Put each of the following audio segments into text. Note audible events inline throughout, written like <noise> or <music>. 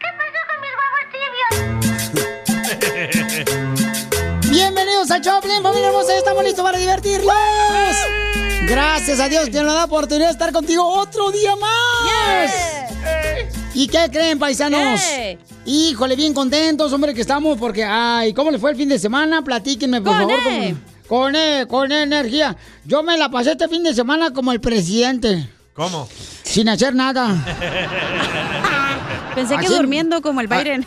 ¿Qué pasó con mis huevos tibios? Bienvenidos al Choplin, familia hermosa, estamos listos para divertirnos. Gracias a Dios que nos da la oportunidad de estar contigo otro día más. ¿Y qué creen, paisanos? Yeah. Híjole, bien contentos, hombre, que estamos porque, ay, ¿cómo le fue el fin de semana? Platíquenme, por Con favor. E. cómo- Con, E, con E energía. Yo me la pasé este fin de semana como el presidente, <laughs> ¿Cómo? sin hacer nada. Pensé que Así- durmiendo como Ah, el Biden.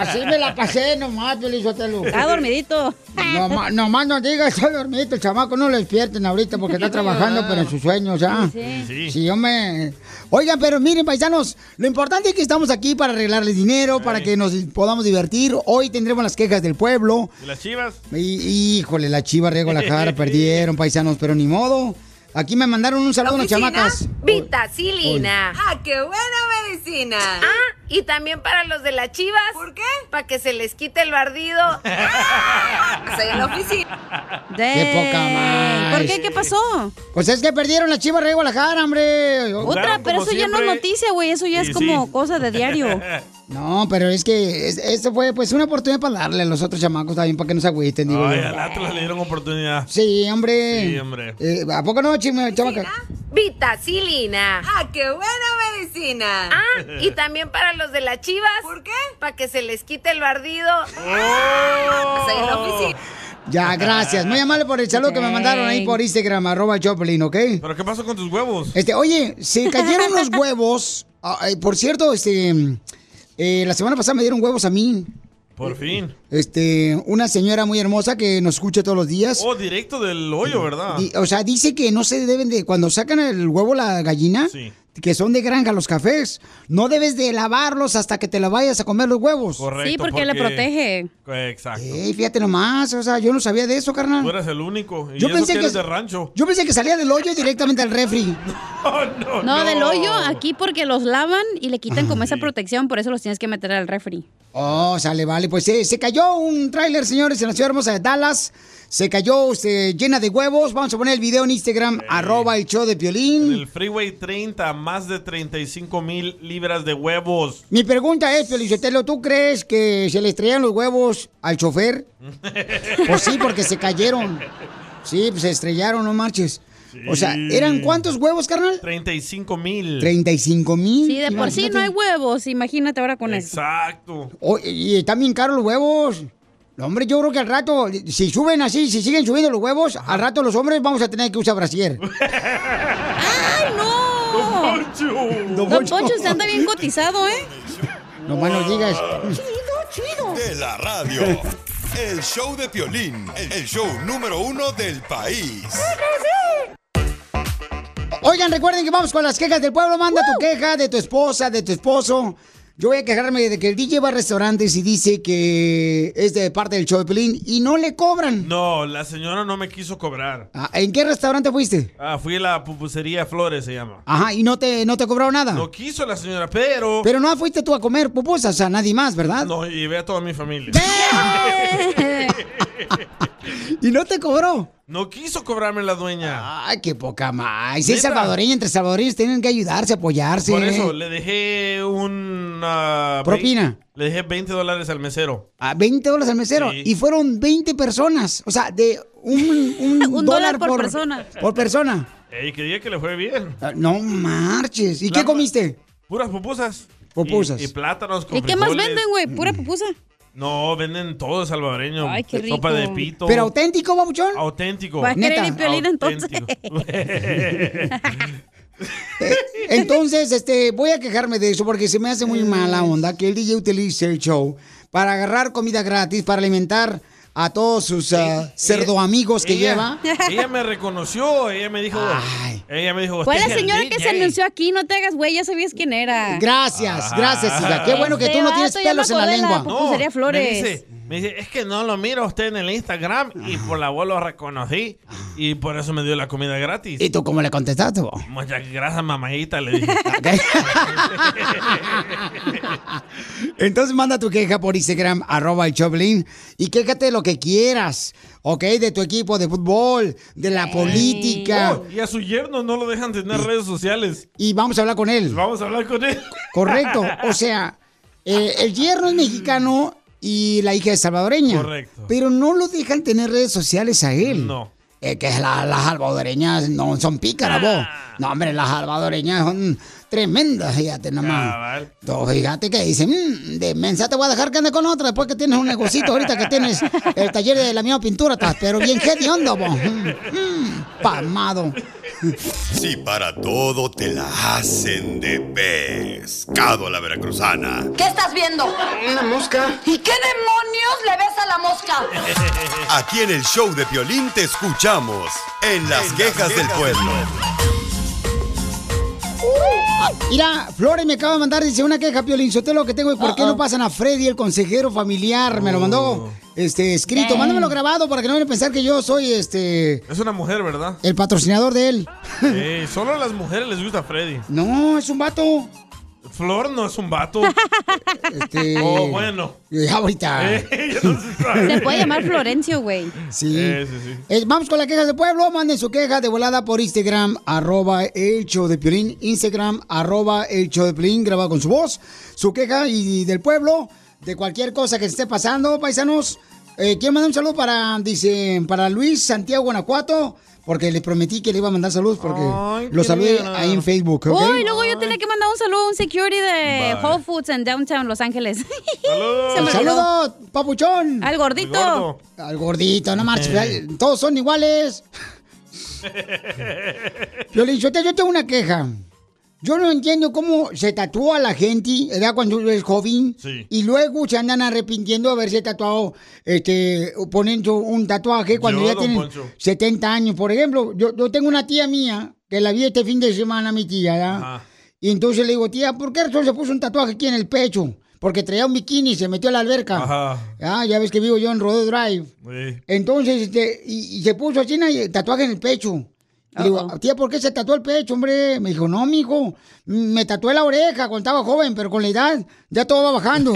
Así me la pasé nomás, Pelizotelo. Está dormidito. Nomás, nomás no digas, está dormido el chamaco, no lo despierten ahorita porque está trabajando, pero en sus sueños ya. Sí, Sí, hombre. Oigan, pero miren, paisanos, lo importante es que estamos aquí para arreglarles dinero, para que nos podamos divertir. Hoy tendremos las quejas del pueblo. ¿Y <laughs> las chivas? Y, híjole, la chiva riego la <laughs> cara, perdieron, paisanos, pero ni modo. Aquí me mandaron un saludo unas chamacas. Vitacilina. ¡Ah, qué buena medicina! Ah, y también para los de las chivas. ¿Por qué? Para que se les quite lo <laughs> ardido. Soy en la oficina. Qué poca madre. ¿Por qué? ¿Qué pasó? Pues es que perdieron la chiva riego la cara, hombre. Otra, pero eso ya no es noticia, güey. Eso ya es Sí, como sí. cosa de <laughs> diario. No, pero es que es- esto fue pues una oportunidad para darle a los otros chamacos también para que no se agüiten, digo Ay, yo. al Atlas le dieron oportunidad. Sí, hombre. Sí, hombre. Eh, ¿A poco no, chima- chamaca? Vitacilina. ¡Ah, qué buena medicina! Ah, y también para los de las chivas. ¿Por qué? Para que se les quite lo ardido. Oh. Soy en la oficina. Ya, gracias. Muy amable por <laughs> el saludo que me mandaron ahí por Instagram, arroba Choplin, ¿ok? ¿Pero qué pasó con tus huevos? Este, oye, <laughs> se cayeron los huevos. Ah, Ay, por cierto, este, eh, la semana pasada me dieron huevos a mí. Por fin. Este, una señora muy hermosa que nos escucha todos los días. Oh, directo del hoyo, ¿verdad? Di- O sea, dice que no se deben de. Cuando sacan el huevo la gallina, que son de granja los cafés, no debes de lavarlos hasta que te la vayas a comer los huevos. Correcto, Exacto. Ey, fíjate nomás, o sea, yo no sabía de eso, carnal. Tú eras el único. Y Yo eso pensé que que- eres de rancho. Yo pensé que salía del hoyo directamente al <laughs> refri. Oh, No, del hoyo aquí porque los lavan y le quitan como esa protección, por eso los tienes que meter al refri. Oh, sale, vale. Pues eh, se cayó un tráiler, señores, en la ciudad hermosa de Dallas. Se cayó este, llena de huevos. Vamos a poner el video en Instagram, arroba el show de Piolín. El Freeway 30, más de 35 mil libras de huevos. Mi pregunta es, Piolichotelo, ¿tú crees que se le estrellan los huevos al chofer? Pues sí, porque se cayeron. Sí, pues se estrellaron, no marches. O sea, Sí. ¿eran cuántos huevos, Pues, carnal? 35 mil. 35 mil. Sí, de por sí no hay huevos, imagínate ahora con eso. Exacto. y están bien caros los huevos. No, Hombre, yo creo que al rato, si suben así, si siguen subiendo los huevos, al rato los hombres vamos a tener que usar brasier. ¡Ay, no! ¡Don Poncho! Don Don Poncho. Poncho se anda bien cotizado, ¿eh? No más nos digas. chido. De la radio. El show de Piolín, el show número uno del país. Oigan, recuerden que vamos con las quejas del pueblo. Manda tu queja de tu esposa, de tu esposo. Yo voy a quejarme de que el DJ va a restaurantes y dice que es de parte del show de Pelín y no le cobran. No, la señora no me quiso cobrar. Ah, ¿En qué restaurante fuiste? Ah, fui a la pupusería Flores, se llama. Ajá, y no te, no te cobraron nada. No quiso la señora, pero... Pero no fuiste tú a comer pupusas, o sea, nadie más, ¿verdad? No, llevé a toda mi familia. <laughs> Y no te cobró. No quiso cobrarme la dueña. Ay, qué poca más. Si es Neta. salvadoreño, entre salvadoreños tienen que ayudarse, apoyarse. Por eso, le dejé una... ¿eh? Propina. Le dejé 20 dólares al mesero. A 20 Ah, dólares al mesero. Sí. Y fueron 20 personas. O sea, de un, un <laughs> Un dólar por persona. Por persona. Ey, quería que le fue bien. Ah, No marches. ¿Y qué comiste? Puras pupusas. Pupusas. Y, y plátanos con ¿Y qué más frijoles. venden, güey? Pura pupusa. No, venden todo salvadoreño. Ay, qué rico. Sopa de pito. ¿Pero auténtico, <laughs> babuchón? auténtico. Va a querer Neta. ir Piolín entonces. <laughs> Entonces, este, voy a quejarme de eso porque se me hace muy mala onda que el DJ utilice el show para agarrar comida gratis, para alimentar a todos sus ah, cerdo amigos que Ella- lleva. Ella me reconoció, ella me dijo. Ella me dijo. Fue "Usted la es el señora que se DJ". anunció aquí, no te hagas güey, ya sabías quién era. Ah. Gracias, gracias, hija. Qué bueno que tú no Este tienes vato, ya me pelos en la acordé de la lengua. po- Pupusería Flores. Me dice, me dice, es que no lo miro a usted en el Instagram y por la voz lo reconocí y por eso me dio la comida gratis. ¿Y tú cómo le contestaste, vos? Muchas gracias, mamadita, le <laughs> dije. Entonces manda tu queja por Instagram, arroba el Choplin, y quéjate de lo que quieras, ¿ok? De tu equipo de fútbol, de la política. Oh, y a su yerno no lo dejan tener redes sociales. Y vamos a hablar con él. Vamos a hablar con él. Correcto. O sea, eh, el yerno es mexicano y la hija es salvadoreña. <laughs> Correcto. Pero no lo dejan tener redes sociales a él. No. Es que la- las salvadoreñas no son pícaras, vos. Ah. No, hombre, las salvadoreñas son tremendas, fíjate nomás. Cabal. Tú fíjate que dicen, "Mm, de mensa te voy a dejar que ande con otra después que tienes un negocito ahorita que tienes el taller de la misma pintura, estás, pero bien hediondo, vos. Mm, mm, palmado. Si para todo te la hacen de pescado a la veracruzana. ¿Qué estás viendo? Una mosca. ¿Y qué demonios le ves a la mosca? Aquí en el show de Piolín te escuchamos en las quejas del pueblo. Mira, Flores me acaba de mandar, dice, una queja, Piolín Sotelo, que tengo, ¿por qué no pasan a Freddy, el consejero familiar? Me lo mandó este, escrito, Damn. mándamelo grabado para que no vayan a pensar que yo soy este Es una <laughs> mujer, ¿verdad? el patrocinador de él. Eh, solo a las mujeres les gusta Freddy. No, es un vato. Flor no es un vato. Este, Oh, bueno. eh, ahorita. <laughs> Ella no se sabe. Se <laughs> puede llamar Florencio, güey. Sí. Eh, sí, sí. Eh, vamos con las quejas del pueblo. Manden su queja de volada por Instagram, arroba el show de Piolín. Instagram, arroba el show de Piolín, grabado con su voz. Su queja y, del pueblo, de cualquier cosa que esté pasando, paisanos. Eh, quiero mandar un saludo para, dice, para Luis Santiago Guanajuato, porque le prometí que le iba a mandar saludos, porque Ay, lo qué ah. saludé lindo. ahí en Facebook, ¿ok? Uy, luego yo tenía que mandar un saludo a un security de Bye. Whole Foods en Downtown Los Ángeles. <laughs> Saludos. Se me olvidó. ¡Saludos, papuchón! Al El gordito. gordo. Eh. Al gordito, no marches. Todos son iguales. Piolín, yo, te, yo tengo una queja. Yo no entiendo cómo se tatúa la gente, ¿verdad? Cuando es joven. Sí. Y luego se andan arrepintiendo de haberse tatuado, este, poniendo un tatuaje cuando Yo, ya don tienen Poncho. 70 años. Por ejemplo, yo, yo tengo una tía mía que la vi este fin de semana, mi tía, ¿verdad? Ajá. Y entonces le digo, tía, ¿por qué razón se puso un tatuaje aquí en el pecho? Porque traía un bikini y se metió a la alberca. Ajá. Ah, ya ves que vivo yo en Rodeo Drive. Sí. Entonces, este, y, y se puso así una- y tatuaje en el pecho. Y le digo, tía, ¿por qué se tatuó el pecho, hombre? Me dijo, no, mijo, me tatué la oreja cuando estaba joven, pero con la edad ya todo va <laughs> bajando.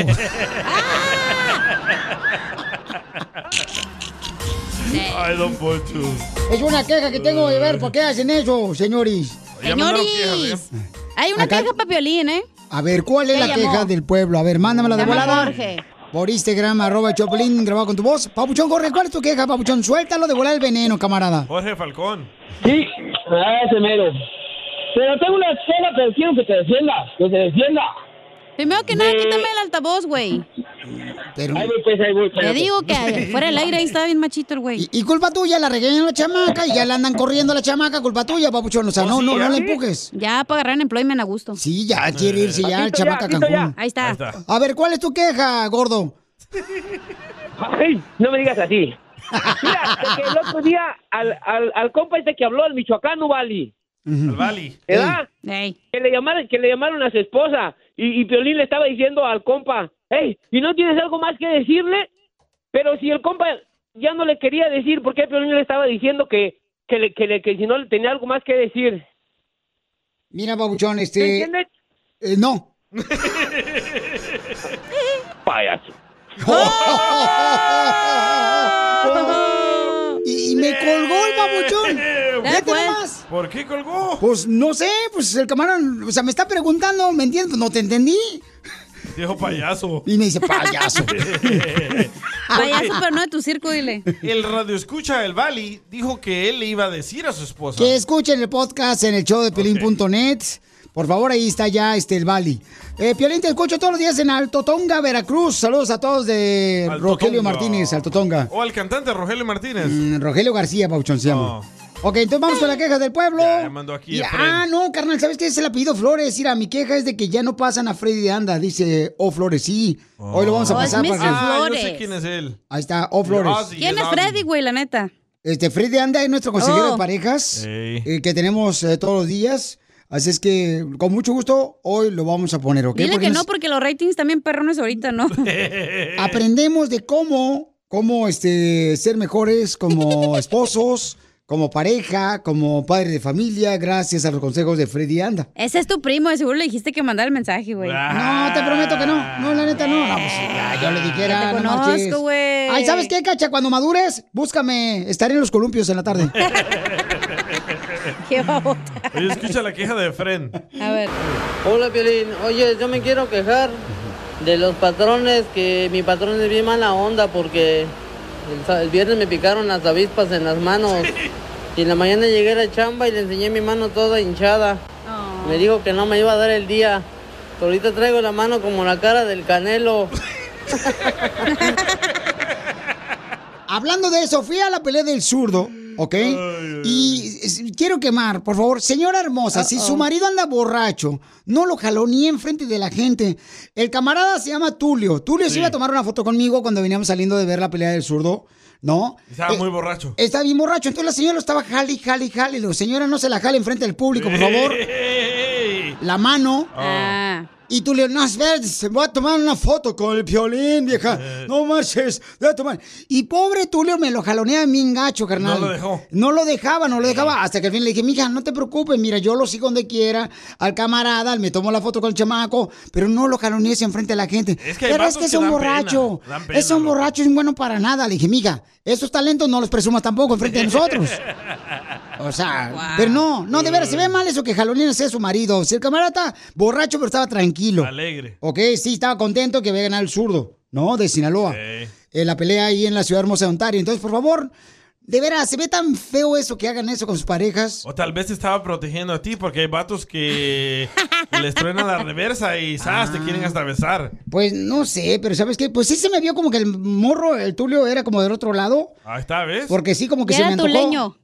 Ay, don Poncho. es una queja que tengo de ver, ¿por qué hacen eso, señores? Ya mandaron quejas, Señores. ¿eh? Hay una Acá- queja para Piolín, ¿eh? A ver, ¿cuál es ¿Qué la llamó? queja del pueblo? A ver, mándamela de Llama volada. Jorge. Por Instagram, arroba Choplin, grabado con tu voz. Papuchón, corre, ¿cuál es tu queja, Papuchón? Suéltalo de volar el veneno, camarada. Jorge Falcón. Sí, ah, ese mero. Pero tengo una escena, te quiero que te defienda, que te defienda. Primero que nada, quítame el altavoz, güey. Pero, Ahí voy, pues, ahí voy. Te espérate. digo que fuera del aire ahí estaba bien machito el güey. y, y culpa tuya, la regué en la chamaca y ya la andan corriendo a la chamaca, culpa tuya, Papuchón. O sea, Oh, no, sí, no, no ¿eh? ¿ya? la empujes. Ya para agarrar employment a gusto. Sí, ya quiere irse ya Patito, el ya, chamaca patito, Cancún. Ahí está. Ahí está. A ver, ¿cuál es tu queja, gordo? Ay, no me digas <laughs> así. Mira, de que el otro día al, al, al compa este que habló, al michoacano, Vali, Al Bali. ¿verdad? Ey. Que le llamaron, que le llamaron a su esposa y, y Piolín le estaba diciendo al compa, hey, ¿y no tienes algo más que decirle? Pero si el compa ya no le quería decir, ¿por qué Piolín le estaba diciendo que, que, le, que, le- que si no le tenía algo más que decir? Mira, babuchón, ¿Me este. entiendes? eh, no. Payaso. ¡Oh! <laughs> Y, y me colgó el babuchón. Eh, Fíjate pues. nomás. ¿Por qué colgó? Pues no sé, pues el camarón, o sea, me está preguntando, ¿me entiendes? No te entendí. Viejo payaso. Y me dice, <laughs> payaso. Payaso, pero no de tu circo, dile. El radio escucha del Bali dijo que él le iba a decir a su esposa. que escuchen el podcast en el show de pelín.net Por favor, ahí está ya este, el Bali. Eh, Piolín, te escucho todos los días en Alto Tonga, Veracruz. Saludos a todos de Alto Rogelio Tonga. Martínez, Alto Tonga. O al cantante Rogelio Martínez. Mm, Rogelio García, Pauchón, se llama. Ok, entonces vamos con la queja del pueblo. Le mando aquí Y- a Fred. ah, no, carnal, ¿sabes qué? Se la pidió Flores. Mira, mi queja es de que ya no pasan a Freddy de Anda. Dice, oh, Flores, sí. Hoy lo vamos a Oh, es pasar. Mr. para que- Ah, yo sé quién es él. Ahí está, oh, Flores. Ah, sí, ¿Quién es Freddy, güey, la neta? Este, Freddy Anda es nuestro consejero Oh. de parejas eh, que tenemos eh, todos los días. Así es que, con mucho gusto, hoy lo vamos a poner, ¿ok? pues, Dile Porque que nos- no, porque los ratings también perrones ahorita, ¿no? Eh. Ah, aprendemos de cómo, cómo este, ser mejores como esposos, como pareja, como padre de familia, gracias a los consejos de Freddy Anda. Ese es tu primo, de seguro le dijiste que mandara el mensaje, güey. Eh, No, te prometo que no. No, la neta no. No, pues, ya, yo le dijera. Ya te no marches. conozco, güey. Ay, ¿sabes qué, Cacha? Cuando madures, búscame. Estaré en los columpios en la <laughs> tarde. Qué Oye, escucha la queja de Fren. A ver. Hola, Piolín. Oye, yo me quiero quejar de los patrones, que mi patrón es bien mala onda porque el, sa- el viernes me picaron las avispas en las <laughs> manos. Y en la mañana llegué a la chamba y le enseñé mi mano toda hinchada. Me dijo que no me iba a dar el día. Pero ahorita traigo la mano como la cara del canelo. Hablando de eso, fui a la pelea del zurdo, ¿ok? y eh, quiero quemar, por favor, señora hermosa, si su marido anda borracho, no lo jaló ni enfrente de la gente. El camarada se llama Tulio. Tulio se iba a tomar una foto conmigo cuando veníamos saliendo de ver la pelea del zurdo, ¿no? Estaba Eh, muy borracho. Está bien borracho, entonces la señora lo estaba jale, jale, jale. Le digo, señora, no se la jale enfrente del público, eh, por favor. La mano. Ah. Y tú le no, espérate, se voy a tomar una foto con el violín, vieja. No marches, voy a tomar. Y pobre Tulio me lo jalonea bien gacho, carnal. No lo dejó. No lo dejaba, no lo dejaba. Hasta que al fin le dije, mija, no te preocupes, mira, yo lo sigo donde quiera, al camarada, me tomo la foto con el chamaco, pero no lo jalonees enfrente de la gente. Es que hay pero es vatos que es que un dan borracho. pena, dan pena, es un borracho, es un bueno para nada. Le dije, mija, esos talentos no los presumas tampoco enfrente <laughs> de nosotros. O sea, pero no, no, de veras, se ve mal eso que Jalonina sea su marido. Si el camarada está borracho, pero estaba tranquilo. Alegre. Ok, sí, estaba contento que había ganado el zurdo, ¿no? De Sinaloa. Eh, la pelea ahí en la ciudad hermosa de Ontario. Entonces, por favor, de veras, se ve tan feo eso que hagan eso con sus parejas. O tal vez te estaba protegiendo a ti porque hay vatos que les truenan la reversa y ¡zas! te quieren hasta besar. Pues no sé, pero ¿sabes qué? Pues sí se me vio como que el morro, el Tulio, era como del otro lado. Ahí está, ¿ves? Porque sí, como que se me antojó.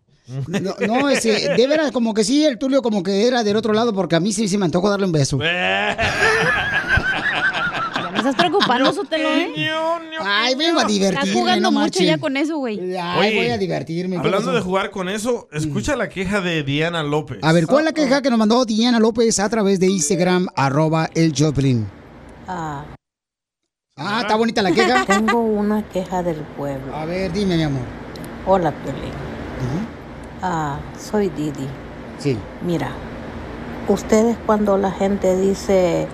No, no, ese, <laughs> de veras, como que sí, el Tulio como que era del otro lado, porque a mí sí se me antojó darle un beso. Ya me estás preocupando, Sotelo, ¿eh? Ay, vengo a divertirme, Estás jugando no mucho marchen. ya con eso, güey. Ay, voy a divertirme. ¿qué Hablando pasó? de jugar con eso, escucha la queja de Diana López. Mm. A ver, ¿cuál es la queja que nos mandó Diana López a través de Instagram, arroba el Joplin? Ah. Ah, está bonita la queja. <laughs> Tengo una queja del pueblo. A ver, dime, mi amor. Hola, Piolín. Ah, soy Didi. Eh. Sí. Mira, ustedes cuando la gente dice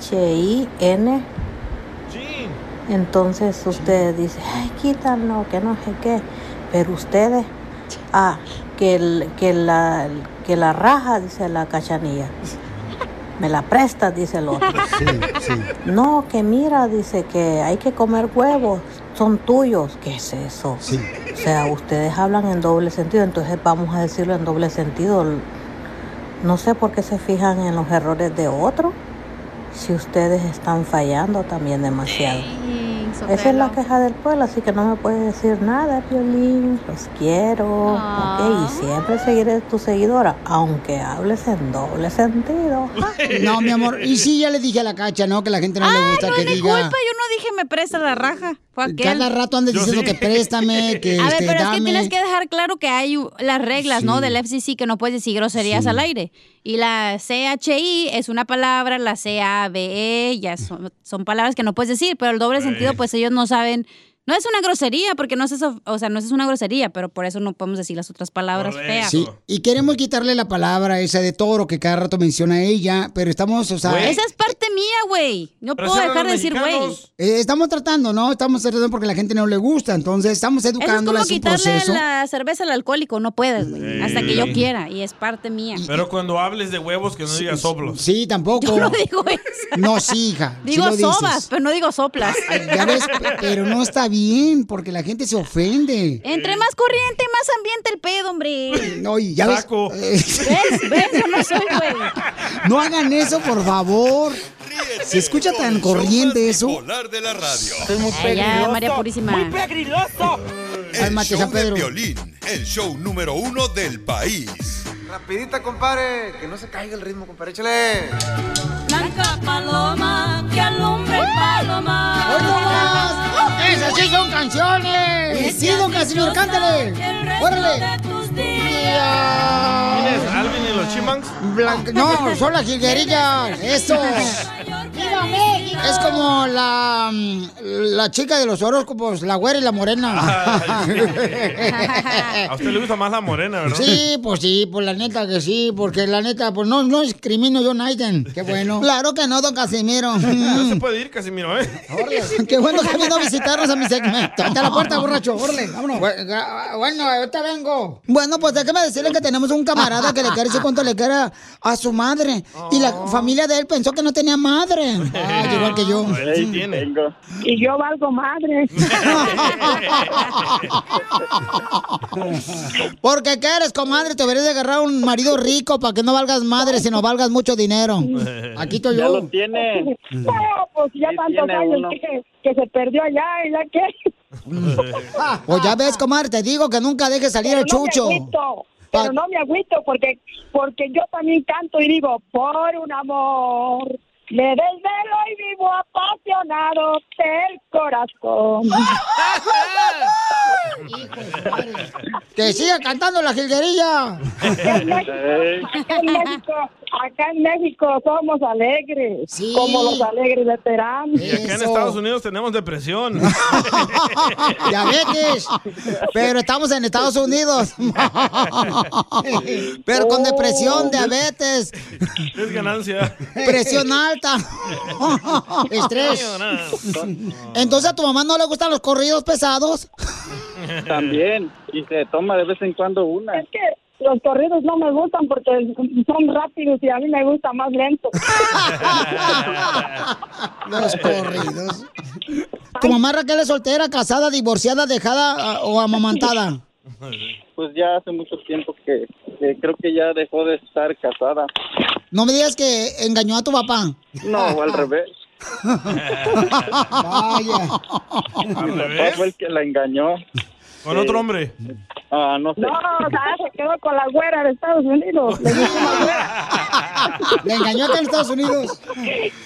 C-H-I-N, entonces ustedes dicen, ay, quítalo, que no sé qué. Pero ustedes, ah, que, el- que, la, que la raja, dice la <laughs> cachanilla. Me la prestas, dice el otro. No, que mira, dice que hay que comer huevos, son tuyos. ¿Qué es eso? O sea, ustedes hablan en doble sentido, entonces vamos a decirlo en doble sentido. No sé por qué se fijan en los errores de otro si ustedes están fallando también demasiado. Esa es la queja del pueblo, así que no me puedes decir nada, Piolín. Los quiero. ok, y siempre seguiré tu seguidora, aunque hables en doble sentido. No, mi amor. Y sí, ya le dije a la cacha, ¿no? Que la gente no le gusta No que es mi diga. culpa, yo no dije me presta la raja. Fue aquel. Cada rato andas diciendo que préstame, que A ver, este, pero es que dame. tienes que dejar claro que hay u- las reglas, ¿no? Del FCC que no puedes decir groserías Sí. al aire. Y la CHI es una palabra, la CABE E, ya son, son palabras que no puedes decir, pero el doble sentido, pues ellos no saben. No es una grosería, porque no es eso, o sea, no es una grosería, pero por eso no podemos decir las otras palabras feas. Sí, y queremos quitarle la palabra esa de toro que cada rato menciona ella, pero estamos, o sea... Esa es parte mía, güey. No puedo dejar de decir, güey. Eh, estamos tratando, ¿no? Estamos tratando porque a la gente no le gusta, entonces estamos Eso es educándola, como es, un quitarle proceso. la cerveza al alcohólico, no puedes, güey, Sí. hasta que yo quiera, y es parte mía. Pero cuando hables de huevos, que no digas soplos. Sí, tampoco. Yo no digo eso. No, sí, hija. sí Digo lo dices. sobas, pero no digo soplas. Ya ves, pe- pero no está bien, porque la gente se ofende. Entre más corriente, más ambiente el pedo, hombre. No, y ya ves- eh, <laughs> ¿Ves? ¿Ves? Yo no soy, güey. No hagan eso, por favor. Se escucha tan corriente eso. de la radio. Esto es muy Ay, ya, peligroso. María Purísima. Muy pegriloso! El Cálmate, show San de Pedro. violín, el show número uno del país. Rapidita, compadre, que no se caiga el ritmo, compadre, échale. Blanca paloma, que alumbre paloma. ¡Hoy no más! ¡Esas sí son canciones! ¡Sí, don Casimiro, cántale! ¡Órale! ¿Quién es? ¿Alvin y los <laughs> Chipmunks? Blanca- No, son las jilguerillas. Eso. ¡Viva México! Es como la, mm, la chica de los horóscopos, la güera y la morena. A usted le gusta más la morena, ¿verdad? <laughs> Sí, pues sí, pues la neta que sí, porque la neta, pues no, no discrimino yo a Naiden. Qué bueno. Claro que no, don <laughs> Casimiro. No se Mm. puede ir, Casimiro, <laughs> ¿eh? Qué bueno que vino a visitarnos a mi segmento. Hasta la puerta, borracho, órale, vámonos. Bueno, ahorita vengo. Bueno, pues déjame decirle que tenemos un camarada que le quiere decir cuánto le quiere a- a su madre. Y la familia de él pensó que no tenía madre. Ay, igual que yo. Ahí tiene. Y yo valgo madre. <laughs> Porque qué eres, comadre, te deberías de agarrar un marido rico para que no valgas madre, sino valgas mucho <laughs> dinero. Aquí estoy yo. Ya lo tiene. No, pues ya Sí tantos tiene uno. años que, que se perdió allá y ya que. Pues ya ves, comadre, te digo que nunca dejes salir al chucho. Me agüito, pero no me agüito porque, porque yo también canto y digo, por un amor, me desvelo y vivo apasionado del corazón. <laughs> Que siga cantando la jilguerilla. En México, acá en México somos alegres, como los alegres veteranos. Y acá en Estados Unidos tenemos depresión. <laughs> Diabetes. Pero estamos en Estados Unidos. Pero con depresión, diabetes, <laughs> Es ganancia. presión alta, estrés. Entonces a tu mamá no le gustan los corridos pesados. También, y se toma de vez en cuando una. Es que los corridos no me gustan porque son rápidos y a mí me gusta más lento. Los corridos. ¿Tu mamá Raquel es soltera, casada, divorciada, dejada ah, o amamantada? Pues ya hace mucho tiempo que, que creo que ya dejó de estar casada. No me digas que engañó a tu papá. No, al <laughs> revés. Vaya. Mi papá fue el que la engañó. Con otro hombre. Ah, no sé. No, o sea, se quedó con la güera de Estados Unidos. <laughs> Le engañó acá en Estados Unidos.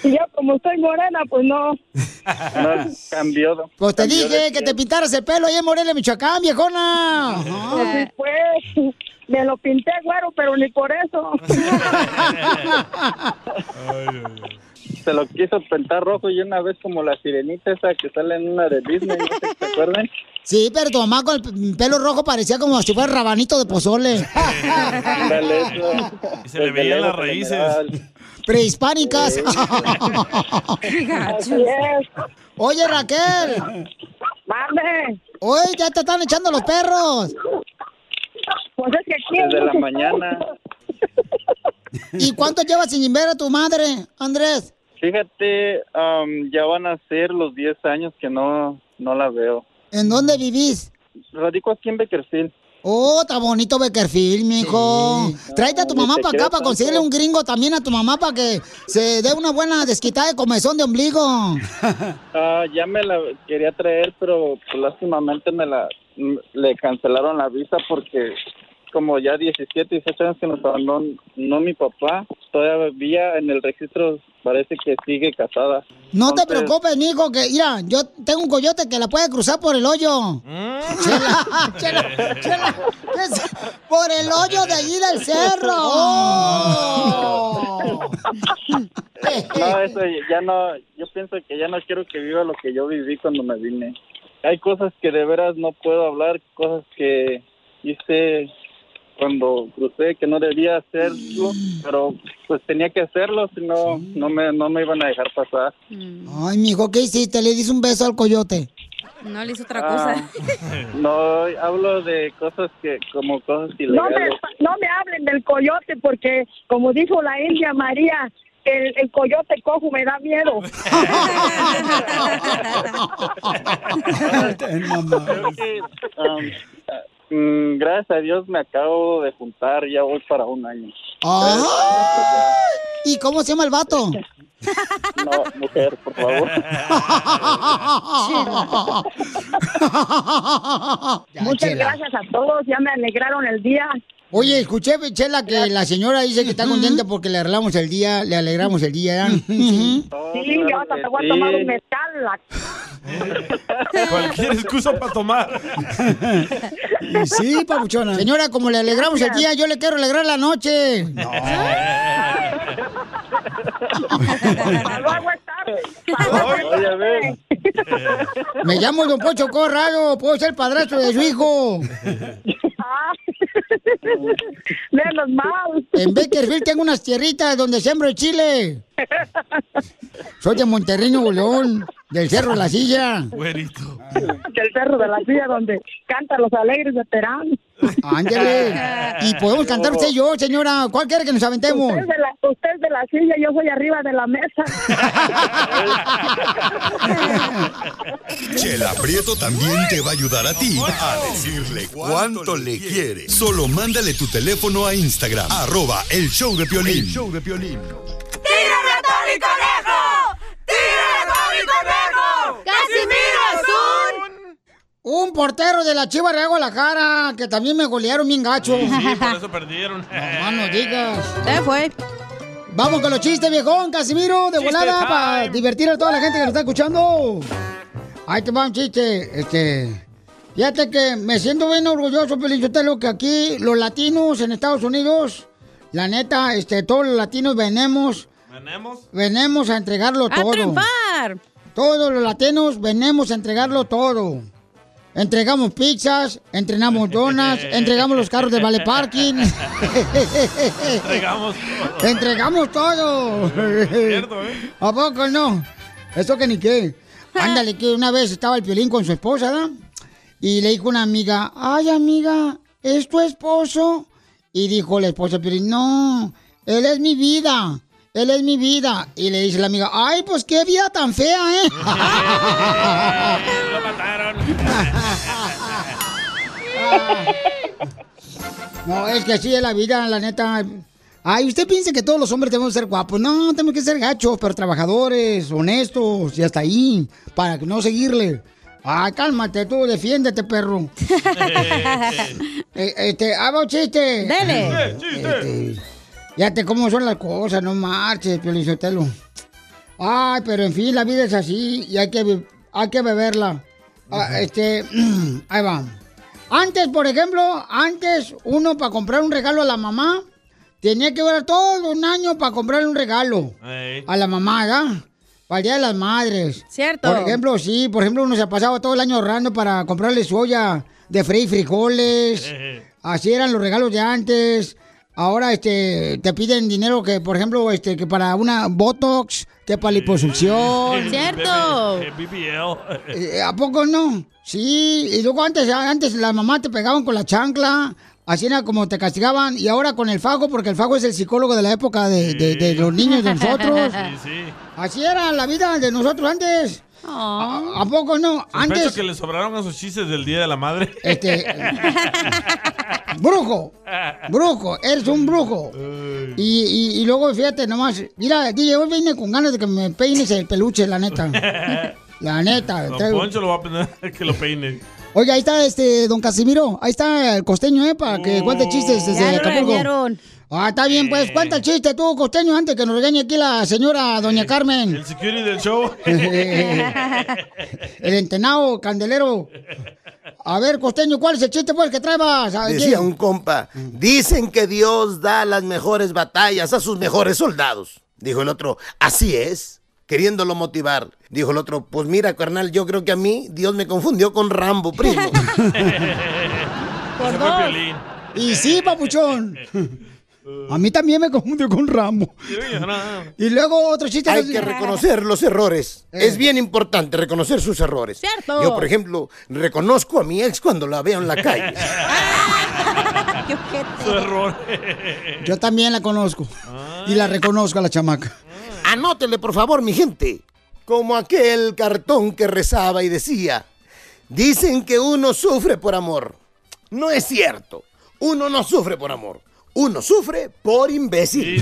Y yo, como estoy morena, pues no. No, cambió. Pues te dije que te pintaras el pelo ahí en Morelia, Michoacán, viejona. Ajá. Ah, Sí, pues, me lo pinté, güero, pero ni por eso. Se lo quiso pintar rojo y una vez como la sirenita esa que sale en una de Disney, no sé si se acuerdan. Sí, pero tu mamá con el p- pelo rojo parecía como si fuera rabanito <laughs> de pozole. Ándale, eso. <laughs> Y se le veían las raíces. Prehispánicas. Oye, Raquel. Mande. Oye, ya te están echando los perros. Pues es que aquí hay Desde la muchos mañana. ¿Y cuánto llevas sin ver a tu madre, Andrés? Fíjate, am, ya van a ser los 10 años que no, no la veo. ¿En dónde vivís? Radico aquí en Beckerfield. Oh, está bonito Beckerfield, mijo. Tráete a tu No, mamá ni te para creo acá para conseguirle tanto. un gringo también a tu mamá para que se dé una buena desquitada de comezón de ombligo. <laughs> Ah, ya me la quería traer, pero pues, lástimamente me la m- le cancelaron la visa porque como ya 17, 18 años que nos abandonó no mi papá, todavía en el registro parece que sigue casada. No te Entonces, <laughs> preocupes, mijo, que mira, yo tengo un coyote que la puede cruzar por el hoyo. Mm. <laughs> Chela, chela, chela, ¿qué es? Por el hoyo de allí del cerro. No, eso ya no, yo pienso que ya no quiero que viva lo que yo viví cuando me vine. Hay cosas que de veras no puedo hablar, cosas que hice cuando crucé que no debía hacerlo, pero pues tenía que hacerlo, si no, no me, no me iban a dejar pasar. Ay, mijo, ¿qué hiciste? Le dis un beso al <laughs> coyote. No le hizo otra cosa. Ah, No, hablo de cosas que, como cosas No me, ilegales. no me hablen del coyote porque, como dijo la India <laughs> María, el, el coyote cojo me da miedo. Creo que, um, Ah, mm, gracias a Dios me acabo de juntar, ya voy para un año. ¡Ah! ¿Y cómo se llama el vato? Este, No, mujer, <laughs> por favor. Muchas Chela. gracias a todos, ya me alegraron el día. Oye, escuché, Chela, que la señora dice que está contenta porque le arreglamos el día, le alegramos el día. Sí, yo hasta te voy a sí. tomar un metal. la- <laughs> Cualquier excusa <laughs> para tomar. Y sí, papuchona. Señora, como le alegramos el día, yo le quiero alegrar la noche. No. Me llamo Don <laughs> Pocho Corrado, puedo ser padrastro de su hijo. Ah. <laughs> los mal. En Bakersfield tengo unas tierritas donde siembro el chile. Soy de Monterrey, Nuevo León, del Cerro de la Silla. Güerito. Del cerro de la silla donde cantan los alegres de Terán. Ándele. Y podemos cantar usted y yo, señora. ¿Cuál quiere que nos aventemos? Usted es de la, usted es de la silla, yo soy arriba de la mesa. Chela Prieto también te va a ayudar a ti a decirle cuánto le quiere. Solo mándale tu teléfono a Instagram, arroba el show de Piolín. El show de Piolín. ¡Tírame a Tony Conejo! ¡Tírame a Tony Conejo! ¡Casimiro es un... Un portero de la Chiva Real Guadalajara, que también me golearon bien <laughs> gacho. Sí, por eso perdieron. No, no digas. fue. Vamos con los chistes, viejón, Casimiro, de Chiste volada, time. para divertir a toda la gente que nos está escuchando. Ahí te va un chiste, este... Fíjate que me siento bien orgulloso, Pelichotelo, que aquí los latinos en Estados Unidos, la neta, este, todos los latinos venemos... ¿Venemos? Venemos a entregarlo ¡A todo. triunfar! Todos los latinos venemos a entregarlo todo. Entregamos pizzas, entrenamos donas, entregamos los carros de vale parking. Entregamos todo. Entregamos todo. Cierto, ¿eh? ¿A poco no? Eso que ni qué. Ándale, que una vez estaba el violín con su esposa, ¿verdad? Y le dijo una amiga, ay amiga, ¿es tu esposo? Y dijo la esposa, pero no, él es mi vida, él es mi vida. Y le dice la amiga, ay, pues qué vida tan fea, ¿eh? Lo mataron. No, es que así es la vida, la neta. Ay, usted piensa que todos los hombres tenemos que ser guapos. No, tenemos que ser gachos, pero trabajadores, honestos y hasta ahí, para no seguirle. Ah, cálmate tú, defiéndete, perro. Eh, este, hago chiste. Dele. Este, ya te cómo son las cosas, no marches, Pelizotelo. Ay, pero en fin, la vida es así y hay que, vi- hay que beberla. Ah, este, <clears throat> ahí va. Antes, por ejemplo, antes uno para comprar un regalo a la mamá tenía que durar todo un año para comprarle un regalo Ey. a la mamá, ¿verdad? Para el Día de las Madres. Cierto. Por ejemplo, sí, por ejemplo, uno se pasaba todo el año ahorrando para comprarle su olla de freír frijoles. Así eran los regalos de antes. Ahora este te piden dinero que, por ejemplo, este que para una botox, que para <laughs> liposucción. Eh, BBL. Oh, Eh, ¿A poco no? Sí, y luego antes, antes las mamás te pegaban con la chancla, así era como te castigaban, y ahora con el fago, porque el fago es el psicólogo de la época de, de- de los niños de <laughs> <laughs> nosotros. Así era la vida de nosotros antes. Ah. ¿A, a poco no? Sospecho Antes, que le sobraron a sus chistes del Día de la Madre. Este, <laughs> eh, brujo, brujo, eres un brujo. Y, y- y luego fíjate nomás, mira, DJ, hoy vine con ganas de que me peines el peluche, la <laughs> neta. La neta. Don traigo- Poncho lo va a poner <laughs> que lo peine. Oiga, ahí está este don Casimiro, ahí está el costeño, eh, para Oh. que cuente chistes desde Ya lo Acapulco. regañaron. Ah, está bien, pues, cuenta el chiste tú, costeño, antes que nos regañe aquí la señora doña Carmen. El security <laughs> del show. El entenado, candelero. A ver, costeño, ¿cuál es el chiste pues que traebas? Ah, Decía ¿quién? un compa, dicen que Dios da las mejores batallas a sus mejores soldados. Dijo el otro, así es, queriéndolo motivar. Dijo el otro, pues mira, carnal, yo creo que a mí Dios me confundió con Rambo, <laughs> primo. Ese fue dos. Piolín. Y sí, papuchón. A mí también me confundió con Rambo. Y luego otro chiste. Hay que reconocer los errores. Es bien importante reconocer sus errores. Cierto. Yo, por ejemplo, reconozco a mi ex cuando la veo en la calle. Su error. Yo Ah. también la conozco. Y la reconozco a la chamaca. Anótele, por favor, mi gente. como aquel cartón que rezaba y decía, dicen que uno sufre por amor. No es cierto, uno no sufre por amor, uno sufre por imbécil.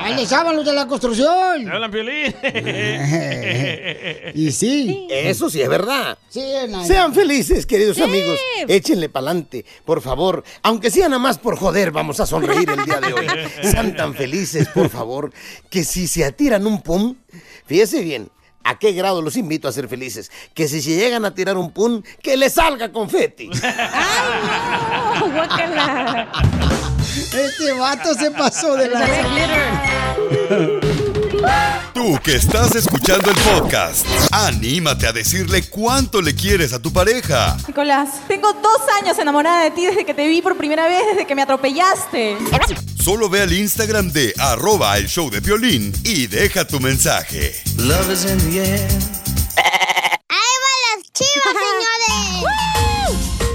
Ahí les hablan los de la construcción. Hablan Piolín. <laughs> <laughs> Y sí. Eso sí es <laughs> verdad. Sí, no, Sean felices, queridos Sí. amigos. Échenle pa'lante, por favor. Aunque sea nada más por joder, vamos a sonreír el día de <laughs> hoy. Sean tan felices, por favor, que si se atiran un pum, fíjese bien. ¿A qué grado los invito a ser felices? Que si se llegan a tirar un pum, que les salga confeti. Oh, Este vato se pasó de la... Tú que estás escuchando el podcast, anímate a decirle cuánto le quieres a tu pareja. Nicolás, tengo dos años enamorada de ti desde que te vi por primera vez, desde que me atropellaste. Solo ve al Instagram de arroba el show de violín y deja tu mensaje. ¡Chivas, señores!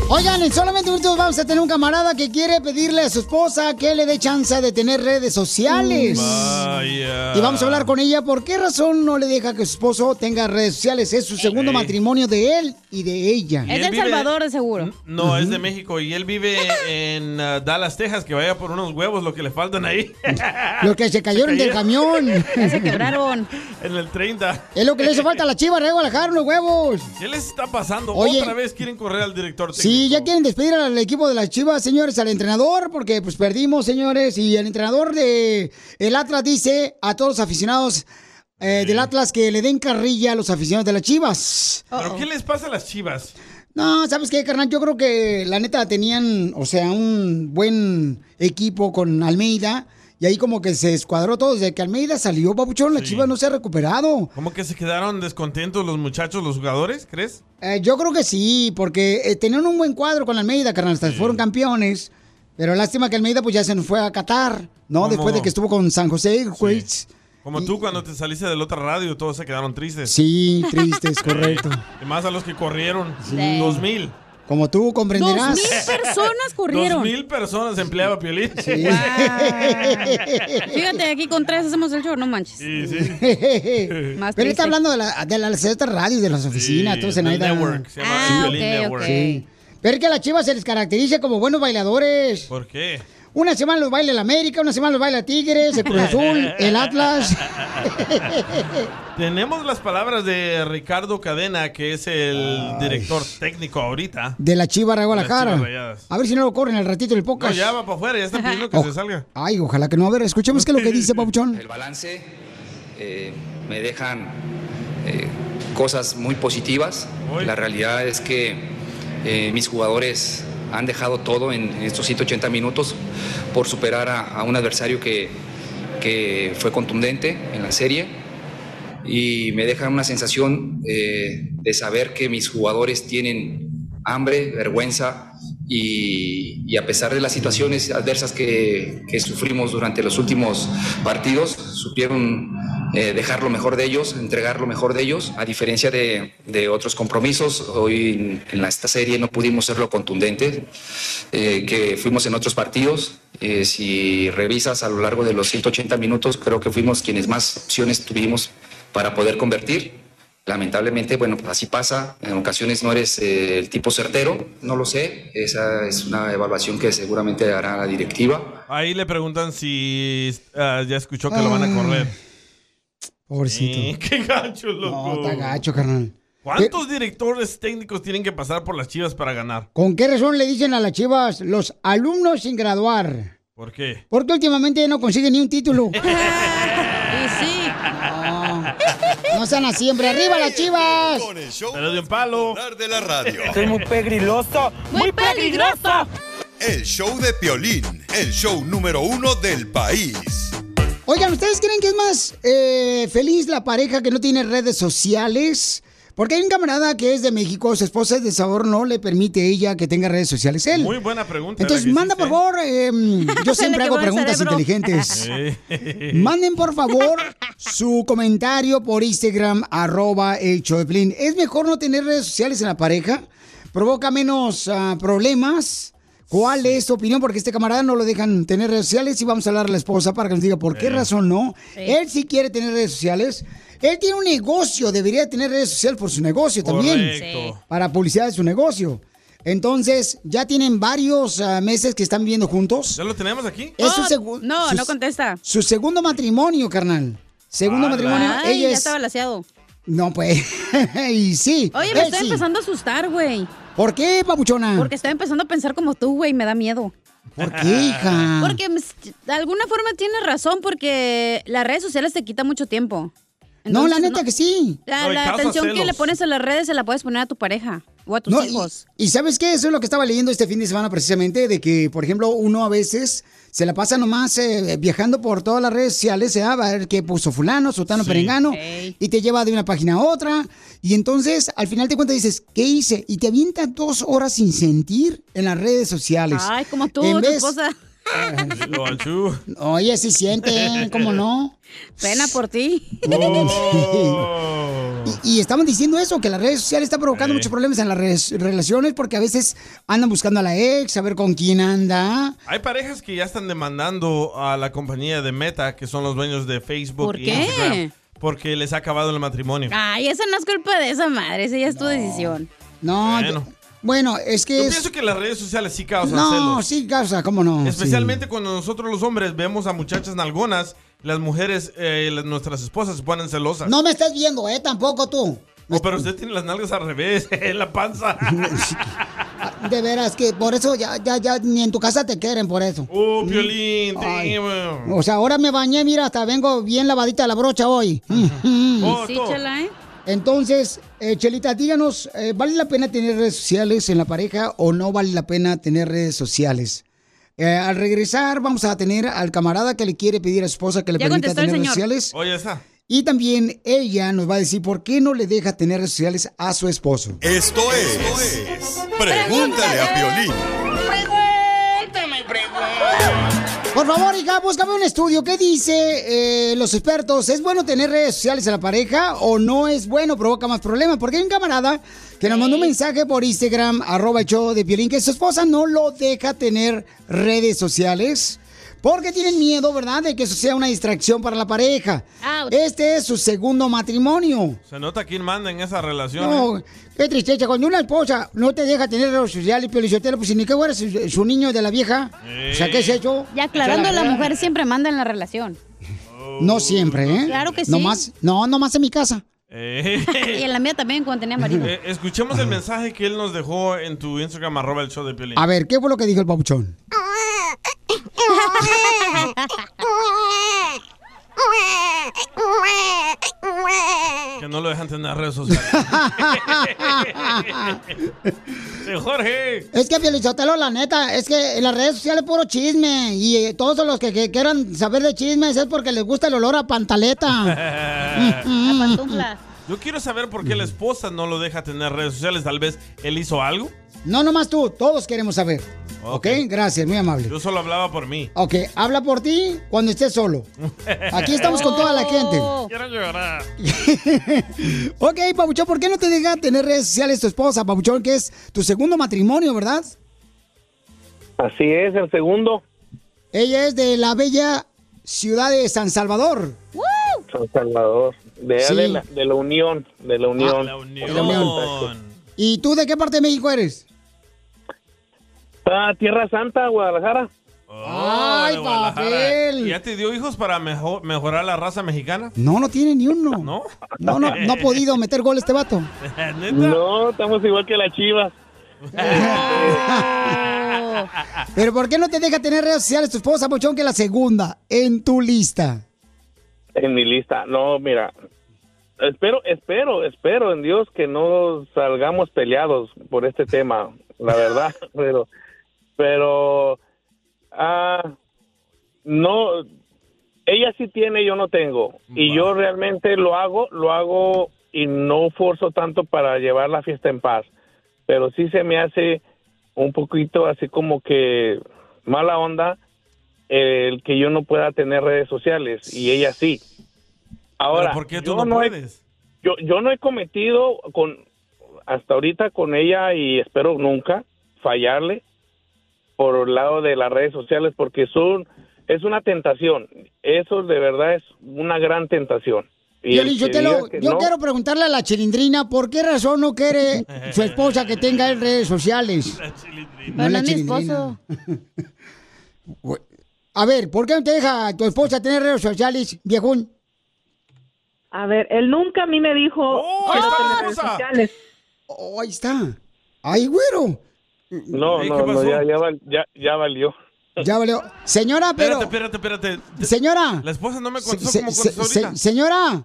Oigan, en solamente minutos vamos a tener un camarada que quiere pedirle a su esposa que le dé chance de tener redes sociales. Vaya. Y vamos a hablar con ella por qué razón no le deja que su esposo tenga redes sociales. Es su segundo matrimonio de él y de ella. Mm. Y él vive- de seguro. No, es de México y él vive en uh, Dallas, Texas. Que vaya por unos huevos, lo que le faltan ahí. <laughs> Los que se cayeron del camión. se quebraron. en el 30. Es lo que le hizo falta a la chiva, rego, Guadalajara, los huevos. ¿Qué les está pasando? Oye. Otra vez quieren correr al director técnico. Sí, ya quieren despedir al equipo de las Chivas, señores, al entrenador, porque pues perdimos, señores, y el entrenador de el Atlas dice a todos los aficionados eh, del Atlas que le den carrilla a los aficionados de las Chivas. ¿Pero qué les pasa a las chivas? No, ¿sabes qué, carnal? Yo creo que la neta tenían, o sea, un buen equipo con Almeida. Y ahí como que se escuadró todo. Desde que Almeida salió, Babuchón, la Chivas no se ha recuperado. ¿Cómo que se quedaron descontentos los muchachos, los jugadores? ¿Crees? Eh, yo creo que sí, porque eh, tenían un buen cuadro con Almeida, carnal, hasta fueron campeones. Pero lástima que Almeida pues ya se nos fue a Qatar, ¿no? ¿Cómo? Después de que estuvo con San José Airways. Como tú cuando te saliste de la otra radio, todos se quedaron tristes. Sí, tristes, <laughs> correcto. Y más a los que corrieron. Sí. Dos mil. Como tú comprenderás. Dos mil personas empleaba Piolín. Fíjate, aquí con tres hacemos el show, no manches. Más Pero él triste. está hablando de la, de las otras radios, de las oficinas, todos en del ahí da- network, se llama Ah, Piolín ok, Network. ok. Sí. Pero es que a las chivas se les caracteriza como buenos bailadores. ¿Por qué? Una semana los baila el América, una semana los baila Tigres, el Cruz Azul, el Atlas. <laughs> Tenemos las palabras de Ricardo Cadena, que es el director técnico ahorita. De la Chiva de Las Guadalajara. Chivas Rayadas. A ver si no lo corren al ratito el No, podcast. ya va para afuera, ya están pidiendo que se salga. Ay, ojalá que no. A ver, escuchemos qué es lo que <laughs> dice Papuchón. El balance eh, me dejan eh, cosas muy positivas. La realidad es que eh, mis jugadores han dejado todo en, en estos 180 minutos por superar a, a un adversario que, que fue contundente en la serie y me dejan una sensación eh, de saber que mis jugadores tienen hambre, vergüenza y, y a pesar de las situaciones adversas que, que sufrimos durante los últimos partidos, supieron eh, dejar lo mejor de ellos, entregar lo mejor de ellos, a diferencia de, de otros compromisos. Hoy en, en la- esta serie no pudimos ser lo contundente eh, que fuimos en otros partidos. Eh, si revisas a lo largo de los 180 minutos, creo que fuimos quienes más opciones tuvimos para poder convertir. Lamentablemente, bueno, pues así pasa. En ocasiones no eres eh, el tipo certero, no lo sé. Esa es una evaluación que seguramente hará la directiva. Ahí le preguntan si ah, ya escuchó que lo van a correr. Pobrecito. Eh, ¡Qué gacho, loco! Está gacho, carnal. Eh, ¿Cuántos directores técnicos tienen que pasar por las chivas para ganar? ¿Con qué razón le dicen a las chivas los alumnos sin graduar? ¿Por qué? Porque últimamente no consiguen ni un <laughs> título. <laughs> Y sí. No sean así, hombre. ¡Arriba las chivas! Pero de un palo. De la radio. Soy muy pegriloso, muy pegriloso. El show de Piolín, el show número uno del país. Oigan, ¿ustedes creen que es más eh, feliz la pareja que no tiene redes sociales? Porque hay un camarada que es de México, su esposa es de sabor, no le permite ella que tenga redes sociales. Él. Muy buena pregunta. Entonces, manda por favor, em, <laughs> yo Se siempre le quebró hago el preguntas cerebro. <laughs> inteligentes. Sí. Manden por favor su comentario por Instagram, arroba el Choplin. ¿Es mejor no tener redes sociales en la pareja? ¿Provoca menos ah, problemas? ¿Cuál es tu opinión? Porque este camarada no lo dejan tener redes sociales y vamos a hablar a la esposa para que nos diga por Eh. qué Sí. razón no. Sí. Él sí quiere tener redes sociales. Él tiene un negocio, debería tener redes sociales por su negocio también. Correcto. Sí. Para publicidad de su negocio. Entonces, ya tienen varios ah, meses que están viviendo juntos. ¿Ya lo tenemos aquí? Es su Oh, segu- no, su- no contesta. Su segundo matrimonio, carnal. Ah, Segundo matrimonio. Ah, Ay, ella ya es- está balaseado. No, pues. <laughs> y sí. Oye, me él estoy sí. empezando a asustar, güey. ¿Por qué, papuchona? Porque estoy empezando a pensar como tú, güey, me da miedo. ¿Por qué, hija? Porque pues, de alguna forma tienes razón, porque las redes sociales te quitan mucho tiempo. No, la neta que sí. La, la atención que le pones a las redes se la puedes poner a tu pareja o a tus No, y- hijos. Y, sabes qué, eso es lo que estaba leyendo este fin de semana precisamente, de que, por ejemplo, uno a veces se la pasa nomás eh, viajando por todas las redes sociales, eh, a ver qué puso fulano, sotano, Sí. perengano, Ey. y te lleva de una página a otra, y entonces al final te cuentas dices, ¿qué hice? Y te avienta dos horas sin sentir en las redes sociales. Ay, como tú, En tu vez- esposa. <laughs> <laughs> <laughs> Oye, sí siente, ¿cómo no? <laughs> Pena por ti. Oh. <laughs> Y, y estamos diciendo eso, que las redes sociales están provocando muchos problemas en las res- relaciones porque a veces andan buscando a la ex, a ver con quién anda. Hay parejas que ya están demandando a la compañía de Meta, que son los dueños de Facebook ¿Por y qué? Instagram, porque les ha acabado el matrimonio. Ay, esa no es culpa de esa madre, esa ya es tu decisión. No, Bueno. yo- bueno, es Yo que es... pienso que las redes sociales sí causan No, celos. sí, causa, ¿cómo no? Especialmente cuando nosotros los hombres vemos a muchachas nalgonas, las mujeres, eh, las- nuestras esposas se ponen Sí. celosas. No me estás viendo, ¿eh? Tampoco tú. Oh, pero usted tiene las nalgas al revés, <laughs> en <laughs> la panza. De veras que por eso ya, ya, ya ni en tu casa te quieren por eso. Oh, Piolín, Ay. damn. O sea, ahora me bañé, mira, hasta vengo bien lavadita la brocha hoy. Mm, mm. Sí, chela, ¿eh? Entonces, eh, Chelita, díganos, eh, ¿vale la pena tener redes sociales en la pareja o no vale la pena tener redes sociales? Eh, al regresar vamos a tener al camarada que le quiere pedir a su esposa que le Ya permita contestó el tener redes señor. sociales. Oh, ya está. Y también ella nos va a decir por qué no le deja tener redes sociales a su esposo. Esto es. Pregúntale a Piolín. Por favor, hija, búscame un estudio. ¿Qué dice eh, los expertos? ¿Es bueno tener redes sociales a la pareja o no es bueno? Provoca más problemas. Porque hay un camarada que nos mandó un mensaje por Instagram, arroba el show de Piolín, que su esposa no lo deja tener redes sociales. Porque tienen miedo, ¿verdad? De que eso sea una distracción para la pareja. Este es su segundo matrimonio. Se nota quién manda en esa relación. ¿eh? No, qué tristeza. Cuando una esposa no te deja tener redes sociales, Piolín Sotelo, pues ni que fuera su, su niño de la vieja. O sea, ¿qué es hecho? Y aclarando, la mujer. mujer siempre manda en la <laughs> relación. No siempre, ¿eh? Claro que sí. Nomás, no, nomás en mi casa. Eh. y en la mía también cuando tenía marido. Eh, escuchemos el mensaje que él nos dejó en tu Instagram, arroba el show de Piolín. A ver, ¿qué fue lo que dijo el papuchón? Que no lo dejan tener <laughs> redes sociales. Sí, Jorge. Es que Felizotelo, la neta, es que en las redes sociales puro chisme. Y eh, todos los que, que quieran saber de chismes es porque les gusta el olor a <laughs> pantaleta. Mm, mm, Yo quiero saber por qué la esposa no lo deja tener redes sociales. Tal vez él hizo algo. No, nomás tú, todos queremos saber. Ok. ¿Ok? Gracias, muy amable. Yo solo hablaba por mí. Ok, habla por ti cuando estés <laughs> solo. <laughs> Aquí estamos con toda Oh. la gente. Quiero llorar. ok, Pabuchón, ¿por qué no te deja tener redes sociales tu esposa, Pabuchón, que es tu segundo matrimonio, ¿verdad? Así es, el segundo, Ella es de la bella ciudad de San Salvador. San Salvador. De, Sí. de, la, de la Unión, de la Unión. la Unión. ¿Y tú de qué parte de México eres? Ah, Tierra Santa, Guadalajara. ¡Ay, papel! Oh, ¿Ya te dio hijos para mejo- mejorar la raza mexicana? No, no tiene ni uno. ¿No? No, no, ha podido meter gol este vato. <laughs> No, estamos igual que las <laughs> chivas. Pero ¿por qué no te deja tener redes sociales tu esposa, Pabuchón, que es la segunda en tu lista? Este, En mi lista, no, mira. Espero, espero, espero en Dios que no salgamos peleados por este tema, la verdad. <laughs> Pero, pero, ah, no, ella sí tiene, yo no tengo. Y yo realmente lo hago, lo hago y no forzo tanto para llevar la fiesta en paz. Pero sí se me hace un poquito así como que mala onda el que yo no pueda tener redes sociales y ella sí. Ahora, ¿Pero por qué tú yo no he- puedes? yo, yo no he cometido con hasta ahorita con ella y espero nunca fallarle, por el lado de las redes sociales porque son es una tentación. Eso de verdad es una gran tentación. Y el Piolín, que yo, te lo- diga que yo no- quiero preguntarle a la chilindrina por qué razón no quiere su esposa que tenga él redes sociales. Pero no la es mi chilindrina. <laughs> a ver, ¿por qué no te deja tu esposa tener redes sociales, viejón? A ver, él nunca a mí me dijo. ahí ¡Oh, "Quiero está la tener redes cosa. sociales". Oh, ahí está. Ay, güero. No, ¿Y no, qué no, pasó? ya, ya, val- ya, ya valió. Ya valió. Señora, pero. Espérate, espérate, espérate. Señora. La esposa no me Se- contestó se- como se- contestó se- ahorita. señora.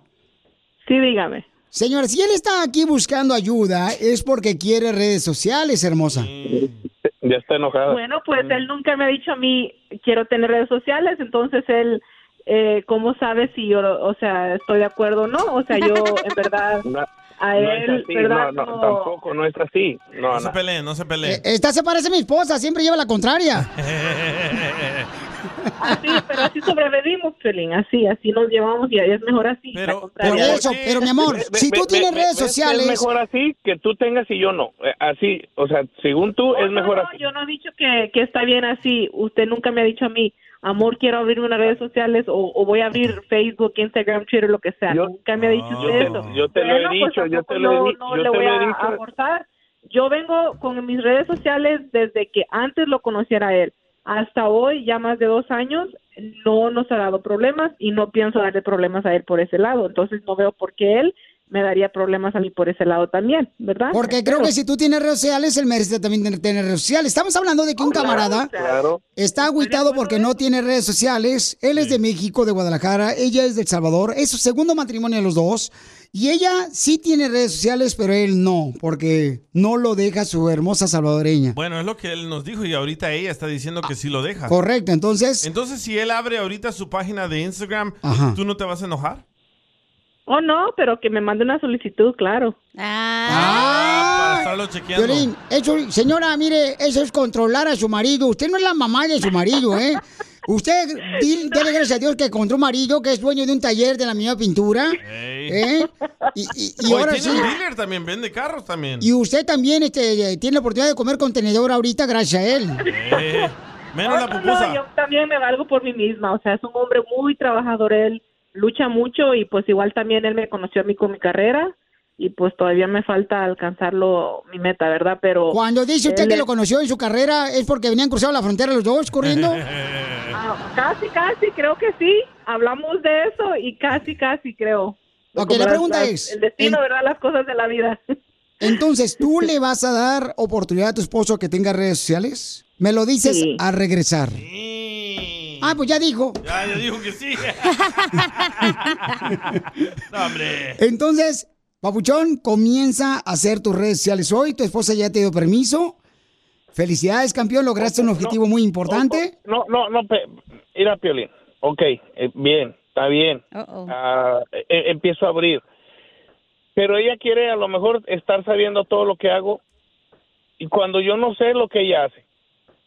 Sí, dígame. Señora, si él está aquí buscando ayuda, es porque quiere redes sociales, hermosa. Mm. Ya está enojada. Bueno, pues él nunca me ha dicho a mí, quiero tener redes sociales, entonces él, eh, ¿cómo sabe si yo, o sea, estoy de acuerdo o no? O sea, yo, en verdad, <laughs> No, a no él, es así, ¿verdad? no, no, No. tampoco no es así. No, No se peleen, no se peleen. Eh, Esta se parece a mi esposa, siempre lleva la contraria. así, pero así sobrevivimos, Piolín, así, así nos llevamos y es mejor así. la contraria. Por eso, pero mi amor, Ve- ve- si ve- tú ve- tienes ve- redes ves que sociales. Es mejor así que tú tengas y yo no. Eh, Así, o sea, según tú, es No, mejor no, así. yo no he dicho que, que está bien así. Usted nunca me ha dicho a mí, amor, quiero abrirme unas redes sociales o, o voy a abrir Facebook, Instagram, Twitter, lo que sea. nunca me ha dicho Ah. yo usted te- eso. yo te lo he Bueno, pues, dicho, yo te tampoco lo he no- di- no yo le te voy lo he a- ah, dicho. a forzar. Yo vengo con mis redes sociales desde que antes lo conociera él. Hasta hoy, ya más de dos años, no nos ha dado problemas y no pienso darle problemas a él por ese lado. Entonces no veo por qué él me daría problemas a mí por ese lado también, ¿verdad? Porque creo Pero- que si tú tienes redes sociales, él merece también tener- tener redes sociales. Estamos hablando de que un camarada Claro. está agüitado porque no tiene redes sociales. Él es de México, de Guadalajara, ella es de El Salvador. Es su segundo matrimonio de los dos. Y ella sí tiene redes sociales, pero él no, porque no lo deja su hermosa salvadoreña. Bueno, es lo que él nos dijo y ahorita ella está diciendo que sí lo deja. Correcto, entonces... Entonces, si él abre ahorita su página de Instagram, Ajá. ¿tú no te vas a enojar? Oh, no, pero que me mande una solicitud, claro. Para estarlo chequeando. Violín, eso, señora, mire, eso es controlar a su marido. Usted no es la mamá de su marido, ¿eh? Usted, di- dele gracias a Dios que encontró un marido que es dueño de un taller de la misma pintura. ¿eh? Y, y- y Oye, ahora tiene sí. un dealer también, vende carros también. Y usted también este, tiene la oportunidad de comer contenedor ahorita gracias a él. Eh, menos No, la no, pupusa. yo también me valgo por mí misma, o sea, es un hombre muy trabajador, él lucha mucho y pues igual también él me conoció a mí con mi carrera y pues todavía me falta alcanzarlo, mi meta, ¿verdad? Pero... Cuando dice usted él que es- lo conoció en su carrera, ¿es porque venían cruzados la frontera los dos <laughs> corriendo? Ah, casi, casi, creo que sí, hablamos de eso y casi, casi creo. Ok, la Como las- pregunta las- es, El destino, en- ¿verdad? Las cosas de la <laughs> vida. Entonces, ¿tú le vas a dar oportunidad a tu esposo que tenga redes sociales? Me lo dices Sí. a regresar. Ah, pues ya dijo. Ya, ya dijo <laughs> que sí. No, hombre. Entonces, Papuchón, comienza a hacer tus redes sociales hoy. Tu esposa ya te dio permiso. Felicidades, campeón. Lograste un objetivo muy importante. No, no, no, pe- mira, Piolín. Ok, eh, bien, está bien. Ah, eh, eh, empiezo a abrir. Pero ella quiere a lo mejor estar sabiendo todo lo que hago y cuando yo no sé lo que ella hace.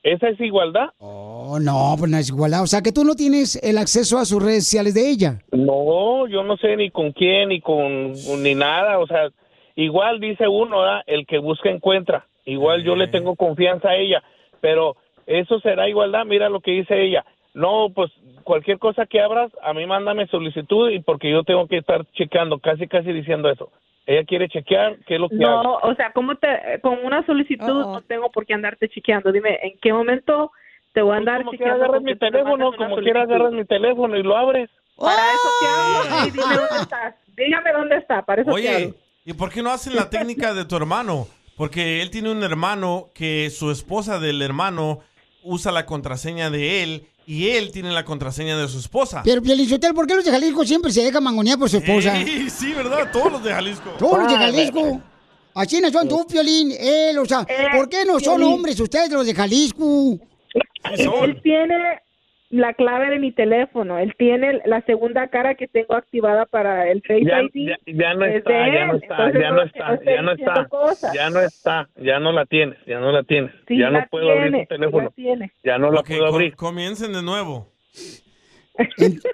¿Esa es igualdad? Oh, no, pues no es igualdad. O sea, que tú no tienes el acceso a sus redes sociales de ella. No, yo no sé ni con quién, ni con ni nada. O sea, igual dice uno, ¿verdad? el que busca encuentra. Igual yo le tengo confianza a ella, pero eso será igualdad. Mira lo que dice ella. No, pues cualquier cosa que abras, a mí mándame solicitud y porque yo tengo que estar checando, casi casi diciendo eso. Ella quiere chequear qué es lo que No, hago. o sea, ¿cómo te, con una solicitud Oh, no tengo por qué andarte chequeando. Dime, ¿en qué momento te voy a andar Pues Como quiera chequeando? agarras con mi que tú me mandas teléfono, una como quiera solicitud? agarras mi teléfono y lo abres. Para eso te ¡Oh! hablo. y dime <laughs> dónde estás. Dígame dónde está. Para eso te hablo. Oye, ¿y por qué no hacen la técnica de tu hermano? Porque él tiene un hermano que su esposa del hermano usa la contraseña de él y él tiene la contraseña de su esposa. Pero, Pielichotel, ¿por qué los de Jalisco siempre se dejan mangonear por su esposa? Ey, Ah. sí, ¿verdad? Todos los de Jalisco. Todos los de Jalisco. Así no son tú, Piolín, él, o sea, ¿por qué no son Piolín. hombres ustedes los de Jalisco? Él tiene la clave de mi teléfono. Él tiene la segunda cara que tengo activada para el Face Ya, ID. ya, ya no es está, de ya no él. está, Entonces, ya no no es que está, no esté ya no diciendo está, cosas. ya no está, ya no la tienes, ya no la tienes, Sí, ya no la puedo abrir tiene, tu teléfono, la tiene. ya no la Ok, puedo com- abrir. comiencen de nuevo. <laughs>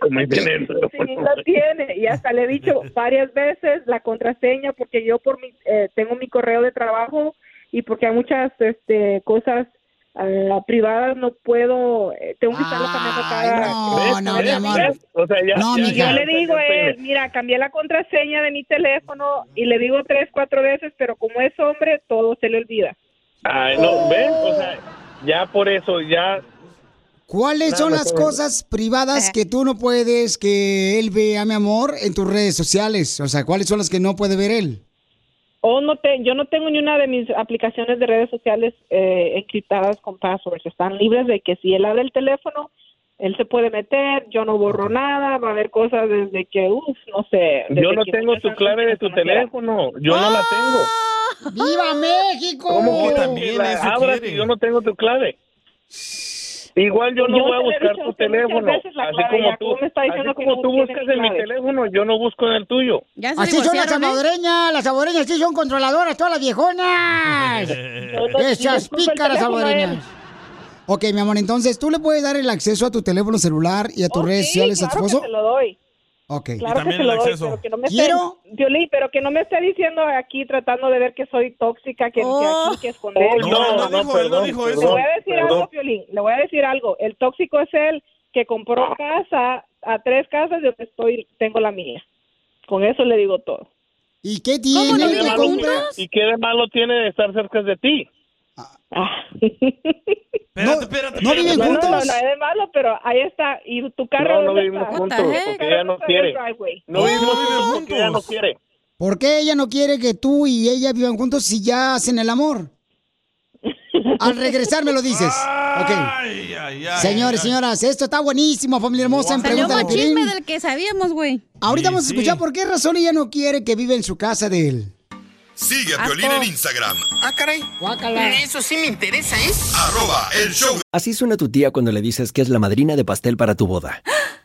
Como dicen en- Sí, lo tiene. Y hasta le he <laughs> dicho varias veces la contraseña porque yo por mi, eh, tengo mi correo de trabajo y porque hay muchas este, cosas ah, privadas no puedo, eh, tengo que estarlo cambiando cada No, no, mi amor. O sea, No, mija. Yo le digo, eh, es, mira, cambié la contraseña de mi teléfono y le digo tres, cuatro veces, pero como es hombre, todo se le olvida. Ay, no, ¿ves? O Eh, sea, Oh. ya por eso, ya ¿Cuáles Nada son más las sobre- cosas privadas que tú no puedes que él vea, mi amor, en tus redes sociales? O sea, ¿cuáles son las que no puede ver él? O no te, yo no tengo ni una de mis aplicaciones de redes sociales eh, encriptadas con passwords. Están libres de que si él abre el teléfono, él se puede meter, yo no borro nada, va a haber cosas desde que, uff, no sé. yo no tengo tu clave de tu teléfono, yo no la tengo. ¡Viva México! ¿Cómo que la abras y yo no tengo tu clave? Igual yo no Yo voy a te le he buscar dicho a tu usted muchas teléfono, veces la así clave, como ya, tú, ¿cómo me está diciendo así que como no tú tiene buscas en mi clave? teléfono, yo no busco en el tuyo. Así son las eh? salvadoreñas, las salvadoreñas sí son controladoras, todas las <laughs> viejonas. Esas Disculpa el pícaras teléfono, salvadoreñas. eh. Ok, mi amor, entonces tú le puedes dar el acceso a tu teléfono celular y a tus redes sociales a tu Oh, claro que esposo. se lo doy. Ok. Claro que se lo doy, pero que no me Quiero- esté, Violín, pero que no me esté diciendo aquí tratando de ver que soy tóxica, que, que aquí que esconder. Oh, no, No, no, no, dijo, perdón, él no dijo perdón, Le voy a decir perdón. algo, Violín, le voy a decir algo. El tóxico es el que Ah. compró casa a tres casas de donde estoy, tengo la mía. Con eso le digo todo. ¿Y qué ¿Y qué de malo- ¿Y qué de malo tiene de estar cerca de ti? Ah. <laughs> Espérate, espérate, Ah. ¿No viven no, juntos? No, no, es malo, pero ahí está. ¿Y tu carro No, no dónde vivimos está? juntos, What the porque heck? ella no Está en el quiere. driveway. No vivimos juntos porque ella no quiere. ¿Por qué ella no quiere que tú y ella vivan juntos si ya hacen el <laughs> amor? Al regresar me lo dices. Ok. Ay, ay, ay. Señores, señoras, esto está buenísimo, familia hermosa. En Salió Pregúntale a más chisme Piolín. del que sabíamos, güey. Ahorita Sí, vamos a sí. escuchar por qué razón ella no quiere que vive en su casa de él. Sigue a Piolín en Instagram. Ah, caray. Eso sí me interesa, ¿eh? ¿es? Arroba el show Así suena tu tía cuando le dices que es la madrina de pastel para tu boda.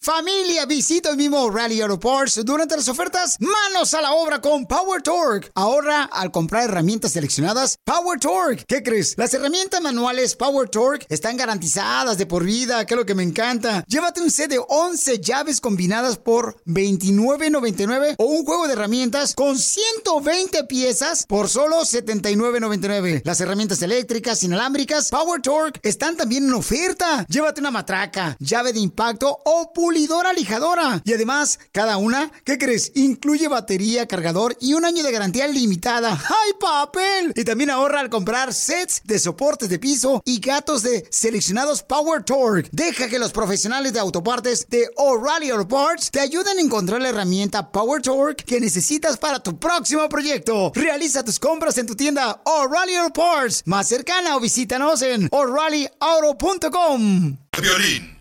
Familia, visita el mismo O'Reilly Auto Parts durante las ofertas Manos a la obra con Power Torque. Ahora, al comprar herramientas seleccionadas, Power Torque. ¿Qué crees? Las herramientas manuales Power Torque están garantizadas de por vida, que es lo que me encanta. Llévate un set de 11 llaves combinadas por $29.99 o un juego de herramientas con 120 piezas por solo $79.99. Las herramientas eléctricas, inalámbricas, Power Torque están también en oferta. Llévate una matraca, llave de impacto o pulidora lijadora. Y además, cada una, ¿qué crees? Incluye batería, cargador y un año de garantía limitada. ¡Ay, papel! Y también ahorra al comprar sets de soportes de piso y gatos de seleccionados Power Torque. Deja que los profesionales de autopartes de O'Reilly Auto Parts te ayuden a encontrar la herramienta Power Torque que necesitas para tu próximo proyecto. Realiza tus compras en tu tienda O'Reilly Auto Parts más cercana o visítanos en o'ReillyAuto.com. Piolín.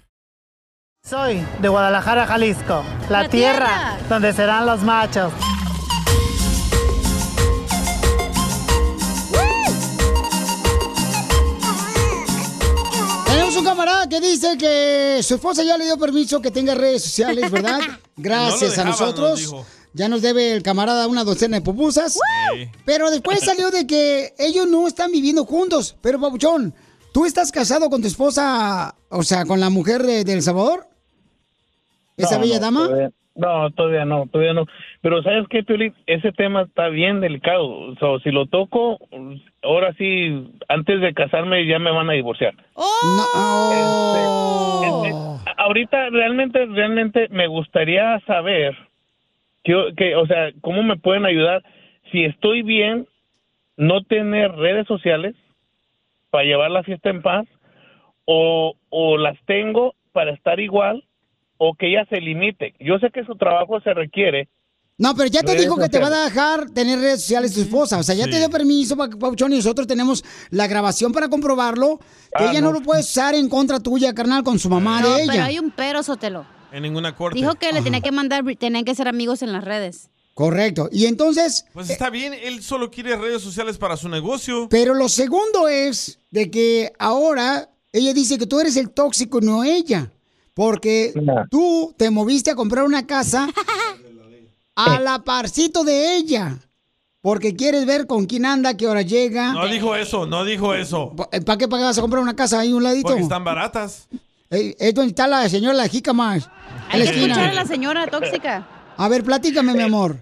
Soy de Guadalajara, Jalisco, la, La tierra, tierra. donde serán los machos. Tenemos un camarada que dice que su esposa ya le dio permiso que tenga redes sociales, ¿verdad? <laughs> Gracias No lo dejaban, a nos nosotros. dijo. ya nos debe el camarada una docena de pupusas. Pero después salió de que ellos no están viviendo juntos. Pero, Papuchón, ¿tú estás casado con tu esposa, o sea, con la mujer de, de El Salvador? ¿Esa No, bella no, dama? todavía- no, todavía no, todavía no. Pero ¿sabes qué, Piolín? Ese tema está bien delicado. O sea, si lo toco, ahora sí, antes de casarme ya me van a divorciar. Este, este, ahorita realmente, realmente me gustaría saber que, que, o sea, cómo me pueden ayudar si estoy bien, no tener redes sociales para llevar la fiesta en paz, o, o las tengo para estar igual, o que ella se limite. Yo sé que su trabajo se requiere. No, pero ya te Redes dijo que te va a sociales. dejar tener redes sociales tu esposa. O sea, ya te dio permiso, Pa- Papuchón, y nosotros tenemos la grabación para comprobarlo. Que Ah, ella no. no. lo puede usar en contra tuya, carnal, con su mamá Ah, No, de ella. pero hay un pero, Sotelo. En ninguna corte. Dijo que le tenía que mandar, tenían que ser amigos en las redes. Correcto. Y entonces, Pues está bien, él solo quiere redes sociales para su negocio. pero lo segundo es de que ahora Ella dice que tú eres el tóxico, no ella. Porque tú te moviste a comprar una casa a la parcito de ella. Porque quieres ver con quién anda, qué hora llega. No dijo eso, no dijo eso. ¿Para qué vas a comprar una casa ahí a un ladito? Porque están baratas. Eh, Es donde está la señora La Jicamas. En Hay la que escuchar a esquina. la señora tóxica. A ver, platícame, mi amor.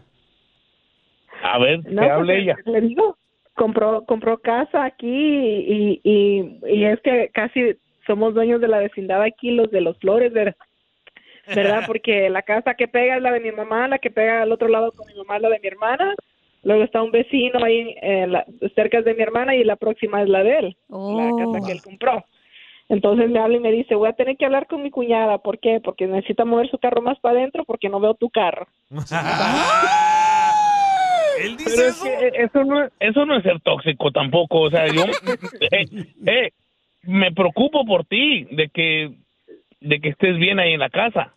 A ver, que No, hable pues, ella. Le digo, compró, compró casa aquí y, y, y es que casi somos dueños de la vecindad aquí, los de los flores, ¿verdad? ¿Verdad? Porque la casa que pega es la de mi mamá, la que pega al otro lado con mi mamá es la de mi hermana. Luego está un vecino ahí eh, la- cerca es de mi hermana y la próxima es la de él, Oh. la casa que él compró. Entonces me habla y me dice, voy a tener que hablar con mi cuñada. ¿Por qué? Porque necesita mover su carro más para adentro porque no veo tu carro. Él dice eso. eh, eso, no, eso no es ser tóxico tampoco. O <laughs> sea, yo eh, eh, me preocupo por ti, de que, de que estés bien ahí en la casa.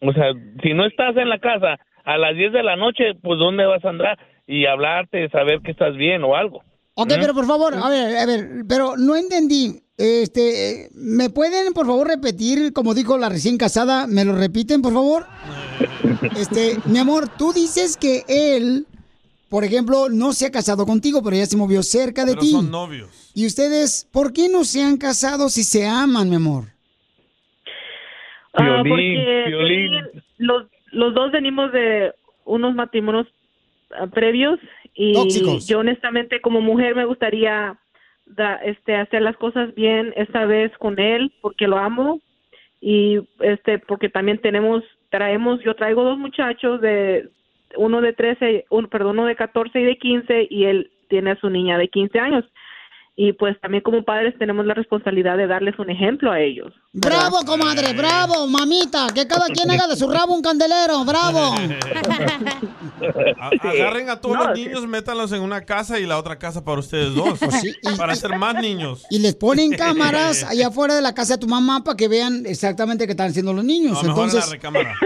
O sea, si no estás en la casa a las 10 de la noche, pues ¿dónde vas a andar? Y hablarte, saber que estás bien o algo. Ok, ¿Eh? ¿Mm? pero por favor, a ver, a ver, pero no entendí. Este, eh, ¿me pueden por favor repetir como dijo la recién casada? ¿Me lo repiten, por favor? Este, mi amor, tú dices que él, por ejemplo, no se ha casado contigo, pero ya se movió cerca de Pero ti. son novios. Y ustedes, ¿por qué no se han casado si se aman, mi amor? Ah, Piolín, porque Piolín. Piolín, los, los dos venimos de unos matrimonios ah, previos y Tóxicos. yo honestamente como mujer me gustaría da- este, hacer las cosas bien esta vez con él porque lo amo y este porque también tenemos traemos yo traigo dos muchachos de uno de 13, un, perdón, uno de 14 y de 15 y él tiene a su niña de 15 años. Y pues también como padres tenemos la responsabilidad de darles un ejemplo a ellos. Bravo, comadre, bravo, mamita, que cada quien haga de su rabo un candelero, <laughs> bravo. A- Agarren a todos No, los sí. niños, métanlos en una casa y la otra casa para ustedes dos. Pues para hacer más niños. Y les ponen cámaras <laughs> allá afuera de la casa de tu mamá para que vean exactamente qué están haciendo los niños. A lo mejor en la pues Entonces, recámara.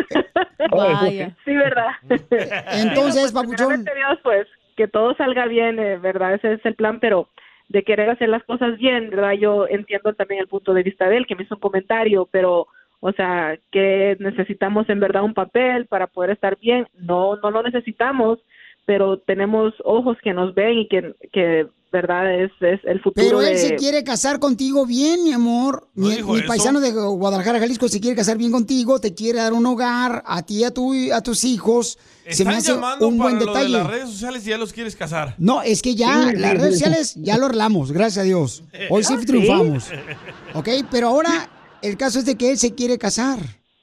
Vaya. Sí, ¿verdad? Entonces, papuchón. Dios, pues, que todo salga bien, eh, ¿verdad? Ese es el plan, pero de querer hacer las cosas bien, ¿verdad? Yo entiendo también el punto de vista de él, que me hizo un comentario, pero, o sea, que necesitamos en verdad un papel para poder estar bien. No, no lo necesitamos, pero tenemos ojos que nos ven y que, que ¿verdad? Es, es el futuro pero él de- se quiere casar contigo bien, mi amor. Mi, dijo mi eso. paisano de Guadalajara, Jalisco, se quiere casar bien contigo, te quiere dar un hogar a ti y a, tu, a tus hijos. eh, Se me Están hace llamando un buen para lo de detalle. las redes sociales y ya los quieres casar. No, es que ya Sí. Ah, las redes sociales ya <laughs> lo arreglamos, gracias a Dios. Hoy Ah, sí triunfamos. Ok, pero ahora el caso es de que él se quiere casar.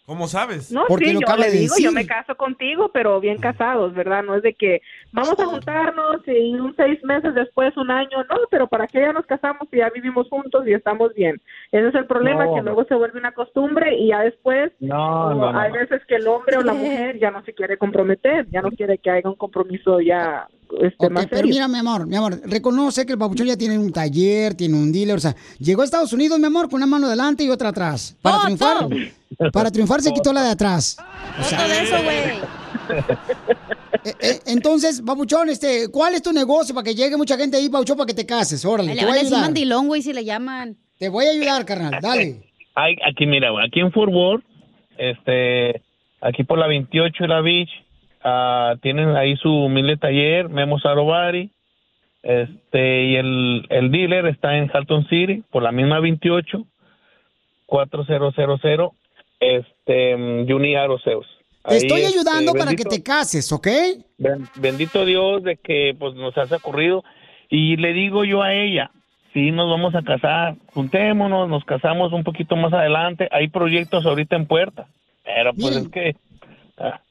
¿Cómo sabes? pues, No, Porque sí, lo yo acaba le de digo, decir. yo <laughs> me caso contigo, pero bien casados, ¿verdad? No es de que vamos a juntarnos y un seis meses después, un año, no, pero ¿para qué ya nos casamos y ya vivimos juntos y estamos bien? Ese es el problema, No. que luego se vuelve una costumbre y ya después No, o no, no. hay veces que el hombre o la mujer ya no se quiere comprometer, ya no quiere que haya un compromiso ya este, Ok, más pero serio. mira, mi amor, mi amor, reconoce que el babuchón ya tiene un taller, tiene un dealer, o sea, llegó a Estados Unidos, mi amor, con una mano delante y otra atrás. Para triunfar, para triunfar se quitó la de atrás. O sea, Todo eso, güey. eh, eh, entonces, babuchón, este, ¿cuál es tu negocio para que llegue mucha gente ahí, babuchón, para que te cases? Órale, Le te voy van a a decir ayudar. mandilón, güey, si le llaman. Te voy a ayudar, carnal, dale. Ay, aquí, mira, güey, aquí en Fort Worth, este, aquí por la 28 y la Beach, ah, tienen ahí su humilde taller, Memo Sarobari, este, y el, el dealer está en Halton City, por la misma 28, 4000, este, mm, Juni Aroseus. Te estoy este, este, ayudando para que te cases, ¿ok? Ben- bendito Dios de que pues nos has ocurrido y le digo yo a ella si nos vamos a casar juntémonos nos casamos un poquito más adelante hay proyectos ahorita en puerta pero pues Miren. es que ah.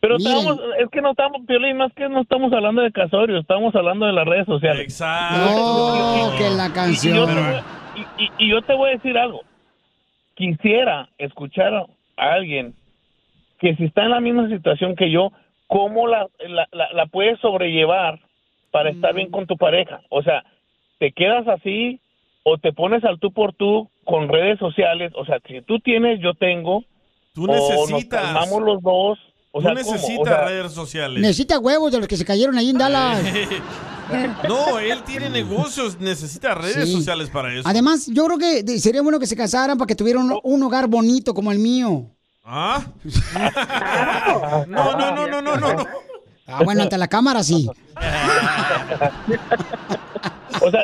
pero Miren. estamos es que no estamos Piolín más que no estamos hablando de casorio estamos hablando de las redes sociales exacto Oh, que la y yo, canción. te voy, y- y- y yo te voy a decir algo. Quisiera escuchar a alguien que si está en la misma situación que yo, ¿cómo la, la, la- la puedes sobrellevar para estar Mm. bien con tu pareja? O sea, ¿te quedas así o te pones al tú por tú con redes sociales? O sea, si tú tienes, yo tengo. Tú o nos necesitas. calmamos los dos O sea, no ¿cómo? O necesita sea- Ah, redes sociales. Necesita huevos de los que se cayeron ahí en Dallas. no, él tiene negocios, necesita redes Sí. sociales para eso. Además, yo creo que de- sería bueno que se casaran para que tuvieran Oh. un- un hogar bonito como el mío. <laughs> ¿Ah? no, no, no, no, no, no. no. Ah, bueno, ante la <laughs> cámara sí. O sea,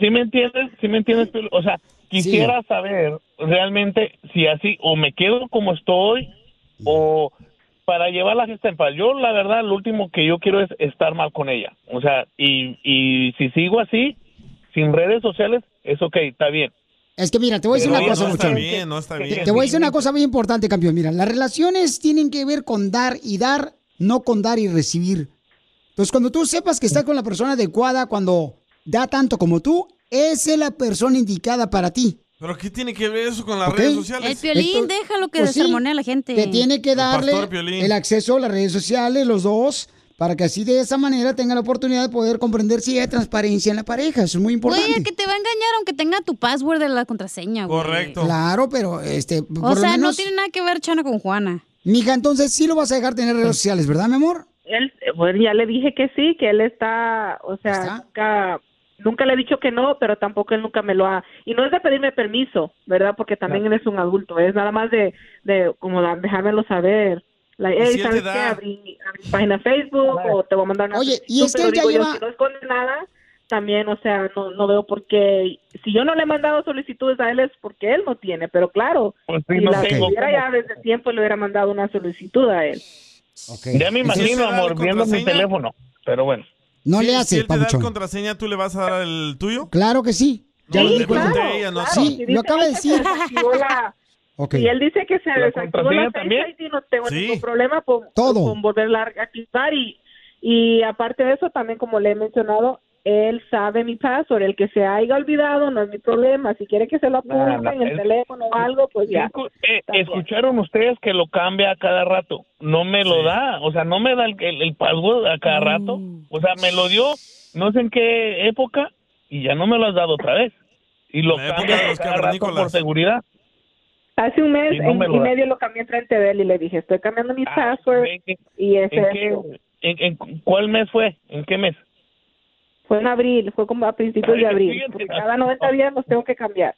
si, me entiendes, si me entiendes, Piolín? o sea, quisiera Sí. saber realmente si así o me quedo como estoy o para llevar la fiesta en paz. Yo la verdad lo último que yo quiero es estar mal con ella. O sea, y, y si sigo así, sin redes sociales, es ok, está bien. Es que mira, te voy a decir Pero una cosa, no está Papuchón. bien, no está bien. Te voy a decir una cosa muy importante, campeón. Mira, las relaciones tienen que ver con dar y dar, no con dar y recibir. Entonces, cuando tú sepas que estás con la persona adecuada, cuando da tanto como tú, esa es la persona indicada para ti. ¿Pero qué tiene que ver eso con las ¿ok? redes sociales? El Piolín, Entonces, déjalo que pues sí, desarmone a la gente. Te tiene que El darle pastor el, Piolín. acceso a las redes sociales, los dos, para que así de esa manera tenga la oportunidad de poder comprender si hay transparencia en la pareja. Eso es muy importante. Güey, el que te va a engañar aunque tenga tu password de la contraseña, güey. Claro, pero este, O por lo sea, no menos, tiene nada que ver Chana con Juana. mija, entonces sí lo vas a dejar tener redes sociales, ¿verdad, mi amor? Él, eh, bueno, ya le dije que sí, que él está, o sea, Nunca, nunca le he dicho que no, pero tampoco él nunca me lo ha, y no es de pedirme permiso, ¿verdad? Porque también él es un adulto, es nada más de, de como da- dejármelo saber. Like, Y hey, si él ¿sabes te qué? da- Abrí, abrí página Facebook o te voy a mandar una... Oye, y No, este es que pero él ya digo yo, lleva- si no esconde nada, también, o sea, no, no veo por qué, si yo no le he mandado solicitudes a él es porque él no tiene, pero claro, si Pues no la tengo tuviera cómo. ya desde tiempo le hubiera mandado una solicitud a él. Ya me ¿Sí se imagino, da la amor, viendo mi contraseña? teléfono, pero bueno. No Si- le Si haces, él te da la papuchón. contraseña, ¿tú le vas a dar el tuyo? Claro que sí. Ya No, lo le dijo él. pregunté a ella, no a ti. Sí, lo acaba de decir. <laughs> Ok. Y él dice que se ¿La desactivó contraseña la también? fecha y no tengo Sí. ningún problema con, Todo. con volverla a activar. Y, y aparte de eso, también como le he mencionado, él sabe mi password. El que se haya olvidado no es mi problema. Si quiere que se lo apunte Nada, en el él- teléfono o algo, pues ya. Escu- eh, escucharon ustedes que lo cambia a cada rato. No me lo da, o sea, no me da el, el, el password a cada rato. Mm. O sea, me lo dio no sé en qué época y ya no me lo has dado otra vez. Y lo La época cambia de a los cada rato por cavernícolas. seguridad. Hace un mes Y no en- me y lo da. Ah, medio lo cambié enfrente de él y le dije, estoy cambiando mi password. Y este ese ¿En, es qué, todo. en, en cuál mes fue? ¿En qué mes? fue en abril, fue como a principios Ay, de abril. Ah, fíjate, Porque cada 90 días los tengo que cambiar.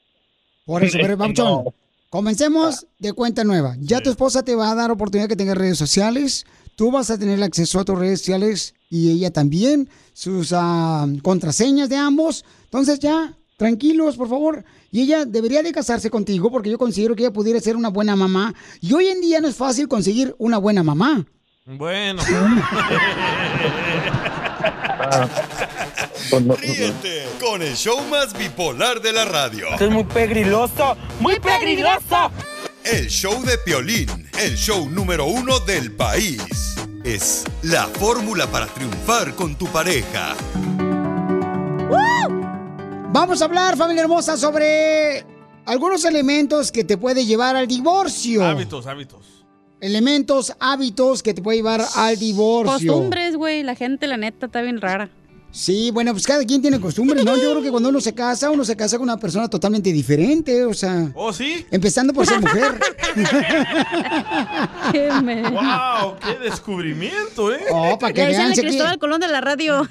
<laughs> Por <laughs> eso, pero No. Papuchón, comencemos de cuenta nueva. Ya tu esposa te va a dar oportunidad que tenga redes sociales. Tú vas a tener acceso a tus redes sociales y ella también, sus ah, contraseñas de ambos. Entonces ya, tranquilos, por favor. Y ella debería de casarse contigo porque yo considero que ella pudiera ser una buena mamá. Y hoy en día no es fácil conseguir una buena mamá. <laughs> Bueno. Ríete con el show más bipolar de la radio. es muy pegriloso, muy pegriloso. El show de Piolín, el show número uno del país. Es la fórmula para triunfar con tu pareja. Vamos a hablar, familia hermosa, sobre algunos elementos que te puede llevar al divorcio. Hábitos, hábitos. Elementos, hábitos que te puede llevar al divorcio. Costumbres, güey. La gente, la neta, está bien rara. Sí, bueno, pues cada quien tiene costumbres, ¿no? Yo creo que cuando uno se casa, uno se casa con una persona totalmente diferente, o sea. ¿Oh, sí? Empezando por ser <laughs> mujer. ¡Wow! ¡Qué descubrimiento, eh! Oh, para que Le dicen vean, el sé que- Cristóbal Colón de la radio.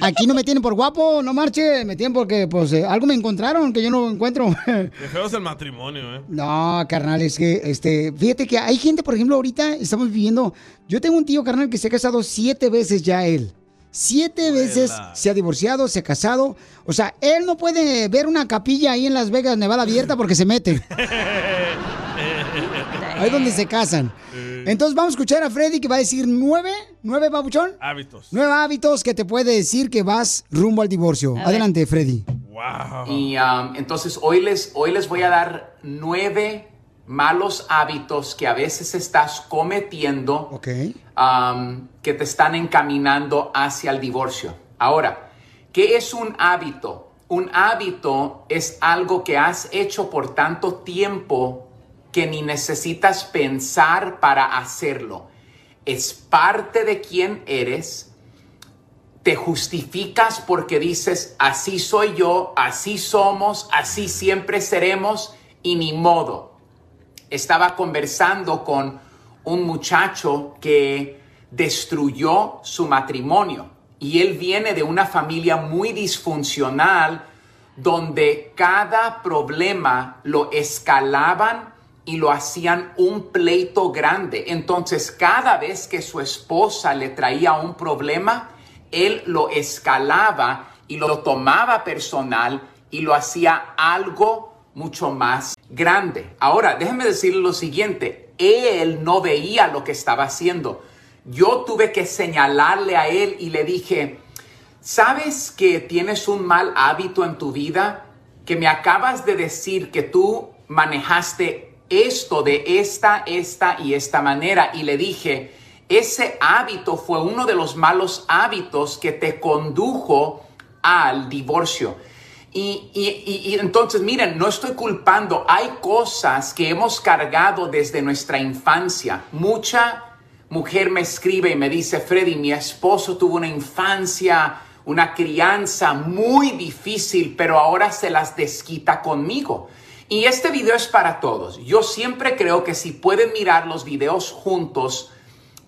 Aquí no me tienen por guapo, no marche, me tienen porque pues eh, algo me encontraron que yo no encuentro. Qué feo es el matrimonio, eh. No, carnal, es que, este, fíjate que hay gente, por ejemplo, ahorita estamos viviendo, yo tengo un tío, carnal, que se ha casado siete veces ya él. Siete veces se ha divorciado, se ha casado. O sea, él no puede ver una capilla ahí en Las Vegas, Nevada abierta porque se mete. Ahí es donde se casan. Entonces vamos a escuchar a Freddy que va a decir nueve, nueve, babuchón. Hábitos. Nueve hábitos que te puede decir que vas rumbo al divorcio. Adelante, Freddy. Y um, entonces hoy les, hoy les voy a dar nueve malos hábitos que a veces estás cometiendo Ok. um, que te están encaminando hacia el divorcio. Ahora, ¿qué es un hábito? Un hábito es algo que has hecho por tanto tiempo que ni necesitas pensar para hacerlo. Es parte de quién eres, te justificas porque dices, así soy yo, así somos, así siempre seremos y ni modo. Estaba conversando con un muchacho que destruyó su matrimonio y él viene de una familia muy disfuncional donde cada problema lo escalaban y lo hacían un pleito grande. Entonces cada vez que su esposa le traía un problema, él lo escalaba y lo tomaba personal y lo hacía algo mucho más grande. Ahora, déjenme decirle lo siguiente, él no veía lo que estaba haciendo. Yo tuve que señalarle a él y le dije, ¿sabes que tienes un mal hábito en tu vida? Que me acabas de decir que tú manejaste esto de esta, esta y esta manera. Y le dije, ese hábito fue uno de los malos hábitos que te condujo al divorcio. Y, y- y- y entonces, miren, no estoy culpando, hay cosas que hemos cargado desde nuestra infancia. Mucha mujer me escribe y me dice, Freddy, mi esposo tuvo una infancia, una crianza muy difícil, pero ahora se las desquita conmigo. Y este video es para todos. Yo siempre creo que si pueden mirar los videos juntos,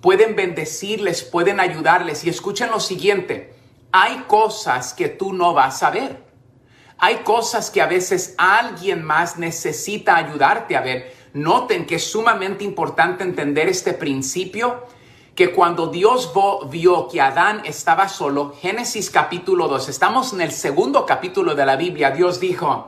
pueden bendecirles, pueden ayudarles. Y escuchen lo siguiente, hay cosas que tú no vas a ver. Hay cosas que a veces alguien más necesita ayudarte a ver. Noten que es sumamente importante entender este principio, que cuando Dios vo- vio que Adán estaba solo, Génesis capítulo 2, estamos en el segundo capítulo de la Biblia, Dios dijo,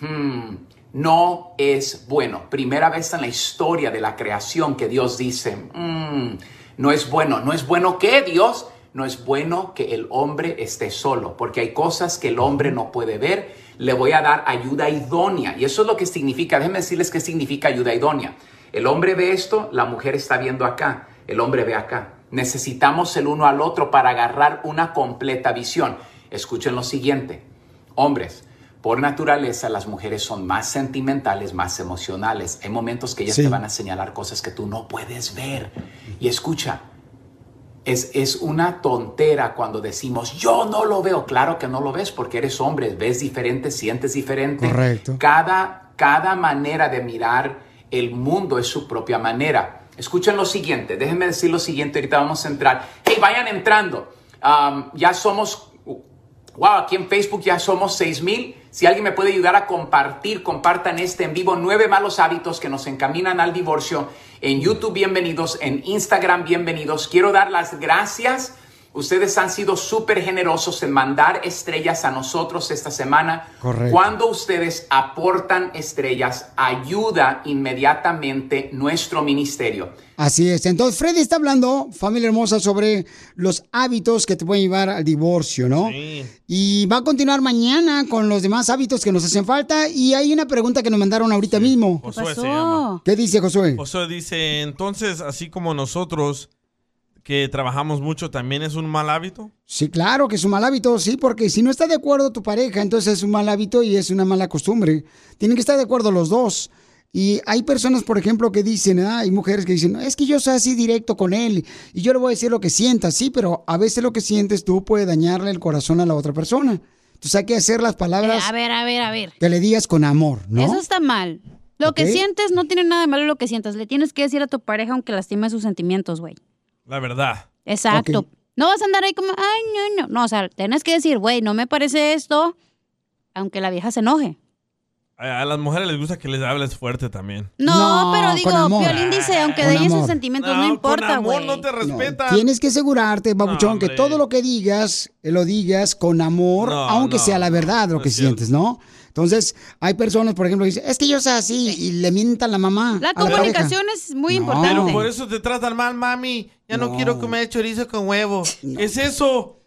"Hmm, no es bueno. Primera vez en la historia de la creación que Dios dice, "Mm, no es bueno. ¿No es bueno que Dios? No es bueno que el hombre esté solo, porque hay cosas que el hombre no puede ver. Le voy a dar ayuda idónea. Y eso es lo que significa. Déjenme decirles qué significa ayuda idónea. El hombre ve esto, la mujer está viendo acá, el hombre ve acá. Necesitamos el uno al otro para agarrar una completa visión. Escuchen lo siguiente. Hombres, por naturaleza las mujeres son más sentimentales, más emocionales. Hay momentos que ellas Sí. te van a señalar cosas que tú no puedes ver. Y escucha, es, es una tontera cuando decimos, yo no lo veo. Claro que no lo ves porque eres hombre, ves diferente, sientes diferente. Correcto. Cada, cada manera de mirar el mundo es su propia manera. Escuchen lo siguiente, déjenme decir lo siguiente, ahorita vamos a entrar. Hey, vayan entrando. Am, ya somos Wow, aquí en Facebook ya somos 6000. Si alguien me puede ayudar a compartir, compartan este en vivo. Nueve malos hábitos que nos encaminan al divorcio. En YouTube, bienvenidos. En Instagram, bienvenidos. Quiero dar las gracias. Ustedes han sido súper generosos en mandar estrellas a nosotros esta semana. Correcto. Cuando ustedes aportan estrellas, ayuda inmediatamente nuestro ministerio. Así es. Entonces, Freddy está hablando, familia hermosa, sobre los hábitos que te pueden llevar al divorcio, ¿no? Y va a continuar mañana con los demás hábitos que nos hacen falta. Y hay una pregunta que nos mandaron ahorita mismo. Josué se llama. ¿Qué dice Josué? Josué dice, entonces, así como nosotros que trabajamos mucho, ¿también es un mal hábito? Sí, claro que es un mal hábito, sí, porque si no está de acuerdo tu pareja, entonces es un mal hábito y es una mala costumbre. Tienen que estar de acuerdo los dos. Y hay personas, por ejemplo, que dicen, ah, hay mujeres que dicen, es que yo soy así directo con él y yo le voy a decir lo que sienta, sí, pero a veces lo que sientes tú puede dañarle el corazón a la otra persona. Entonces hay que hacer las palabras Eh, A ver, a ver, a ver. que le digas con amor, ¿no? Eso está mal. Lo Ok. que sientes no tiene nada de malo lo que sientas. Le tienes que decir a tu pareja aunque lastime sus sentimientos, güey. La verdad. Exacto. Ok. No vas a andar ahí como, ay, no, no. No, o sea, tienes que decir, güey, no me parece esto, aunque la vieja se enoje. A, a las mujeres les gusta que les hables fuerte también. No, pero con digo, amor. Violín dice, aunque Con de ella sus amor. sentimientos no, importa, güey. Tienes que asegurarte, babuchón, que todo lo que digas eh, lo digas con amor, No, aunque no, sea la verdad lo que sientes, ¿no? Entonces, hay personas, por ejemplo, que dicen, es que yo soy así y le mientan la mamá. La a pareja. comunicación es muy No. importante. Pero por eso te tratan mal, mami. Ya no, No. quiero comer chorizo con huevo. ¿Qué es eso?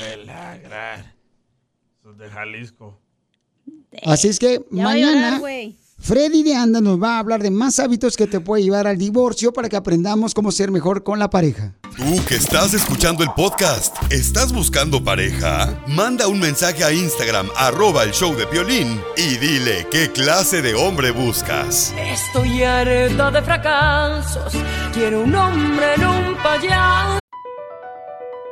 Relagrar. Eso es de Jalisco. Así es que Ya va a mañana llorar, güey. Freddy de Anda nos va a hablar de más hábitos que te puede llevar al divorcio para que aprendamos cómo ser mejor con la pareja. Tú que estás escuchando el podcast, ¿estás buscando pareja? Manda un mensaje a Instagram, arroba el show de violín, y dile qué clase de hombre buscas. Estoy harta de fracasos. Quiero un hombre en un payaso.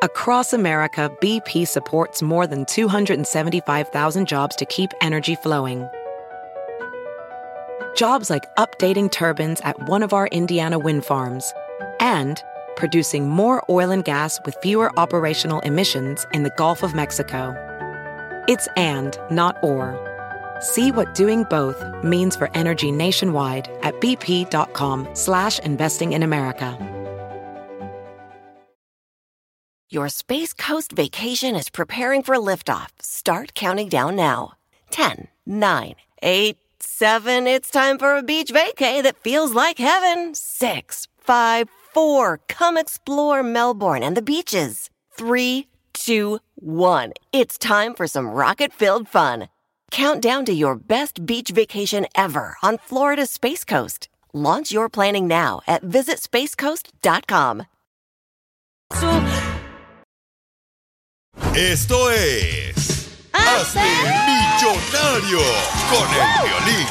Across America, BP supports more than 275,000 jobs to keep energy flowing. Jobs like updating turbines at one of our Indiana wind farms and producing more oil and gas with fewer operational emissions in the Gulf of Mexico. It's and, not or. See what doing both means for energy nationwide at bp.com slash investing in America. Your Space Coast vacation is preparing for liftoff. Start counting down now. 10, 9, 8, 7. It's time for a beach vacay that feels like heaven. 6, 5, 4. Come explore Melbourne and the beaches. 3, 2, 1. It's time for some rocket filled fun. Count down to your best beach vacation ever on Florida's Space Coast. Launch your planning now at visitspacecoast.com. Esto es. ¡Hazte Millonario con el violín!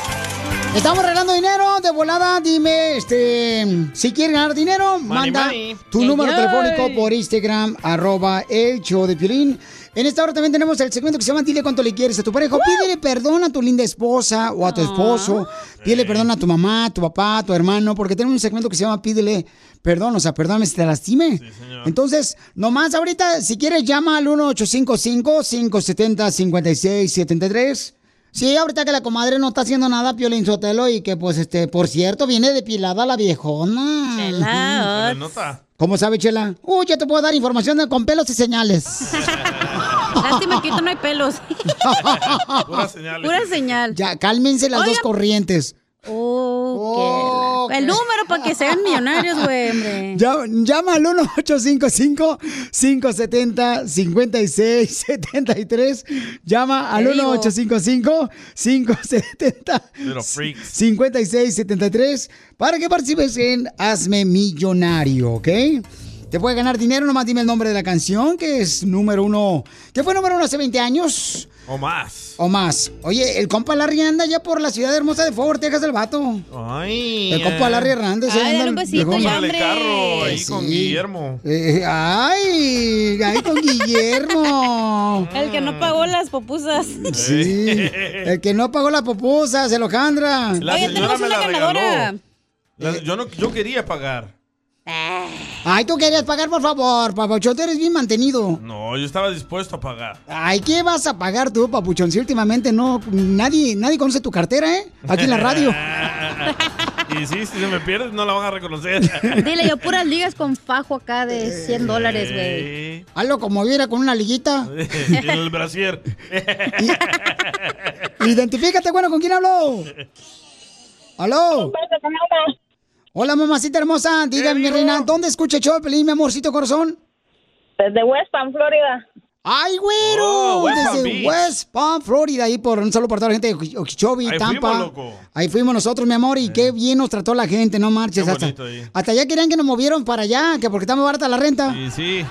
Estamos regalando dinero de volada. Dime, este, si quieres ganar dinero, manda money. tu Ey, número ey. telefónico por Instagram, arroba el show de Piolín. En esta hora también tenemos el segmento que se llama Dile cuánto le quieres a tu pareja. Pídele perdón a tu linda esposa o a tu esposo. Pídele perdón a tu mamá, a tu papá, a tu hermano, porque tenemos un segmento que se llama Pídele perdón, o sea, perdóname si te lastimé. Entonces, nomás ahorita, si quieres, llama al 1855-570-5673. Sí, ahorita que la comadre no está haciendo nada, Piolín Sotelo, y que, pues, este, por cierto, viene depilada la viejona. Se le Ujú. nota. ¿Cómo sabe, Chela? Uy, yo te puedo dar información de- con pelos y señales. Lástima que ahorita este no hay pelos. Pura señal. Pura señal. Ya, cálmense las dos Oigan. corrientes. <laughs> Oh, que la- El número para que sean millonarios, güey, hombre. <laughs> Ya- llama al 1-855-570-5673. Llama al Te digo. 1-855-570. Little freaks. 5673 para que participes en Hazme Millonario, ¿ok? Te puede ganar dinero, nomás dime el nombre de la canción, que es número uno. que fue número uno hace 20 años? O más. O más. Oye, el compa Larry anda ya por la ciudad hermosa de Fort Worth, Texas, el vato. Ay. El compa Larry Hernández. Ah, ahí anda el viejón. Dale carro ahí con Sí. Guillermo. Eh, eh, ay, ahí con <laughs> Guillermo. El que no pagó las popusas. Sí. El que no pagó la popusa, se lo jandra. La Oye, señora tenemos me una la ganadora. regaló. La- yo, no, yo quería pagar. Ay, tú querías pagar, por favor, papuchón, tú eres bien mantenido. No, yo estaba dispuesto a pagar. Ay, ¿qué vas a pagar tú, papuchón? Si últimamente no, nadie, nadie conoce tu cartera, ¿eh? Aquí en la <laughs> radio. y sí, si se me pierdes, no la van a reconocer. Dile, yo puras ligas con fajo acá de 100 dólares, güey. Eh, Hazlo como viera con una liguita. <laughs> en el brasier. Identifícate, bueno, ¿con quién hablo? ¿Aló? Hola, mamacita hermosa. Dígame, mi reina, ¿dónde escucha el show de Pelín, mi amorcito corazón? Desde West Palm, Florida. ¡Ay, güero! Oh, West Palm Desde Beach. West Palm, Florida. Ahí por un saludo para toda la gente de Oqui- Okeechobee, Ahí Tampa. fuimos, loco. Ahí fuimos nosotros, mi amor, y qué bien nos trató la gente, no marches. Qué hasta, bonito ahí. hasta allá querían que nos movieron para allá, que porque está muy barata la renta. Y sí,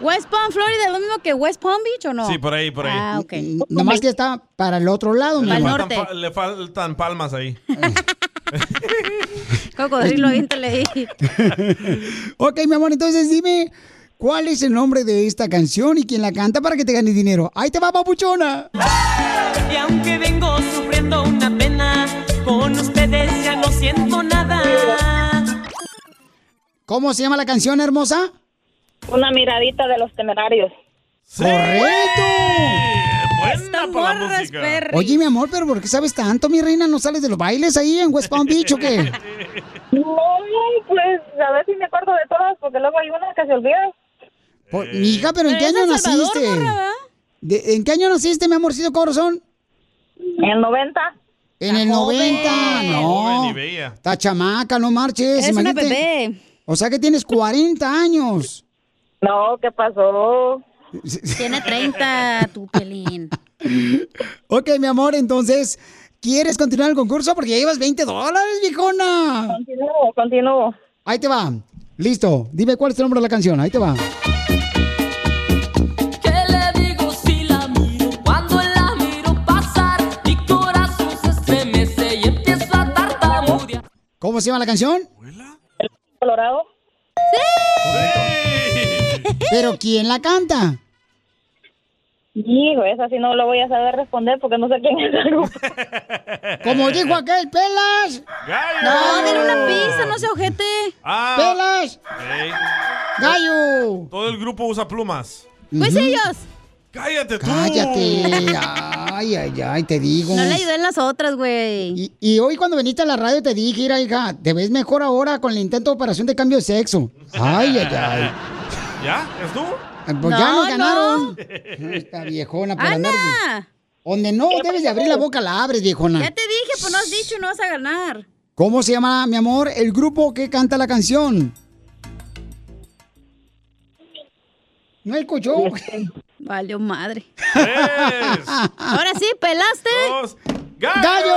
West Palm, Florida, ¿es lo mismo que West Palm Beach o no? sí, por ahí, por ahí. Ah, ok. Nomás que está para el otro lado, mi Le amor. faltan, pa- le faltan palmas ahí. Cocodrilo, bien te leí. Este- <laughs> Ok, mi amor, entonces dime cuál es el nombre de esta canción y quién la canta para que te gane dinero. Ahí te va, papuchona. Y aunque vengo sufriendo una pena, con ustedes ya no siento nada. ¿Cómo se llama la canción, hermosa? Una miradita de los temerarios. ¡Correcto! Buena para la música. Oye, mi amor, pero ¿por qué sabes tanto, mi reina? ¿No sales de los bailes ahí en West Palm Beach o <laughs> qué? <laughs> No, pues a ver si me acuerdo de todas, porque luego hay una que se olvida. Por- Mija, ¿pero en qué año naciste? De- ¿En qué año naciste, mi amorcito corazón? En el 90. En el 90, Joven y no. bella. Está chamaca, no marches. Eres una imagínate. bebé. O sea que tienes 40 años. No, <laughs> ¿qué pasó? Tiene 30, tu pelín. Ok, mi amor, entonces, ¿quieres continuar el concurso? Porque ya llevas 20 dólares, viejona. Continúo, continúo. Ahí te va. Listo. Dime cuál es el nombre de la canción. Ahí te va. ¿Qué le digo si la miro? Cuando la miro pasar, mi corazón se estremece y empiezo a tartamudear. ¿Cómo se llama la canción? Colorado. ¿Pero quién la canta? Hijo, esa sí no lo voy a saber responder porque no sé quién es el grupo. Como dijo aquel, pelas. No, den una pista, no se ojete. ¡Pelas! ¡Gallo! Ah. Todo el grupo usa plumas. Pues ellos. ¡Cállate tú! <laughs> Cállate. Ay, ay, ay, te digo. No le ayudé en las otras, güey. Y, y hoy cuando viniste a la radio te dije, mira, hija, te ves mejor ahora con el intento de operación de cambio de sexo. Ay, ay, ay. ¿Ya? ¿Es tú? Pues ya nos <laughs> ganaron. Esta viejona, por andar de- Ana, Donde no debes de abrir la boca, la abres, viejona. ya te dije, pues no has dicho y no vas a ganar. ¿Cómo se llama, mi amor, el grupo que canta la canción? No escuchó. <laughs> Valió <laughs> madre. Ahora sí, pelaste. <laughs> ¡Gallo!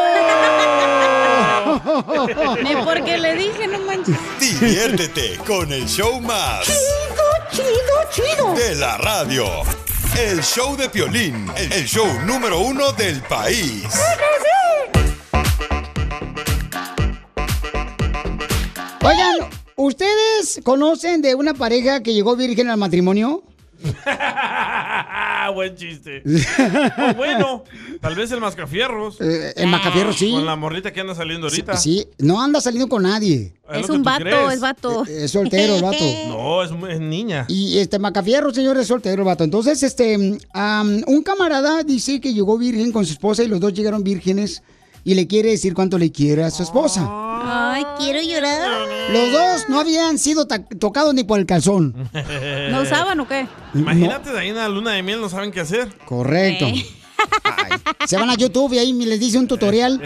Me porque le dije, no manches. Diviértete con el show más. Chido, chido, chido. De la radio. El show de Piolín, el show número uno del país. Oigan, ¿ustedes conocen de una pareja que llegó virgen al matrimonio? Ah, <laughs> buen chiste. O bueno, tal vez el mascafierros. Eh, Ah. el mascafierros, sí. Con la morrita que anda saliendo ahorita. Sí, no anda saliendo con nadie. Ah. Es Es lo que un tú vato, crees. es vato. Eh, Es soltero el vato. No, es, mu- es niña. Y este Macafierro, señor, es soltero el vato. Entonces, este, am, un camarada dice que llegó virgen con su esposa y los dos llegaron vírgenes y le quiere decir cuánto le quiere a su esposa. Ay, quiero llorar. Los dos no habían sido ta- tocados ni por el calzón. <laughs> ¿No usaban o qué? Imagínate, de ahí en la luna de miel no saben qué hacer. Correcto. Eh. Ay, se van a YouTube y ahí les dice un tutorial.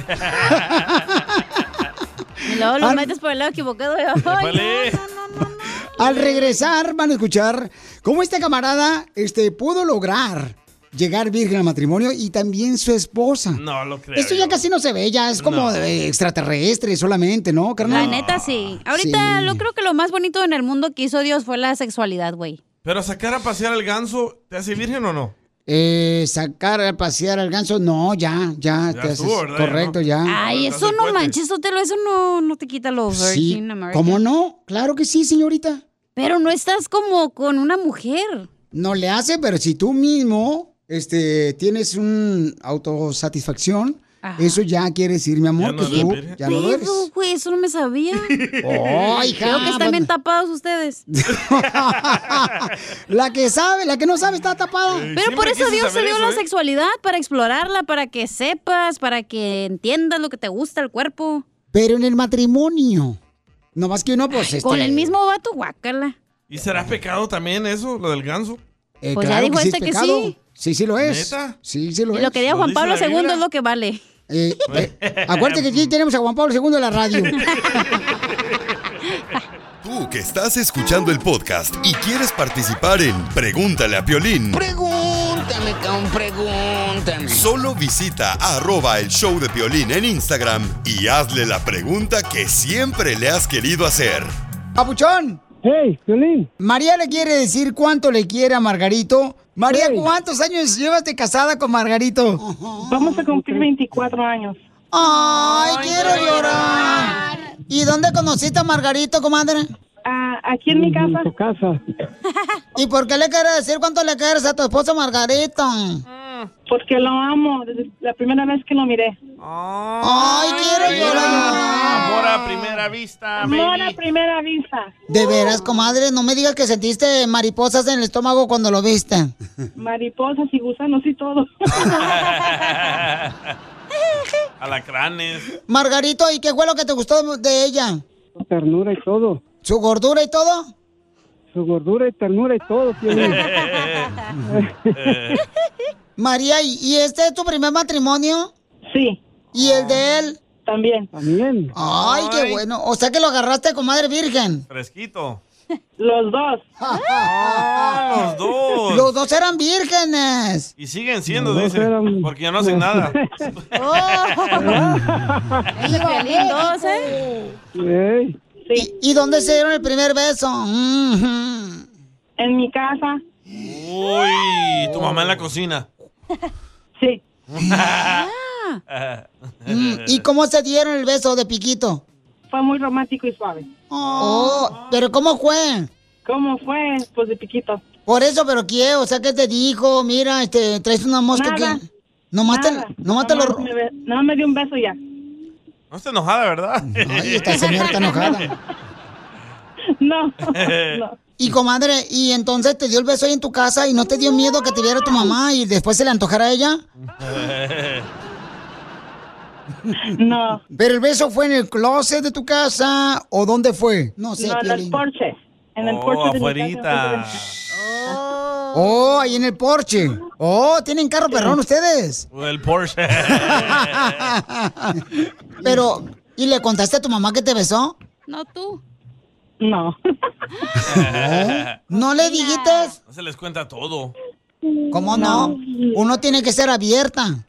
Y luego los Ah, metes por el lado equivocado. ¿eh? Ay, no. Al regresar van a escuchar cómo este camarada este, pudo lograr llegar virgen al matrimonio y también su esposa. No lo creo. Esto ya casi no se ve, ya es como No. de extraterrestre solamente, ¿no, La carnal? neta sí. Ahorita Sí. lo creo que lo más bonito en el mundo que hizo Dios fue la sexualidad, güey. Pero sacar a pasear al ganso, ¿te hace virgen o no? Eh, sacar a pasear al ganso, no, ya, ya, Ya te haces- estuvo, ¿verdad? correcto, ya. Ay, eso no manches, Sotelo, eso no, no te quita lo Ah. Sí, Virgin American. ¿Cómo no? Claro que sí, señorita. Pero no estás como con una mujer. No le hace, pero si tú mismo este, tienes un autosatisfacción, Ajá. eso ya quiere decir, mi amor, no que eres tú virgen. ya no lo eres. Pero, güey, eso no me sabía. <laughs> Oh, hija, Creo que están pues- bien tapados ustedes. <laughs> La que sabe, la que no sabe está tapada. Pero por eso Dios te dio la sexualidad, para explorarla, para que sepas, para que entiendas lo que te gusta el cuerpo. Pero en el matrimonio, no más que uno, pues este, Con el mismo vato, guácala. ¿Y será pecado también eso, lo del ganso? eh, Pues ya claro dijo que sí es este que pecado. sí. Sí, sí lo es. ¿Neta? Ah, Sí, sí lo Y es. lo que diga Juan Pablo II Biblia. es lo que vale. Eh, eh, acuérdate que aquí tenemos a Juan Pablo II en la radio. Tú que estás escuchando el podcast y quieres participar en Pregúntale a Piolín, Pregúntame, cabrón, pregúntame. solo visita arroba el show de Piolín en Instagram y hazle la pregunta que siempre le has querido <laughs> hacer. <laughs> Papuchón. Hey, Violín. María le quiere decir cuánto le quiere a Margarito. María, ¿cuántos años llevas de casada con Margarito? Vamos a cumplir 24 años. Ay, quiero llorar. ¿Y dónde conociste a Margarito, comadre? Ah, aquí en mi casa. tu casa. ¿Y por qué le quieres decir cuánto le quieres a tu esposo Margarito? Mm, Porque lo amo desde la primera vez que lo miré. Ay, quiero llorar. Amor a primera vista, Amor a primera vista. De veras, comadre, no me digas que sentiste mariposas en el estómago cuando lo <laughs> viste. Mariposas y gusanos y todo. <laughs> Alacranes. Margarito, ¿y qué fue lo que te gustó de ella? Su ternura y todo. ¿Su gordura y todo? Su gordura y ternura y todo. <laughs> Piolín. <laughs> Eh. María, ¿y- ¿y este es tu primer matrimonio? Sí. ¿Y el de él? También. También. Ay, qué Ay. bueno. O sea que lo agarraste, comadre virgen. Fresquito. Los dos. Ah, <laughs> los dos. Los dos eran vírgenes. Y siguen siendo, dice. Porque ya no hacen nada. Oh. Ese Piolín dos, ¿eh? ¿Y, y dónde se dieron el primer beso? En mi casa. Uy, tu mamá en <laughs> la cocina. <laughs> Sí. ¿Y cómo se dieron el beso de Piquito? Fue muy Oh, romántico y suave. Oh, ¿pero cómo fue? ¿Cómo fue? Pues de Piquito. Por eso, pero ¿qué? O sea, ¿qué te dijo? Mira, este, traes una mosca Nada. que... No mata, Nada. no mata los... Nomás me ve- Nomás me dio un beso y ya. No está enojada, ¿verdad? Ay, esta señora está enojada. <laughs> No, Y comadre, y entonces te dio el beso ahí en tu casa y no te dio miedo que te viera tu mamá y después se le antojara a ella. <laughs> No. Pero el beso fue en el closet de tu casa o dónde fue? No sé. No, en el porche. En el porche de mi casa, enfrente Oh, ahí en el porche. Oh, tienen carro perrón ustedes. <laughs> O El Porsche. <laughs> Pero, ¿y le contaste a tu mamá que te besó? No <laughs> tú. No. ¿No le dijiste? <laughs> No se les cuenta todo. <laughs> ¿Cómo no? Uno tiene que ser abierta.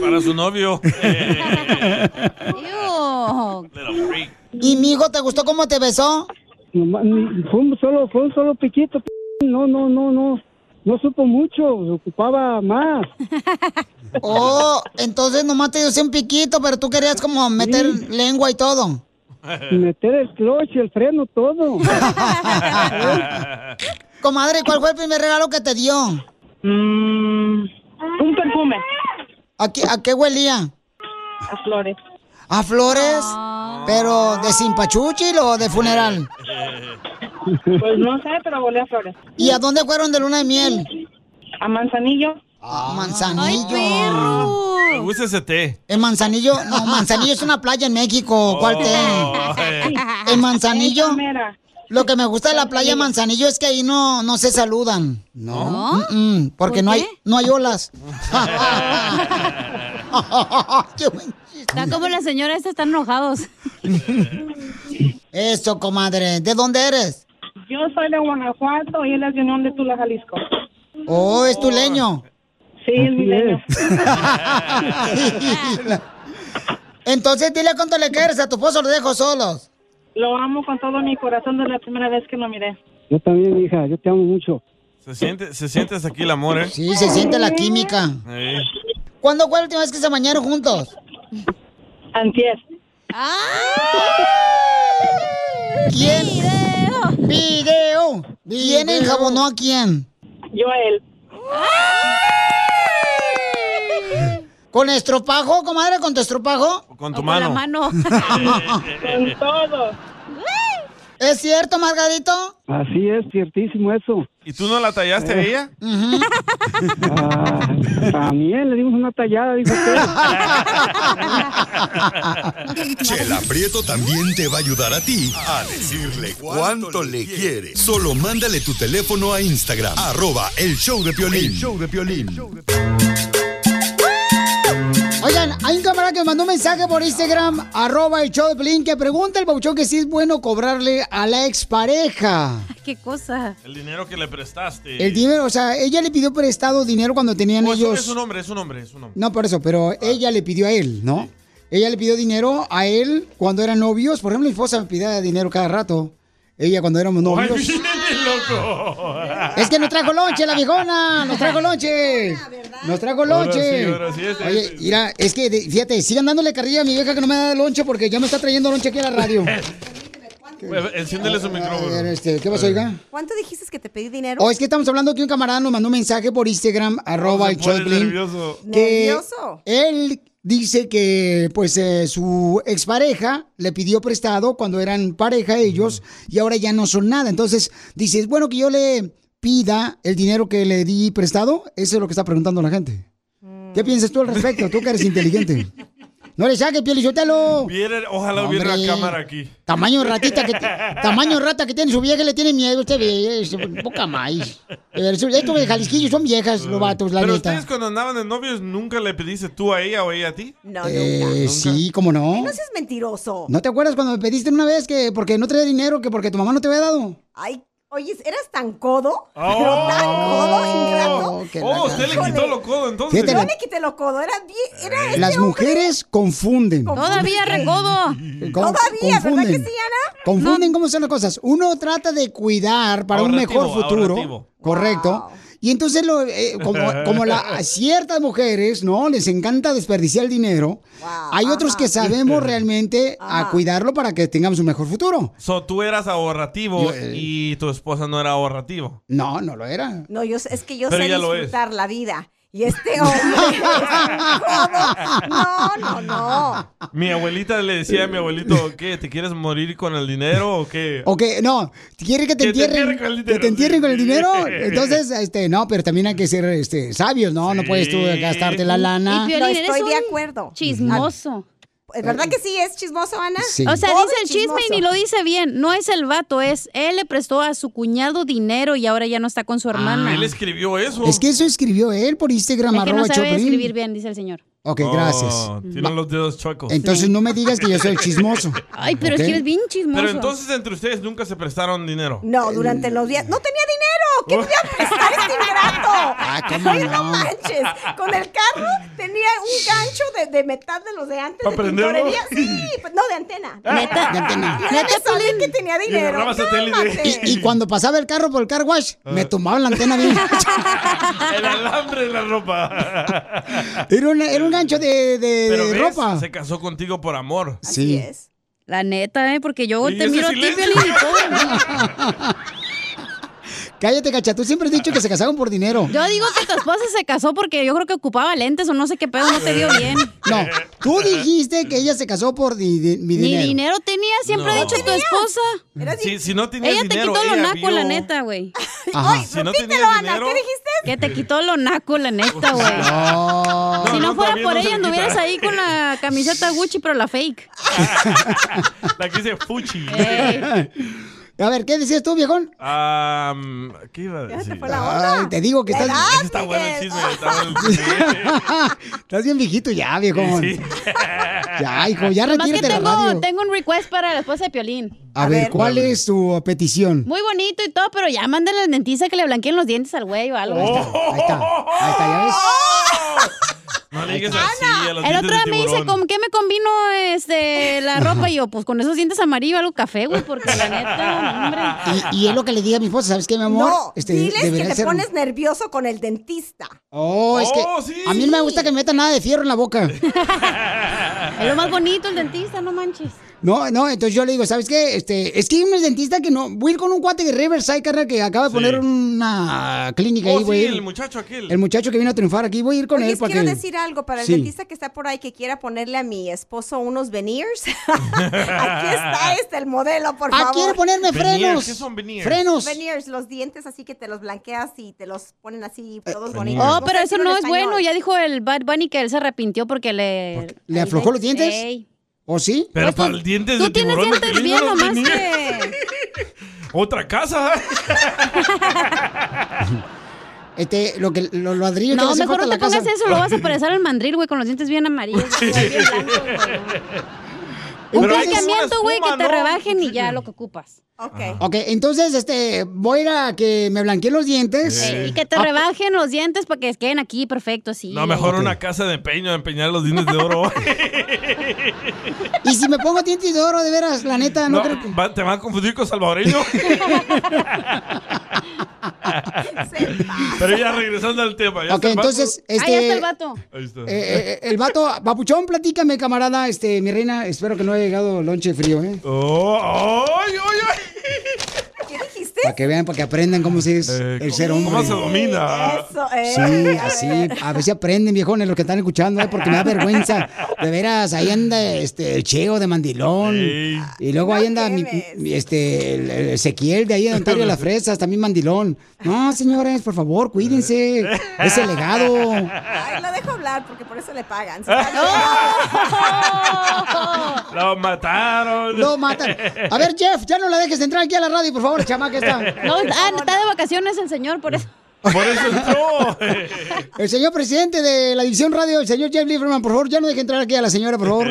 Para su novio. <laughs> <laughs> Little freak. ¿Y mi hijo te gustó cómo te besó? Nomás, ni- fue un solo, fue un solo piquito. p- No, no, no, no. No supo mucho, se ocupaba más. <laughs> Oh, entonces nomás te dio un piquito, pero tú querías como meter lengua y todo. Meter el clutch, el freno, <laughs> todo. Comadre, ¿cuál fue el primer regalo que te dio? Mm, un perfume. ¿A qué, a qué huelía? A flores. ¿A flores? ¿Pero de Zimpachuchil o de funeral? <laughs> Pues no sé, pero volé a <laughs> flores. ¿Y a dónde fueron de luna de miel? A Manzanillo. A Manzanillo. Me gusta ese té. En Manzanillo, <laughs> no, Manzanillo es una playa en Oh, México, ¿cuál te? eh. En Manzanillo, lo que me gusta de la playa de Manzanillo es que ahí no, no se saludan. No. Mm, mm, porque ¿Por no hay, qué? no hay olas. Está como la señora esta, están enojados. Eso, comadre. ¿De dónde eres? Yo soy de Guanajuato y él es de Unión de Tula, Jalisco. Oh, es tu leño. Sí, es mi leño. <laughs> Entonces dile cuánto le quieres a tu esposo, lo dejo solos. Lo amo con todo mi corazón desde la primera vez que lo miré. Yo también, hija, yo te amo mucho. Se siente, se siente hasta aquí el amor, ¿eh? Sí, se siente la química. Sí. ¿Cuándo fue la última vez que se bañaron juntos? Antier. ¡Ah! ¿Quién? Video. Video. ¿Quién enjabonó a quién? Yo a él. ¿Con estropajo, comadre? ¿Con tu estropajo? con tu O con la mano. <laughs> mano. con todo. ¿Es cierto, Margarito? Así es, ciertísimo eso. ¿Y tú no la tallaste a ella? Ujú. Ah, también le dimos una tallada, dijo Chela Prieto también te va a ayudar a ti a decirle cuánto le quiere. Solo mándale tu teléfono a Instagram, arroba el show de Piolín. show de Oigan, hay un camarada que me mandó un mensaje por Instagram, arroba el show de Pelín, que pregunta el bauchón que si es bueno cobrarle a la expareja. ¿Qué cosa? El dinero que le prestaste. El dinero, o sea, ella le pidió prestado dinero cuando tenían Oh, es- ellos. Es un hombre, es un hombre, es un hombre. No, por eso, Ah. pero ella le pidió a él, ¿no? Ella le pidió dinero a él cuando eran novios. Por ejemplo, mi esposa me pedía dinero cada rato. Ella cuando éramos novios. loco! Es que nos trajo lonche la viejona, nos trajo lonche. Nos trajo lonche. Ahora sí, ahora sí, este- Oye, mira, es que de- fíjate, sigan dándole carrilla a mi vieja que no me da lonche porque ya me está trayendo lonche aquí a la <laughs> radio. Eh, Enciéndele su A ver, micrófono. este, ¿qué pasó, oiga? ¿Cuánto dijiste que te pedí dinero? O es que estamos hablando que un camarada nos mandó un mensaje por Instagram, arroba el show de Piolín, nervioso. que Nervioso. Él dice que pues eh, su expareja le pidió prestado cuando eran pareja ellos y ahora ya no son nada. Entonces dice, ¿es bueno que yo le pida el dinero que le di prestado? Eso es lo que está preguntando la gente. Mm. ¿Qué piensas tú al respecto? Tú que eres <laughs> inteligente. No le saques, piel y suéltalo. Viera- ojalá hubiera Hombre. una cámara aquí. Tamaño ratita <laughs> que tamaño rata que tiene su vieja le tiene miedo usted ve, es poca maíz. Eh, Estos de Jalisquillo son viejas los vatos, la Pero neta. ustedes cuando andaban de novios, ¿nunca le pediste tú a ella o ella a ti? No, Eh, sí, cómo no. No seas mentiroso. ¿No te acuerdas cuando me pediste una vez que porque no traía dinero, que porque tu mamá no te había dado? Ay, oye, ¿eras tan codo? Pero tan Oh, codo, ingrato. que Oh, la usted le canción. quitó lo codo entonces. Fíjate, Yo le quité lo codo, era bien, era este Las hombre. mujeres confunden. Todavía recodo. Con- Todavía, ¿verdad confunden. que sí, Ana? Confunden cómo son las cosas. Uno trata de cuidar para un Ahorrativo, mejor futuro. ahorrativo. Correcto. Y entonces, lo, eh, <laughs> como, como la, a ciertas mujeres, ¿no? Les encanta desperdiciar el dinero. Hay otros que <laughs> sabemos realmente a cuidarlo para que tengamos un mejor futuro. So, tú eras ahorrativo y tu esposa no era ahorrativo. eh, No, no lo era. No, yo es que yo Pero sé ella lo disfrutar la vida. Y <laughs> este hombre. no, no, no. Mi abuelita le decía a <laughs> mi abuelito, ¿qué? ¿Te quieres morir con el dinero o qué? Ok, no, quiere que te Que te entierren, entierren con el que te dinero, entierren sí. con el dinero. <laughs> Entonces, este, no, pero también hay que ser este, sabios, ¿no? No puedes tú gastarte la lana. No estoy de acuerdo. Ah, Chismoso. ¿Es verdad que sí es chismoso, Ana? Sí. O sea, Pobre dice el chisme y ni lo chismoso. dice bien. No es el vato, es él le prestó a su cuñado dinero y ahora ya no está con su hermana. Ah, Él escribió eso. Es que eso escribió él por Instagram, Es que no arroba sabe Choplin. escribir bien, dice el señor. Ok, gracias. Oh, tiene los dedos chuecos. Entonces no me digas que yo soy el chismoso. Ay, pero es ¿ok? que es bien chismoso. Pero entonces entre ustedes nunca se prestaron dinero. No, durante los días. No tenía dinero. ¿Qué me iba a prestar este <laughs> ingrato? Ah, ¿cómo Oye, no? no manches. Con el carro tenía un gancho de, de metal de los de antes. ¿Para de prenderlo? pintorería. Sí, pues, no, de antena. Ah. Neta. De antena. Y ahora me sabía que tenía dinero. agarraba satélite. Ah. Cálmate. Y, y cuando pasaba el carro por el car wash, me tomaban la antena <laughs> bien. <laughs> El alambre en la ropa. <laughs> Era, una- era un gancho de, de- Pero de ves, ropa. se casó contigo por amor. Sí. La neta, ¿eh? Porque yo ¿Y te ese miro a ti, silencio? Piolín, y <laughs> todo. Cállate, cacha. Tú siempre has dicho que se casaron por dinero. Yo digo que tu esposa se casó porque yo creo que ocupaba lentes o no sé qué pedo, no te vio bien. No, tú dijiste que ella se casó por di- di- mi Ni dinero. dinero tenía, siempre No. ha dicho tu esposa. Si, si no tenías Ella te dinero, quitó lo ella naco, vio- la neta, güey. Ajá. Ay, Si no repítelo, tenías Ana, dinero- Pues, ¿qué dijiste? Que te quitó lo naco, la neta, güey. <laughs> No. si no, no, fuera también por no se ella, le anduvieras quita. ahí con <laughs> la camiseta Gucci, pero la fake. La que dice <laughs> Fuchi. A ver, ¿qué decías tú, viejón? Am, ¿Qué iba a decir? Ay, te digo que estás. Ese está bueno el chisme. Está bueno <laughs> el chisme. estás bien viejito ya, viejón. <laughs> Sí. <laughs> Ya, hijo, ya Nomás que retírate de la tengo, radio. tengo un request para la esposa de Piolín. A, ver, ¿cuál es tu petición? Muy bonito y todo, pero ya mándale al dentista que le blanqueen los dientes al güey o algo. Oh, Este. Ahí está, ahí está, ya ves. No le digas así a los El dientes otro de día me dice, tiburón. ¿con qué me combino este, la ropa? Y yo, pues con esos dientes amarillos, algo café, güey, <laughs> porque la neta, hombre. <laughs> Y, y <laughs> es lo que le dije a mi esposa, ¿sabes qué, mi amor? No, diles que Este, debería te ser- pones nervioso con el dentista. Oh, es que Oh, sí. a mí no me gusta que me metan nada de fierro en la <laughs> boca. Es lo más bonito el dentista, no manches. No, no, entonces yo le digo, ¿sabes qué? Este, es que hay unos dentistas que no. Voy a ir con un cuate de Riverside, carnal, que acaba de poner una clínica Oh, ahí, güey. sí, el, el muchacho aquel. muchacho que vino a triunfar aquí, voy a ir con Oye, él para quiero que. decir algo para el Sí. dentista que está por ahí que quiera ponerle a mi esposo unos veneers. <laughs> Aquí <laughs> está este, el modelo, por Ah, favor. quiere ponerme Veneers, frenos. ¿qué son veneers? Frenos. Veneers, los dientes así que te los blanqueas y te los ponen así, Eh, todos bonitos. Oh, pero sé eso decirlo no en es bueno. español. Ya dijo el Bad Bunny que él se arrepintió porque le... ¿Le aflojó los dientes? Ey. Pues ¿O sí? Pero para el dientes de tiburón. de Dientes Piolín bien, no los nomás tenía. que... Otra casa. <laughs> Este, lo que, los ladrillos que le No, hacen mejor falta no a la te casa. pongas eso, lo vas a parecer al mandril, güey, con los dientes bien <laughs> amarillos. güey, bien blancos, güey. <laughs> Un Pero blanqueamiento, güey, que te ¿no? rebajen y <laughs> ya lo que ocupas. Ok, entonces, este, voy a ir a que me blanqueen los dientes. Eh, y que te rebajen los dientes para que queden aquí perfectos. Sí. No, mejor Ok. una casa de empeño, empeñar los dientes <laughs> de oro. Y si me pongo dientes de oro, de veras, la neta, no, No, creo que. va- te van a confundir con salvadoreño. <laughs> Pero ya regresando al tema. ya Ok, está el vato. entonces, este. Ahí está. eh, eh, el vato, papuchón, platícame, camarada, este, mi reina, espero que no haya llegado lonche frío, ¿eh? Oh, ¡Ay, ay, ay! ¿Qué dijiste? Para que vean, para que aprendan cómo se es el ser hombre. Eh, ¿Cómo se domina? Eso, eh. Sí, así. A ver si aprenden, viejones, los que están escuchando, ¿eh? porque me da vergüenza. De veras, ahí anda este, el Cheo de Mandilón. Y luego ahí anda mi- mi- este, el- el Ezequiel de ahí de Ontario <laughs> Las Fresas, también Mandilón. No, señores, por favor, cuídense. Eh. Es el legado. Ay, la dejo hablar porque por eso le pagan. Ah, <laughs> Lo mataron. Lo matan. A ver, Jeff, ya no la dejes entrar aquí a la radio, por favor, chamaca está. <laughs> No, ah, está de vacaciones el señor, por <laughs> eso. Por eso entró. El señor presidente de la división radio, el señor Jeff Lieberman, por favor, ya no deje entrar aquí a la señora, por favor.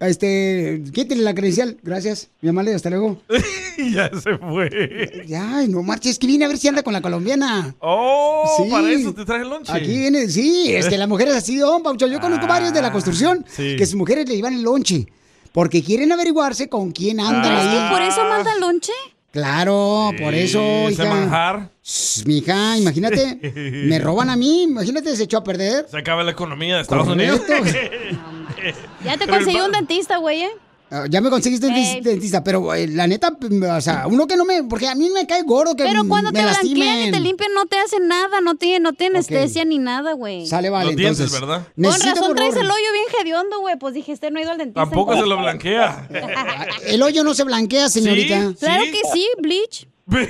Este, quítele la credencial. Gracias, mi amable, hasta luego. ya se fue. Ya, ay, no marches, que vine a ver si anda con la colombiana. Oh, Sí. para eso te traje el lonche. Aquí viene, sí, es que las mujeres así, don Paucho, yo conozco varios de la construcción sí. que sus mujeres le llevan el lonche porque quieren averiguarse con quién andan ¿Crees ahí. que por eso manda el lonche? Claro, por eso, ese hija. manjar. <laughs> Shh, Mija, imagínate, me roban a mí, imagínate, se echó a perder. Se acaba la economía de Estados Correcto. Unidos. Ya te Pero el conseguí ba- un dentista, güey, ¿eh? Ah, Ya me conseguiste un dis- dentista, pero eh, la neta, p- o sea, uno que no me, porque a mí me cae gordo que Pero m- cuando Mm, me te blanquean lastimen. y te limpian, no te hacen nada, no te, no te anestesia ni nada, güey. Sale, vale, <laughs> Los dientes, entonces. ¿verdad? Con Necesito, razón por traes favor. el hoyo bien hediondo, güey. Pues dije, este no ha ido al dentista. Tampoco se lo blanquea. ah, El hoyo no se blanquea, señorita. Claro que sí, bleach. Ay,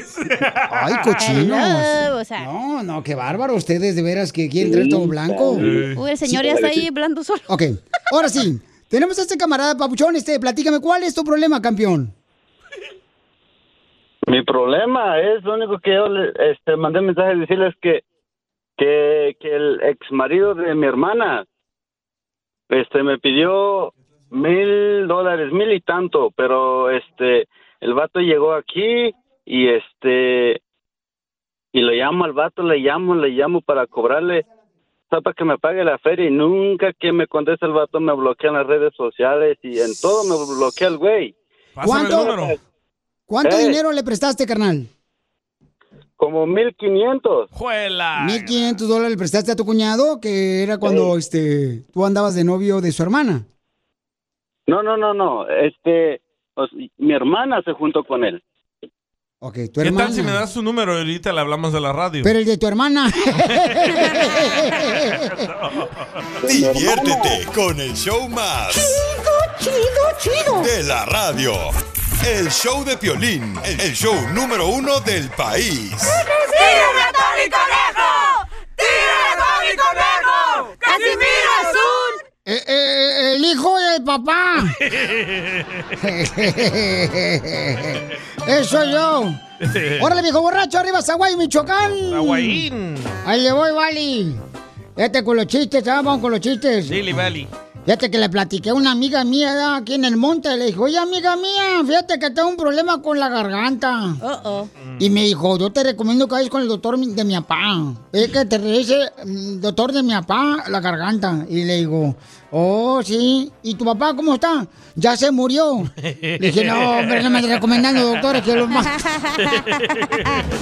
Ah, cochinos. <laughs> Hello, o sea, No, no, qué bárbaro. Ustedes de veras que quieren traer todo blanco. Uy, el señor ya está ahí blando solo. Ok, ahora sí. Tenemos a este camarada papuchón, este, platícame, ¿cuál es tu problema, campeón? Mi problema es lo único que yo le, este, mandé mensaje a decirles que, que, que el ex marido de mi hermana este, me pidió mil dólares, mil y tanto, pero este, el vato llegó aquí y este, y le llamo al vato, le llamo, le llamo para cobrarle, o sea, para que me pague la feria y nunca que me contesta el vato me bloquea en las redes sociales y en todo me bloquea el güey. ¿Cuánto, ¿cuánto Eh. dinero le prestaste, carnal? Como mil quinientos. 1.500 dólares le prestaste a tu cuñado, que era cuando este, tú andabas de novio de su hermana. No, no, no, no. Este, o sea, mi hermana se juntó con él. Ok, tu ¿Qué hermana. tal si me das su número y ahorita le hablamos de la radio? Pero el de tu hermana. <laughs> Diviértete con el show más. Chido, chido, chido. De la radio. El show de Piolín, el el show número uno del país. ¡Tírame a Tony Conejo! ¡Tírame a Tony Conejo! ¡Casimiro es un... Eh, eh, eh, el hijo del papá. <laughs> Eso yo. Órale, viejo borracho, arriba, Zaguay, Michoacán. Zaguayín. Ahí le voy, Vali. Fíjate con los chistes, ah, vamos con los chistes. Dile, Vali. Fíjate que le platiqué a una amiga mía ah, aquí en el monte. Le dijo, oye, amiga mía, fíjate que tengo un problema con la garganta. oh, Y me dijo, yo te recomiendo que vayas con el doctor mi- de mi papá. Es que te revise mm, doctor de mi papá la garganta. Y le digo, oh, sí. ¿Y tu papá cómo está? Ya se murió. Le dije, no, hombre, no me estés recomendando doctores que <laughs> lo más...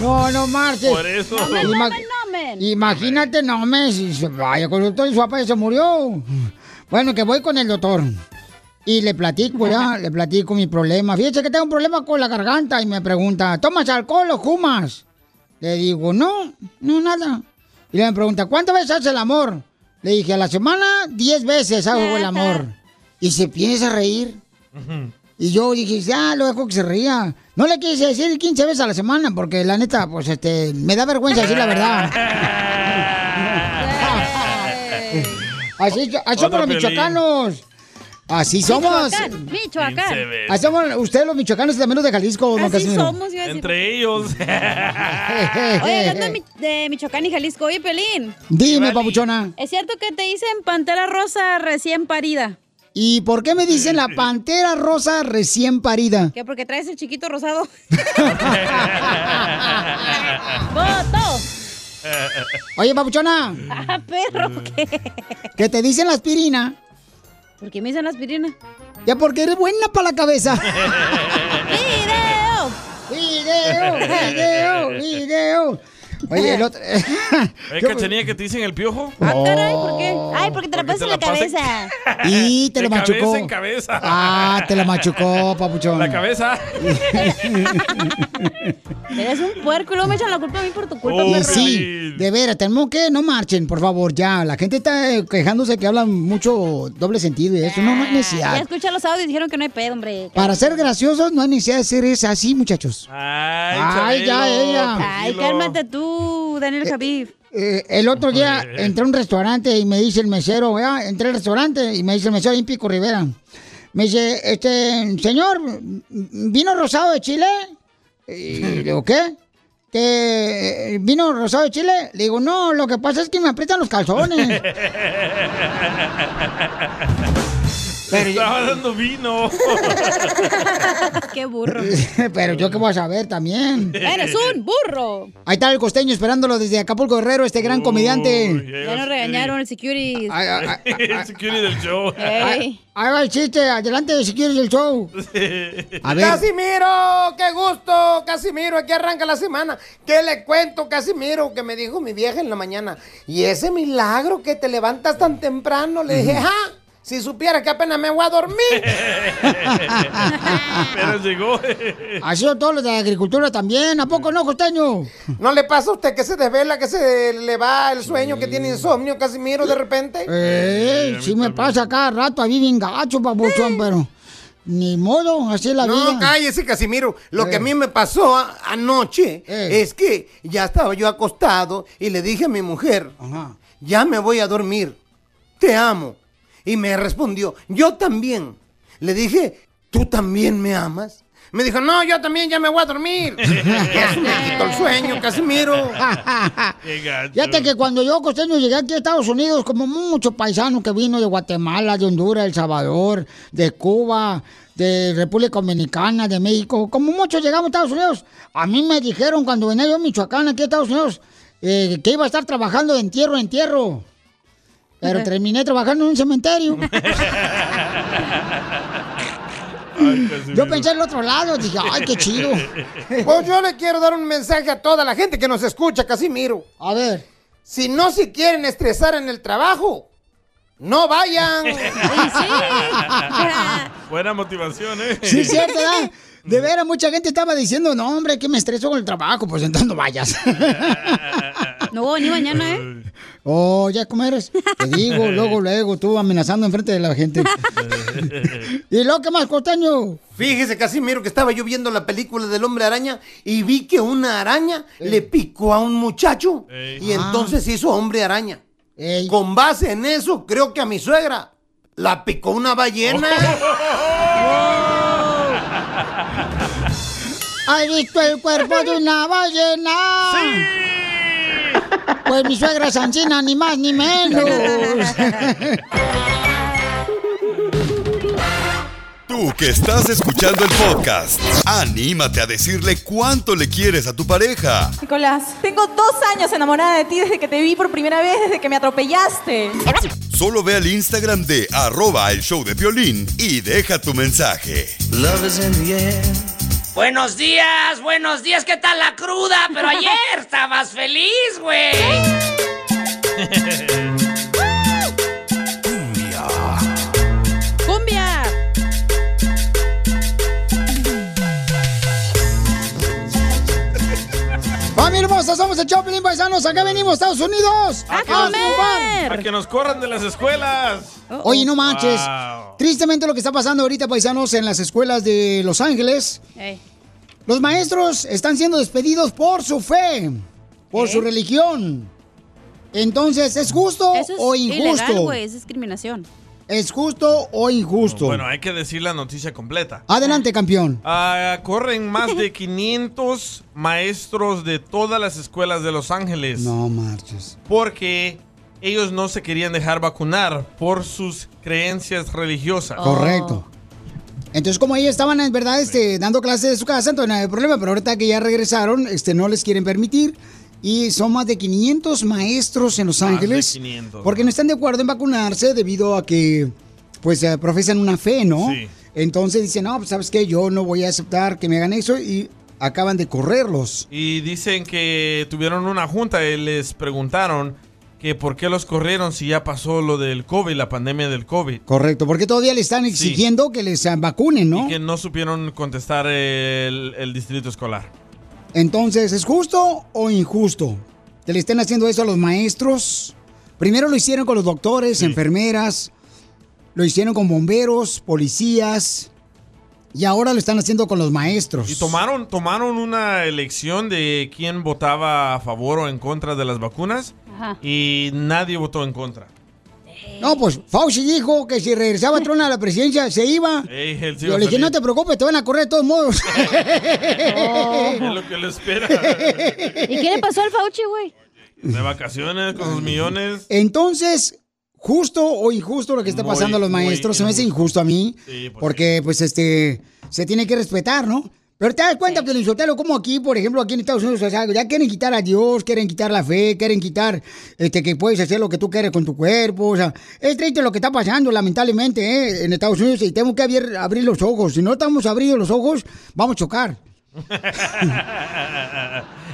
No, no marches. Por eso. No me Ima- nomen, Imagínate, no me. si se- Vaya con el doctor y su papá ya se murió. Bueno, que voy con el doctor. Y le platico, ya, le platico mi problema. Fíjese que tengo un problema con la garganta y me pregunta, ¿tomas alcohol o fumas? Le digo, no, no, nada. Y le me pregunta, ¿cuántas veces haces el amor? Le dije, a la semana, 10 veces hago el amor. Y se piensa reír. Y yo dije, ya, lo dejo que se ría. No le quise decir 15 veces a la semana, porque la neta, pues, este, me da vergüenza decir la <laughs> verdad. Así, así somos Otra los Piolín. michoacanos. Así somos. Michoacán, Michoacán. Quince veces. Así somos ustedes los michoacanos y también los de Jalisco, don Así Casimiro. <laughs> somos, yo iba a decir. Entre ellos. Eh, Oye, hablando de, Mi- de Michoacán y Jalisco, oye, Pelín. Dime, papuchona. ¿Es cierto que te dicen pantera rosa recién parida? ¿Y por qué me dicen la pantera rosa recién parida? Que porque traes el chiquito rosado. <laughs> ¡Voto! Oye, papuchona, ¡Ah, perro! ¿qué? que te dicen la aspirina, ¿Por qué me dicen aspirina? ya porque eres buena para la cabeza. <laughs> ¡Video! ¡Video! ¡Video! ¡Video! Oye, el <laughs> otro... ¿Hay Yo- cachanilla que te dicen el piojo? Ah, ¿Por qué? Ay, porque te la pasas en la pasen- cabeza. Y te lo De cabeza machucó. en cabeza. Ah, te la machucó, <laughs> papuchón. La cabeza. <laughs> Eres un puerco y luego me echan la culpa a mí por tu culpa, Y perro. Oh, sí, de veras, tenemos que no marchen, por favor, ya. La gente está eh, quejándose que hablan mucho doble sentido y eso no, no hay Ya necesidad. escuché los audios y dijeron que no hay pedo, hombre. Para ser graciosos no hay necesidad de ser es así, muchachos. Ah, Ay, Ay, ya, Chabelo, ella. Ay, tranquilo. cálmate <laughs> tú, Daniel Javif. Eh, el otro día entré a un restaurante y me dice el mesero, vea, entré al restaurante y me dice el mesero ahí en Pico Rivera. Me dice, este, señor, ¿vino rosado de Chile? Y le digo, ¿qué? ¿Te- ¿Vino rosado de Chile? Le digo, no, lo <laughs> que pasa es que me aprietan los calzones. Pero yo- Estaba dando vino. Qué burro. <laughs> Pero yo qué voy a saber también. Eres un burro. Ahí está el costeño esperándolo desde Acapulco Guerrero, este gran comediante. Ya nos regañaron el security. <laughs> El security del show. <laughs> Ey. Ahí va el chiste, adelante si quieres el show. A ver. Casimiro, qué gusto, Casimiro, aquí arranca la semana. ¿Qué le cuento, Casimiro? Que me dijo mi vieja en la mañana. Y ese milagro que te levantas tan temprano, le dije, ah, si supieras que apenas me voy a <laughs> dormir. Pero llegó. Ha sido todo lo de agricultura también, ¿a poco no, costeño? Mm. ¿No le pasa a usted que se desvela, que se le va el sueño, que tiene insomnio, Casimiro, de repente? Eh, sí me pasa cada rato, a mí bien gacho, papuchón, pero ni modo, así es la no, vida. cállese, Casimiro. Lo Eh. que a mí me pasó a- anoche es que ya estaba yo acostado y le dije a mi mujer, ya me voy a dormir, te amo. Y me respondió, yo también. Le dije, ¿tú también me amas? Me dijo, no, yo también ya me voy a dormir. Eso me quitó el sueño, Casimiro. <laughs> Fíjate que cuando yo, costeño, llegué aquí a Estados Unidos, como muchos paisanos que vino de Guatemala, de Honduras, El Salvador, de Cuba, de República Dominicana, de México, como muchos llegamos a Estados Unidos, a mí me dijeron cuando venía yo a Michoacán, aquí a Estados Unidos, eh, que iba a estar trabajando de entierro a entierro. Pero terminé trabajando en un cementerio. <laughs> Yo pensé en el otro lado, dije, "Ah, ay, qué <laughs> chido. Pues yo le quiero dar un mensaje a toda la gente que nos escucha, Casimiro. A ver. Si no se quieren estresar en el trabajo, no <laughs> vayan. <laughs> <laughs> Buena motivación, ¿eh? Sí, es cierto, <laughs> ¿verdad? De veras, mucha gente estaba diciendo, no, hombre, que me estreso con el trabajo, pues entonces no vayas. <laughs> No, ni mañana, ¿eh? Oh, ya, ¿cómo eres? Te digo, luego, luego, tú amenazando enfrente de la gente. ¿Y lo que más, costeño? Fíjese, Casimiro, que estaba yo viendo la película del hombre araña y vi que una araña le picó a un muchacho Ey. y Ah. entonces hizo hombre araña. Con base en eso, creo que a mi suegra la picó una ballena. Oh. ¿Has visto el cuerpo de una ballena? Pues mi suegra es anchina, ni más ni menos. <laughs> Tú que estás escuchando el podcast, anímate a decirle cuánto le quieres a tu pareja. Nicolás, tengo dos años enamorada de ti desde que te vi por primera vez, desde que me atropellaste. Solo ve al Instagram de arroba el show de violín y deja tu mensaje. <laughs> Buenos días, buenos días, ¿qué tal la cruda? Pero ayer estabas feliz, güey. ¡Cumbia! ¡Familia hermosa! Somos el Choplin Paisanos. Acá venimos, Estados Unidos. A que nos- A que nos corran de las escuelas. Oye, no manches. Wow. Tristemente lo que está pasando ahorita, paisanos, en las escuelas de Los Ángeles, los maestros están siendo despedidos por su fe, por su religión. Entonces, ¿es justo Eso es o ilegal, injusto? güey. Es discriminación. ¿Es justo o injusto? Bueno, hay que decir la noticia completa. Adelante, campeón. Ah, corren más <laughs> de 500 maestros de todas las escuelas de Los Ángeles. No marches. Porque ellos no se querían dejar vacunar por sus creencias religiosas. Oh. Correcto. Entonces, como ellos estaban en verdad este, dando clases de su casa, entonces no había problema, pero ahorita que ya regresaron, este, no les quieren permitir. Y son más de 500 maestros en Los Más de Ángeles 500. porque no están de acuerdo en vacunarse debido a que, pues, eh, profesan una fe, ¿no? Entonces dicen, no, pues, ¿sabes qué? Yo no voy a aceptar que me hagan eso y acaban de correrlos. Y dicen que tuvieron una junta y les preguntaron que por qué los corrieron si ya pasó lo del COVID, la pandemia del COVID. Correcto, porque todavía le están exigiendo que les eh, vacunen, ¿no? Que no supieron contestar el, el distrito escolar. Entonces, ¿es justo o injusto que le estén haciendo eso a los maestros? Primero lo hicieron con los doctores, enfermeras, lo hicieron con bomberos, policías, y ahora lo están haciendo con los maestros. Y tomaron, tomaron una elección de quién votaba a favor o en contra de las vacunas Ajá. y nadie votó en contra. No, pues Fauci dijo que si regresaba Trump a la presidencia se iba. Ey, él sí Yo va le dije, feliz. no te preocupes, te van a correr de todos <laughs> modos. Oh. <laughs> <laughs> Es lo que le espera. ¿Y qué le pasó al Fauci, güey? De vacaciones, con sus millones. <laughs> Entonces, justo o injusto lo que está pasando a los maestros. Se me hace injusto a mí. porque, pues, este, se tiene que respetar, ¿no? Pero te das cuenta, que Sotelo, como aquí, por ejemplo, aquí en Estados Unidos, o sea, ya quieren quitar a Dios, quieren quitar la fe, quieren quitar este, que puedes hacer lo que tú quieres con tu cuerpo. O sea, es triste lo que está pasando, lamentablemente, ¿eh? en Estados Unidos. Y tenemos que abrir, abrir los ojos. Si no estamos abriendo los ojos, vamos a chocar.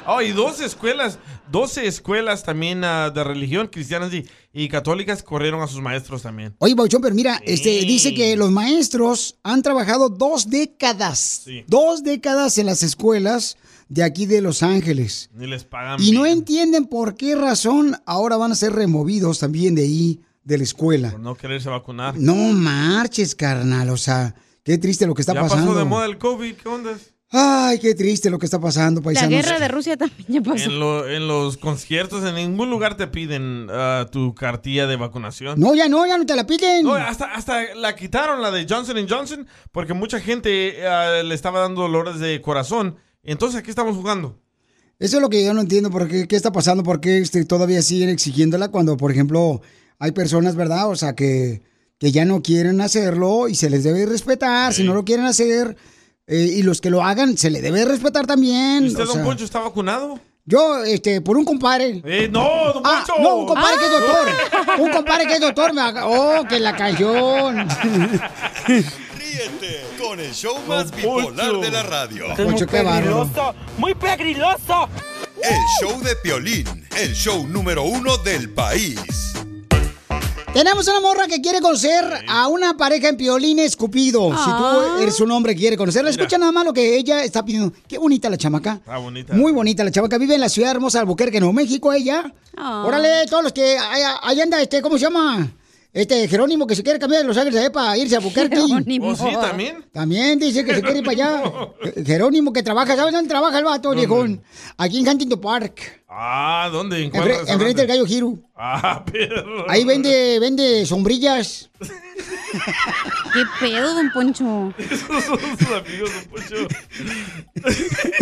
oh, y 12 escuelas, 12 escuelas también ah, de religión, cristianas y, y católicas, corrieron a sus maestros también. Oye, Bauchón, pero mira, este, dice que los maestros han trabajado dos décadas. Dos décadas en las escuelas de aquí de Los Ángeles. Ni les pagan. Y no entienden por qué razón ahora van a ser removidos también de ahí, de la escuela. por no quererse vacunar. No marches, carnal. O sea, qué triste lo que está ya pasando. pasó de moda el COVID, ¿qué onda? Ay, qué triste lo que está pasando, paisanos. Rusia también ya En, lo- en los conciertos, en ningún lugar te piden ah, tu cartilla de vacunación. No, ya no, ya no te la piden. No, hasta, hasta la quitaron, la de Johnson Johnson, porque mucha gente ah, le estaba dando dolores de corazón. Entonces, aquí estamos jugando? Eso es lo que yo no entiendo, porque qué está pasando, por qué este, todavía siguen exigiéndola cuando, por ejemplo, hay personas, ¿verdad? O sea, que, que ya no quieren hacerlo y se les debe respetar, si no lo quieren hacer, eh, y los que lo hagan, se les debe respetar también. ¿Y ¿Usted, o don sea, Poncho, está vacunado? Yo, este, por un compadre. Eh, no, don Ah, Poncho. no, un compadre que es doctor. Un compadre que es doctor. Me... aga- Oh, que la cayó. <laughs> Ríete con el show más bipolar de la radio. Poncho, Poncho, qué qué bárbaro. ¡Muy pegriloso! El show de Piolín, el show número uno del país. Tenemos una morra que quiere conocer a una pareja en piolín escupido. Si Ah. tú eres un hombre que quiere conocerla, Mira. escucha nada más lo que ella está pidiendo. Qué bonita la chamaca. Está Ah, bonita. Muy bonita la chamaca. Vive en la ciudad hermosa de Albuquerque, Nuevo México, ella. Ah. Órale, todos los que ahí, ahí anda, este, ¿cómo se llama? Este Jerónimo que se quiere cambiar de Los Ángeles allá para irse a Albuquerque. Jerónimo. Oh, sí, ¿también? También dice que se quiere ir para allá. Je- <laughs> Jerónimo que trabaja, ¿sabes dónde trabaja el vato, viejón? Aquí en Huntington Park, Ah, ¿dónde? ¿En cuál enfre- restaurante? enfrente del Gallo Giro. Ah, <laughs> <laughs> perro. Ahí vende, vende sombrillas. <laughs> ¿Qué pedo, don Poncho? Esos son sus amigos, don Poncho.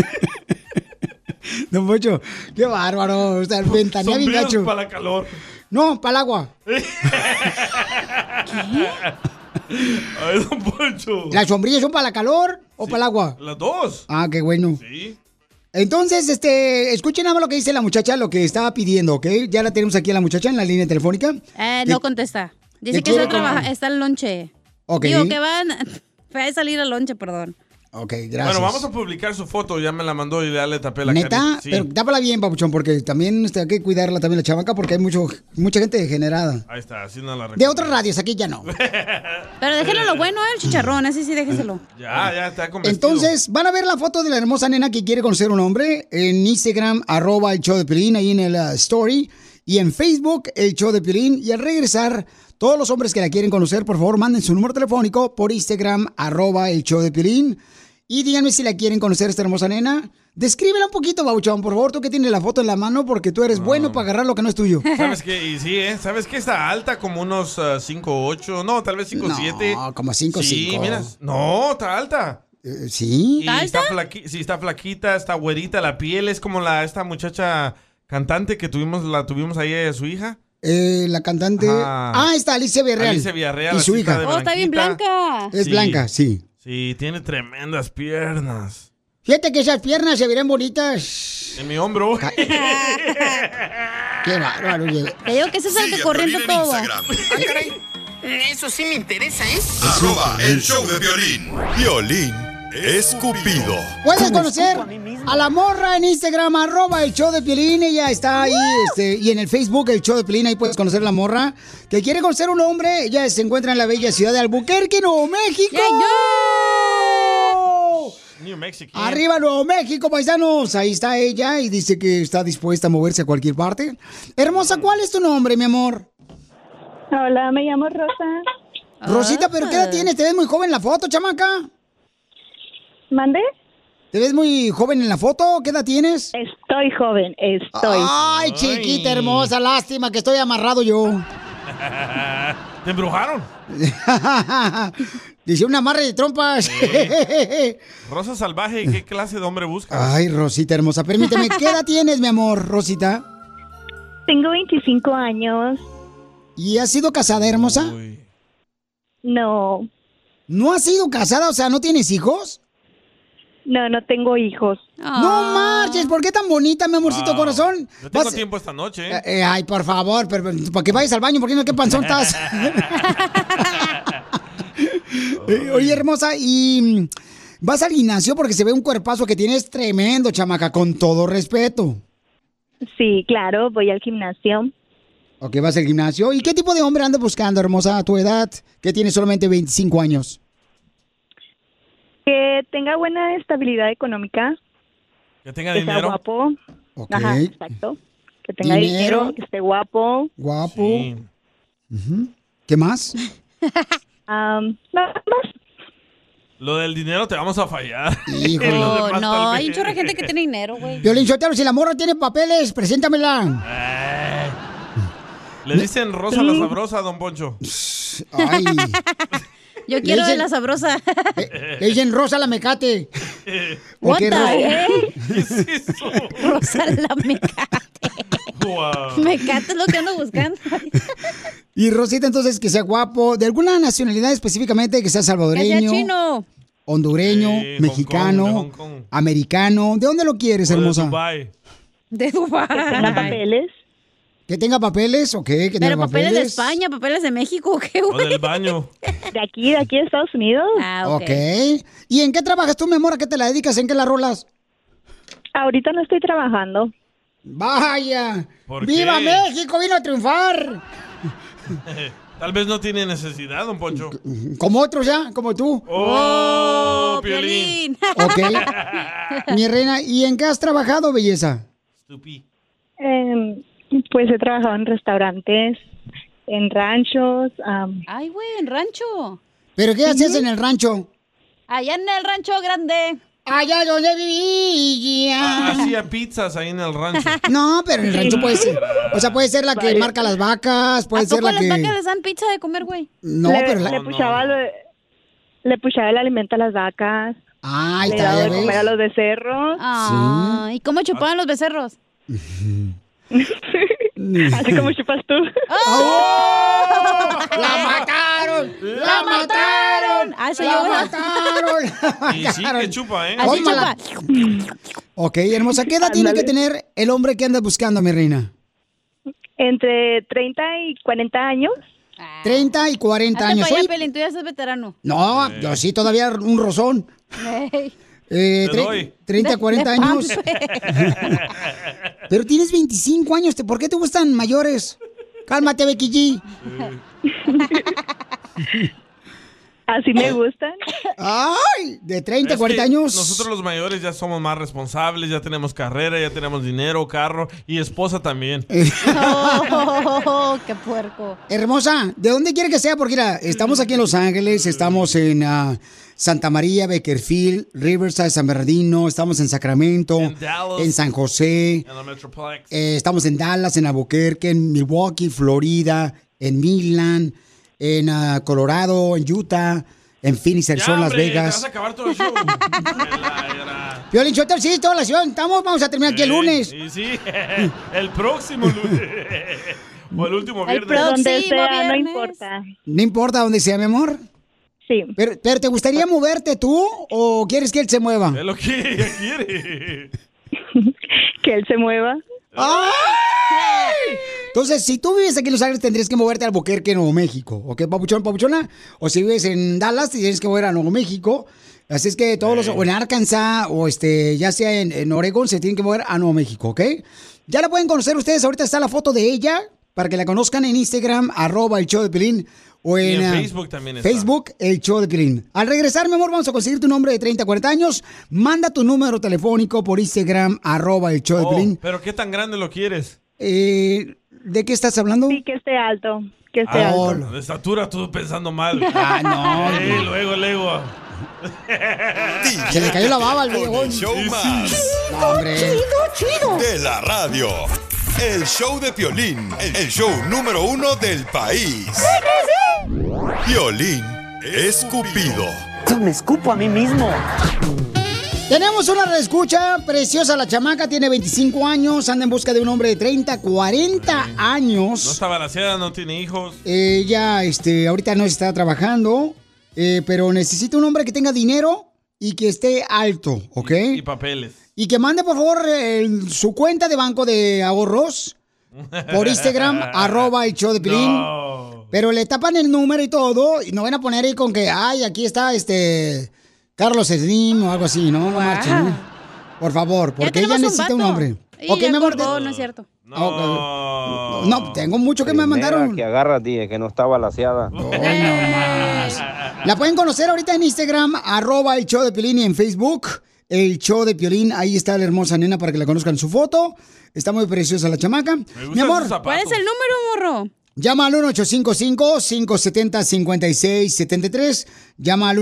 Don Pocho, qué bárbaro. O sea, ventanea bien Sombreros gacho. para la calor. No, para el agua. Ay, don Poncho. ¿Las sombrillas son para la calor o para el agua? Las dos. Ah, qué bueno. Sí. Entonces, este, escuchen nada más lo que dice la muchacha, lo que estaba pidiendo, ¿ok? Ya la tenemos aquí a la muchacha en la línea telefónica. Eh, ¿Qué- no contesta. Dice ¿Qué que está, quiere? trabaja- está el lonche. Ok. Digo que van... <laughs> Fue a salir al lonche, perdón. Ok, gracias. Bueno, vamos a publicar su foto. Ya me la mandó y ya le tapé la Neta, cara. Sí. pero tápala bien, papuchón, porque también este, hay que cuidarla también la chavaca, porque hay mucho, mucha gente degenerada. Ahí está, así no la De recuerdo. otras radios, aquí ya no. <laughs> Pero déjenlo lo bueno, el chicharrón, ese sí déjeselo. Ya, ya está con vestido. Entonces, van a ver la foto de la hermosa nena que quiere conocer un hombre en Instagram, arroba el show de Piolín, ahí en el uh, story. Y en Facebook, el show de Piolín. Y al regresar, todos los hombres que la quieren conocer, por favor, manden su número telefónico por Instagram, arroba el show de Piolín. Y díganme si la quieren conocer esta hermosa nena. Descríbela un poquito, Bauchón, por favor, tú que tienes la foto en la mano, porque tú eres bueno para agarrar lo que no es tuyo. ¿Sabes qué? Y sí, ¿eh? ¿Sabes qué? Está alta como unos 5'8". no, tal vez 5'7". No, como 5'5". Sí, mira. No, está alta. Eh, ¿Sí? Y <laughs> está flaqui- sí, está flaquita, está güerita, la piel es como la esta muchacha cantante que tuvimos, la tuvimos ahí eh, su hija. Eh, la cantante. Ah. Ah, está Alicia Villarreal. Alicia Villarreal, Y su la chica hija. de Oh, está bien blanca. Es Sí. blanca, sí. Sí, tiene tremendas piernas. Fíjate que esas piernas se verán bonitas. En mi hombro. Qué bárbaro, oye. Te digo que ese es el que corriente todo. Eso sí me interesa, ¿eh? Arroba el show de Piolín. Piolín escupido. Puedes conocer a la morra en Instagram, arroba el show de Piolín, ella está ahí, este, y en el Facebook el show de Piolín, ahí puedes conocer a la morra, que quiere conocer un hombre, ella se encuentra en la bella ciudad de Albuquerque, Nuevo México. <laughs> New Mexico. Arriba Nuevo México, paisanos, ahí está ella y dice que está dispuesta a moverse a cualquier parte. Hermosa, ¿cuál es tu nombre, mi amor? Hola, me llamo Rosa. Rosita, ¿pero qué edad tienes? ¿Te ves muy joven en la foto, chamaca? ¿Mande? ¿Te ves muy joven en la foto? ¿Qué edad tienes? Estoy joven, estoy. Ay, chiquita Ay. hermosa, lástima que estoy amarrado yo. <laughs> Ah, ¿Te embrujaron? Dice un amarre de trompas. <laughs> Rosa Salvaje, ¿qué clase de hombre busca? Ay, Rosita hermosa, <laughs> permíteme, ¿qué edad tienes, mi amor, Rosita? Tengo 25 años. ¿Y has sido casada, hermosa? No. ¿No has sido casada? O sea, ¿no tienes hijos? No, no tengo hijos. No marches, ¿por qué tan bonita, mi amorcito Wow. corazón? No tengo Vas- tiempo esta noche. Eh, eh, ay, por favor, pero, pero para que vayas al baño, porque no, qué panzón <laughs> estás. <laughs> Eh, Oye, hermosa, y mm, vas al gimnasio porque se ve un cuerpazo que tienes tremendo, chamaca, con todo respeto. Sí, claro, voy al gimnasio. Ok, vas al gimnasio. ¿Y qué tipo de hombre andas buscando, hermosa, a tu edad, que tienes solamente 25 años? Que tenga buena estabilidad económica, Que tenga que sea dinero. guapo. Ok. Ajá, exacto. Que tenga Dinero. dinero, que esté guapo. Guapo. Ujú. ¿Qué más? Am, nada más. Lo del dinero te vamos a fallar. <laughs> Híjole. Lo No, demás tal Oh, no, hay un vez. chorro de gente que tiene dinero, <laughs> güey. Violín Sotelo, si la morra tiene papeles, preséntamela. Eh. Le dicen Rosa la Sabrosa, don Poncho. <laughs> Ay. <laughs> Yo Le quiero de dicen- la sabrosa. Le dicen Rosa la mecate. ¿Por What qué the Rosa? <laughs> heck? <laughs> Rosa la Guau. mecate es lo que ando <laughs> buscando. <laughs> Y Rosita, entonces, que sea guapo, de alguna nacionalidad específicamente, que sea Que sea salvadoreño, chino. hondureño, Sí, mexicano, Hong Kong, de Hong Kong. Pues, americano. ¿De dónde lo quieres, O de hermosa? Dubái. De Dubái. Que tenga papeles. Que tenga papeles, ok, que tenga Pero papeles de papeles. España, papeles de México, qué O del güey. baño. De aquí, de aquí de <laughs> Estados Unidos. Ah, ok. ¿Y en qué trabajas tú, mi amor? ¿A qué te la dedicas? ¿En qué la rolas? Ahorita no estoy trabajando. ¡Vaya! ¿Por ¡Viva qué? México! ¡Vino a triunfar! <laughs> Tal vez no tiene necesidad, <laughs> don Poncho. Como otros ya, como tú. ¡Oh, Piolín! Ok. <laughs> Mi reina, ¿y en qué has trabajado, belleza? Em, pues he trabajado en restaurantes, en ranchos. am, Ay, güey, en rancho. ¿Pero qué haces en el rancho? Allá en el rancho grande. Allá donde vivía. Ah, Hacía pizzas ahí en el rancho. No, <laughs> pero en el rancho puede ser. O sea, puede ser la que Vale. marca las vacas, puede ¿A ser poco la las que. vacas les dan pizza de comer, güey? No, le, pero la- le No, no. puchaba, lo- ah. le puchaba el alimento a las vacas. Ay, le está, daba ya de ves. comer a los becerros. Ah, ¿y cómo chupaban los becerros? <laughs> Así como chupas tú. ¡La mataron! ¡Oh! ¡La mataron! Ah, soy yo, ¿verdad? <laughs> Y sí que chupa, ¿eh? Así chupa. Ok, hermosa, ¿qué edad tiene que Ándale. tener el hombre que andas buscando, mi reina? Entre 30 y 40 años. 30 y 40 Ah. años. Hazte para Oye, allá, Pelín, tú ya estás veterano. No, Eh. yo sí, todavía un rozón. Ey. Eh, Te tre- doy. 30 a 40 De- de años. pampe. <laughs> Pero tienes 25 años, ¿te- ¿por qué te gustan mayores? Cálmate, Becky G. <laughs> Así me gustan. Ay, de 30 a Es 40 que años. Nosotros los mayores ya somos más responsables, ya tenemos carrera, ya tenemos dinero, carro y esposa también. Oh, qué puerco. <laughs> Hermosa, ¿de dónde quiere que sea? Porque mira, estamos aquí en Los Ángeles, estamos en ah, Santa María, Bakerfield, Riverside, San Bernardino, estamos en Sacramento, en, Dallas. San José, En la Metroplex. eh, estamos en Dallas, en Albuquerque, en Milwaukee, Florida, en Midland, en ah, Colorado, en Utah, en Phoenix, Arizona, Las hombre, te Vegas. vas a acabar todo el show. Violín Chotero, sí, toda la ciudad, estamos, vamos a terminar aquí el Eh, lunes. Y sí, <laughs> el próximo lunes. <laughs> o el último El viernes. Donde próximo sea, no viernes. importa. No importa dónde sea, mi amor. Sí. Pero, pero ¿te gustaría moverte tú o quieres que él se mueva? Es lo que <laughs> ella quiere. <laughs> Que él se mueva. ¡Ay! Entonces, si tú vives aquí en Los Ángeles, tendrías que moverte a Albuquerque, Nuevo México. ¿Ok, papuchón, papuchona? O si vives en Dallas, te tienes que mover a Nuevo México. Así es que todos los... O en Arkansas, o este, ya sea en, en Oregón, se tienen que mover a Nuevo México, ¿ok? Ya la pueden conocer ustedes. Ahorita está la foto de ella para que la conozcan en Instagram, arroba el show de Pelín. O Y en, en ah, Facebook también está. Facebook, el show de Pilín. Al regresar, mi amor, vamos a conseguir tu nombre de 30 a 40 años. Manda tu número telefónico por Instagram, arroba el show de Oh, Pilín. pero qué tan grande lo quieres. Eh, ¿De qué estás hablando? Sí, que esté alto. Que este esté Ah, alto. de estatura tú pensando mal. <laughs> Ah, no. Eh, luego, luego. Se le cayó la baba al Con el viejón. show más. No, hombre. De la radio. El show de Piolín. El show número uno del país. Piolín Escupido. me escupo a mí mismo. Tenemos una reescucha preciosa. La chamaca tiene 25 años, anda en busca de un hombre de 30, 40 años. No está balaseada, no tiene hijos. Ella, este, ahorita no está trabajando, eh, pero necesita un hombre que tenga dinero y que esté alto, ¿ok? Y papeles. Y que mande, por favor, el- su cuenta de banco de ahorros <laughs> por <laughs> Instagram, arroba el show de Piolín. Pero le tapan el número y todo, y no van a poner ahí con que, ay, aquí está este Carlos Slim o algo así, ¿no? No marchen, ¿no? Por favor, porque ella Ah. tenemos un necesita un, vato. hombre. Y ya colgó, te- no es cierto. Ok. No, tengo mucho que me mandaron. Que agarra, dije, que no está balaseada. La pueden conocer ahorita en Instagram, arroba el show de Piolín y en Facebook, el show de Piolín. Ahí está la hermosa nena para que la conozcan su foto. Está muy preciosa la chamaca. Mi amor, ¿Cuál es el número, morro? Llama al 1-855-570-5673. Llama al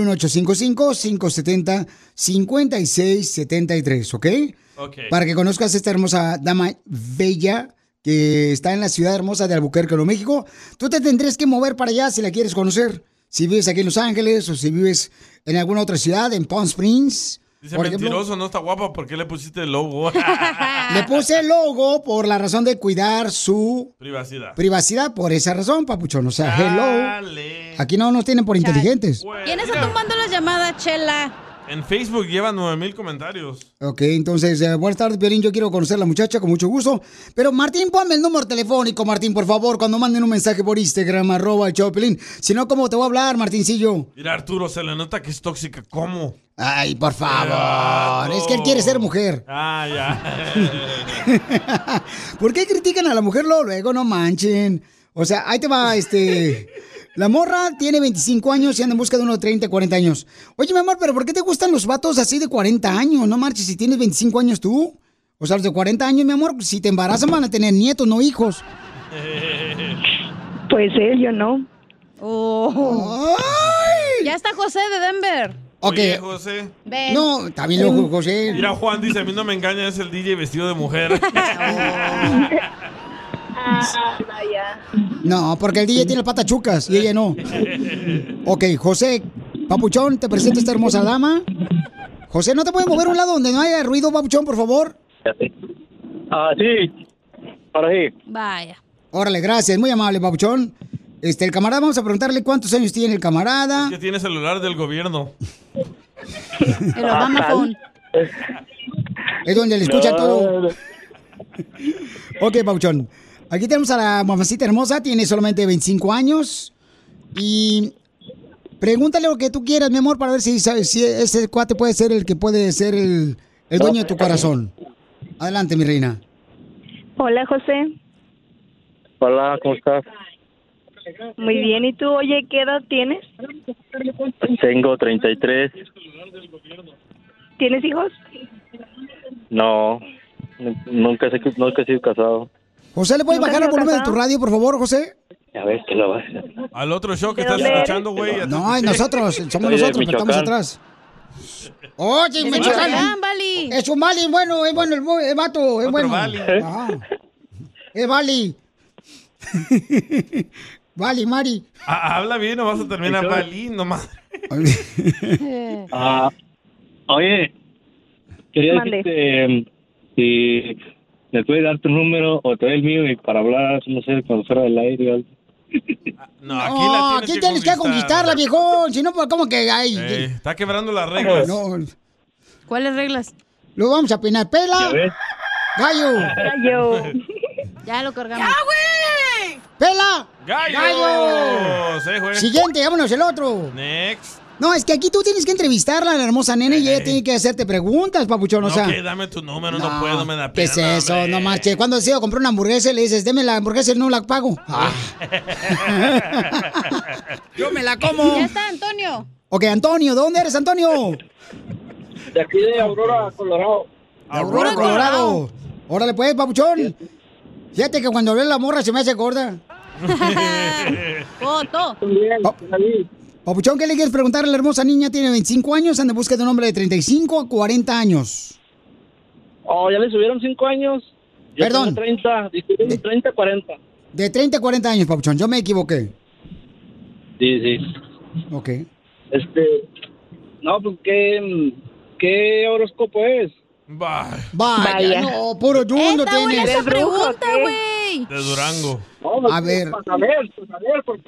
1-855-570-5673, ¿ok? Ok. Para que conozcas a esta hermosa dama bella que está en la ciudad hermosa de Albuquerque, Nuevo México. Tú te tendrías que mover para allá si la quieres conocer. Si vives aquí en Los Ángeles o si vives en alguna otra ciudad, en Palm Springs. Dice por ejemplo. mentiroso, no está guapa, ¿por qué le pusiste el logo? <laughs> Le puse el logo por la razón de cuidar su Privacidad. privacidad por esa razón, papuchón. O sea, hello. Aquí no nos tienen por inteligentes. ¿Quién está tomando las llamadas, Chela? En Facebook lleva 9000 comentarios. Ok, entonces, eh, buenas tardes, Piolín. Yo quiero conocer a la muchacha con mucho gusto. Pero Martín, ponme el número telefónico, Martín, por favor, cuando manden un mensaje por Instagram, arroba el show de Piolín. Si no, ¿cómo te voy a hablar, Martincillo? Mira, Arturo, se le nota que es tóxica. ¿Cómo? Ay, por favor. Ah, Es que él quiere ser mujer. Ah, ya. <laughs> ¿Por qué critican a la mujer luego? Luego no manchen. O sea, ahí te va, este. La morra tiene 25 años y anda en busca de unos 30, 40 años. Oye, mi amor, pero ¿por qué te gustan los vatos así de 40 años? No marches, si tienes 25 años tú. O sea, los de 40 años, mi amor, si te embarazan van a tener nietos, no hijos. Pues él, yo no. Ya está José de Denver. Oye, José. Ven. No, está bien loco, José. Mira, Juan dice, a mí no me engaña, es el DJ vestido de mujer. Ah, No, porque el DJ tiene patas chucas y ella <laughs> no. Ok, José, Papuchón, te presento a esta hermosa dama. José, ¿no te puedes mover a un lado donde no haya ruido, Papuchón, por favor? Ah, sí. Ahora sí. Vaya. Órale, gracias, muy amable, Papuchón. Este, el camarada, vamos a preguntarle cuántos años tiene el camarada. que tiene celular del gobierno. El Obama Phone. Ah, Es donde le escucha No. todo. ok, Papuchón. Aquí tenemos a la mamacita hermosa, tiene solamente 25 años. Y pregúntale lo que tú quieras, mi amor, para ver si, sabe- si ese cuate puede ser el que puede ser el, el dueño de tu corazón. Adelante, mi reina. Hola, José. Hola, ¿cómo estás? Muy bien. ¿Y tú, oye, qué edad tienes? Tengo 33. ¿Tienes hijos? No, n- nunca, he- nunca he sido casado. José, ¿le puedes ¿Nunca bajar has el volumen de tu casado? radio, por favor, José? A ver, que lo vas. Al otro show que ¿De estás dónde eres? escuchando, güey. ya te No, es escuché. nosotros, somos Soy de nosotros, pero estamos Michoacán. atrás. Oye, Es Michoacán. Michoacán, Es un Bali, bueno, es bueno, el, bu- el vato, es bueno. Bali. Ah, es <laughs> Bali. Bali, Mari. Ah, habla bien o vas a terminar Entonces- balín nomás. Ah, oye, quería Mande. decirte em, si me puedes dar tu número o te doy el mío y para hablar, no sé, cuando fuera del aire. o algo. No, Aquí aquí la ¿Quién tienes, tienes que conquistarla, viejón? Si no, pues, ¿cómo que hay? Eh, está quebrando las reglas. No. ¿Cuáles reglas? Lo vamos a peinar. Ya ¡Pela! ves. ¡Gallo! Gallo. Ya lo cargamos. ¡Pela! ¡Gallo! Sí, eh, güey. Siguiente, vámonos el otro. Next. Eh. No, es que aquí tú tienes que entrevistarla a la hermosa nena y ella tiene que hacerte preguntas, papuchón. No, O sea, que dame tu número, no, No, puedo, me da ¿qué pena. es eso? No marche. Cuando decido comprar una hamburguesa y le dices, deme la hamburguesa y no la pago. Ah. Yo me la como. Ya está, Antonio. <laughs> Ok, Antonio, ¿de dónde eres, Antonio? De aquí de Aurora, Colorado. Aurora, Colorado. Órale, pues, papuchón. Fíjate que cuando veo la morra se me hace <laughs> gorda. Oh, Foto. Pa- Papuchón, ¿qué le quieres preguntar a la hermosa niña? Tiene 25 años, anda en busca de un hombre de 35 a 40 años. Oh, ya le subieron 5 años. Yo Perdón. tengo 30, disculpen, 30, 40. De 30 a 40 años, Papuchón, yo me equivoqué. Sí, sí. Ok. Este, no, pues que mm, ¿Qué horóscopo es? Vaya, Vaya. no, puro yundo Está buena tienes. esa De brujo, pregunta, ¿qué? güey. De Durango. A ver. Pues, a ver, pues, a ver, porque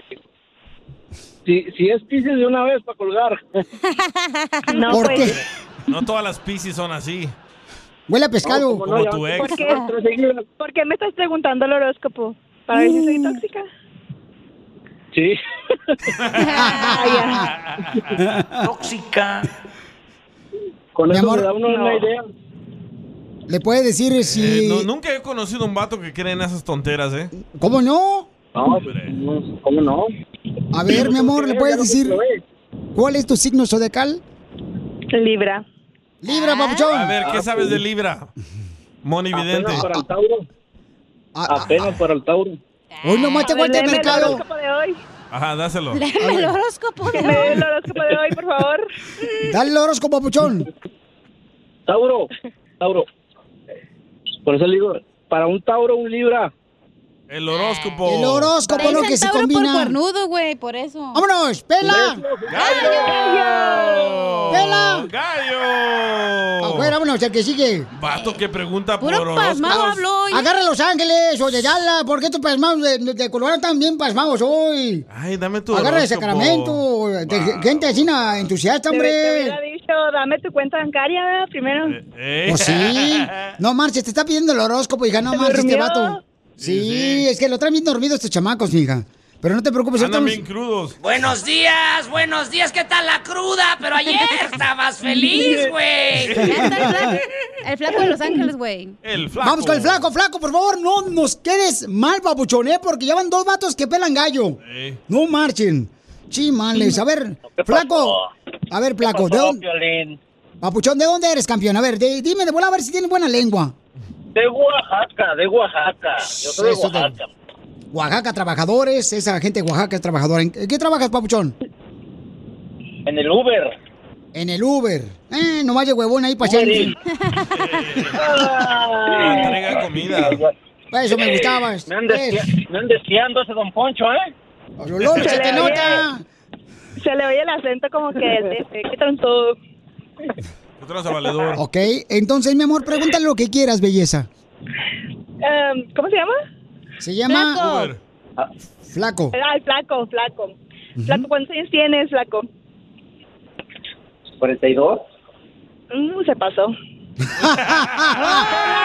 si, si es Pisces de una vez para colgar. No, ¿Por pues, No todas las piscis son así. Huele a pescado. ¿Por Como qué? tu ex. ¿Por qué? ¿Por qué me estás preguntando el horóscopo? ¿Para ver si soy Mm. tóxica? Sí. Tóxica. <laughs> Con Mi eso amor. me da uno una idea. Le puede decir si. Eh, no, nunca he conocido un vato que cree en esas tonteras, ¿eh? ¿Cómo no? ¿Cómo no? pues, A ver, mi amor, ¿le puedes decir cuál es tu signo zodiacal? Libra. Libra, papuchón. A ver, ¿qué sabes de Libra? Monividente. Ah, Apenas para el Tauro. Apenas para el Tauro. Ah, Hoy nomás te vuelta el Léeme mercado. El horóscopo de hoy. Ajá, dáselo. el horóscopo de hoy. el horóscopo de <laughs> hoy, por favor. Dale el horóscopo, papuchón. <laughs> Tauro, Tauro. Por eso le digo, para un Tauro, un Libra. El horóscopo. El horóscopo, Te lo dicen que se Tauro combina. por cuernudo, güey, por eso. ¡Vámonos! ¡Pela! ¡Gallo! ¡Pela! ¡Gallo! Afuera, vámonos, el que sigue. Vato que pregunta por Puro pasmado horóscopos. habló. Agarra Los Ángeles o de Yala. ¿Por qué estos pasmados de, de Colorado están bien pasmados hoy? Ay, dame tu Agarra de horóscopo. Sacramento. de Wow. gente así, na- entusiasta, Te, te hubiera hombre. dicho, dame tu cuenta bancaria ¿verdad? primero. Eh, Pues sí. No marches, te está pidiendo el horóscopo, hija. No marches, este durmió. vato. Sí, es que lo traen bien dormidos estos chamacos, mija. Pero no te preocupes, Andan estamos- bien crudos. Buenos días, buenos días, ¿qué tal la cruda? Pero ayer estabas feliz, <laughs> güey. Ya está el flaco, el flaco de Los Ángeles, güey. El Vamos con el flaco, flaco, por favor, no nos quedes mal, papuchón, ¿eh? porque ya van dos vatos que pelan gallo. Eh. No marchen. Chimales, a ver, flaco. A ver, flaco, ¿de dónde? Papuchón, ¿de dónde eres, campeón? A ver, de- dime de bola, a ver si tienes buena lengua. De Oaxaca, de Oaxaca. Yo soy de Eso te- Oaxaca. Oaxaca, trabajadores, esa gente de Oaxaca es trabajadora. ¿En qué trabajas, papuchón? En el Uber. En el Uber. Eh, no vaya huevón ahí paseando. <laughs> Ah. Ah, Entrega comida. Eso me gustaba. Pues. Me han, destia- me han deseando ese don Poncho, ¿eh? Lolo, se te nota. Se le oye el acento como que de- de- ¿Qué todo. Yo te lo hago valedor. Ok, entonces, mi amor, pregúntale lo que quieras, belleza. Em, ¿Cómo se llama? Se llama... Ah, Flaco. Flaco. Ay, flaco, flaco. Flaco, ¿cuántos años tienes, flaco? 42. Mm, se <laughs> pasó.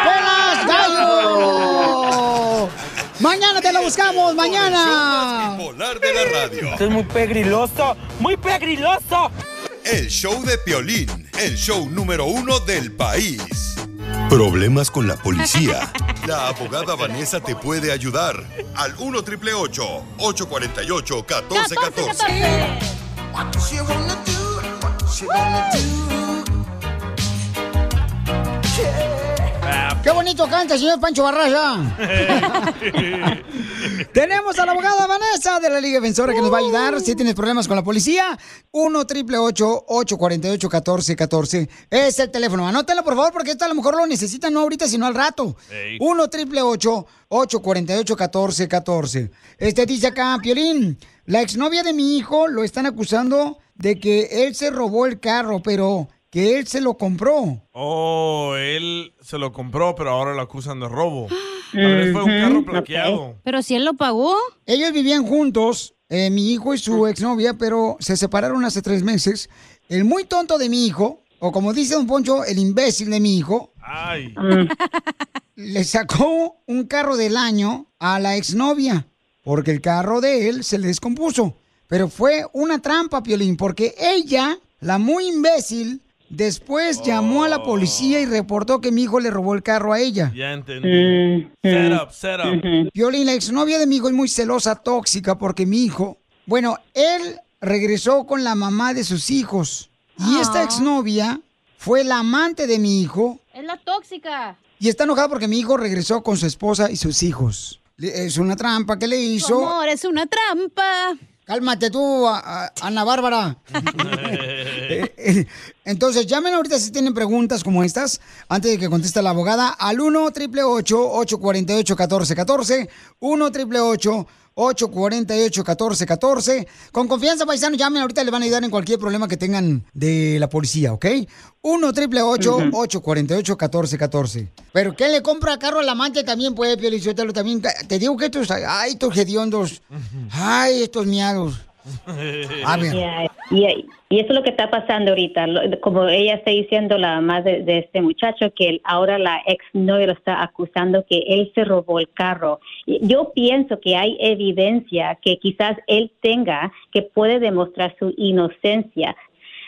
¡Pelas, gallo! Mañana te lo buscamos, mañana. Polar de la radio. Esto es muy pegriloso, muy pegriloso. El show de Piolín, el show número uno del país. Problemas con la policía. La abogada Vanessa te puede ayudar al 1 triple 848 1414. ¡Qué bonito canta, señor Pancho Barraza! Tenemos a la abogada Vanessa de la Liga Defensora que nos va a ayudar si tienes problemas con la policía. 1 triple 848 1414 Es el teléfono. Anótalo, por favor, porque esto a lo mejor lo necesitan no ahorita, sino al rato. Ey. 1 triple 848 1414 Este dice acá, Piolín, la exnovia de mi hijo lo están acusando de que él se robó el carro, pero que él se lo compró. Oh, él se lo compró, pero ahora lo acusan de robo. Tal vez fue un carro plaqueado. <laughs> Pero si él lo pagó. pues. Ellos vivían juntos, eh, mi hijo y su exnovia, pero se separaron hace tres meses. El muy tonto de mi hijo, o como dice don Poncho, el imbécil de mi hijo, Ay. Mm. <laughs> le sacó un carro del año a la exnovia, porque el carro de él se le descompuso. Pero fue una trampa, Piolín, porque ella, la muy imbécil, después llamó a la policía y reportó que mi hijo le robó el carro a ella. Oh. Ya entendí. Set up, set up. Violín, la exnovia de mi hijo es muy celosa, tóxica, porque mi hijo, bueno, él regresó con la mamá de sus hijos. Y esta exnovia fue la amante de mi hijo Es la tóxica. y está enojada porque mi hijo regresó con su esposa y sus hijos. Le- Es una trampa que le hizo. Tu amor, es una trampa. Cálmate tú, a- a- Ana Bárbara. <laughs> Entonces, llamen ahorita si tienen preguntas como estas, antes de que conteste la abogada, al 1 888 848 1414 1 888 848-1414. Con confianza, paisano, llamen. Ahorita le van a ayudar en cualquier problema que tengan de la policía, ¿ok? 1 848 1414 Pero ¿qué le compra carro al amante también puede, Piolichotelo? También te digo que estos, ay, estos hediondos, ay, estos miados. Ah, A ver. Ya, Y, y eso es lo que está pasando ahorita. Lo- Como ella está diciendo, la mamá de, de este muchacho, que él- ahora la ex novia lo está acusando que él se robó el carro. Y Yo pienso que hay evidencia que quizás él tenga que puede demostrar su inocencia.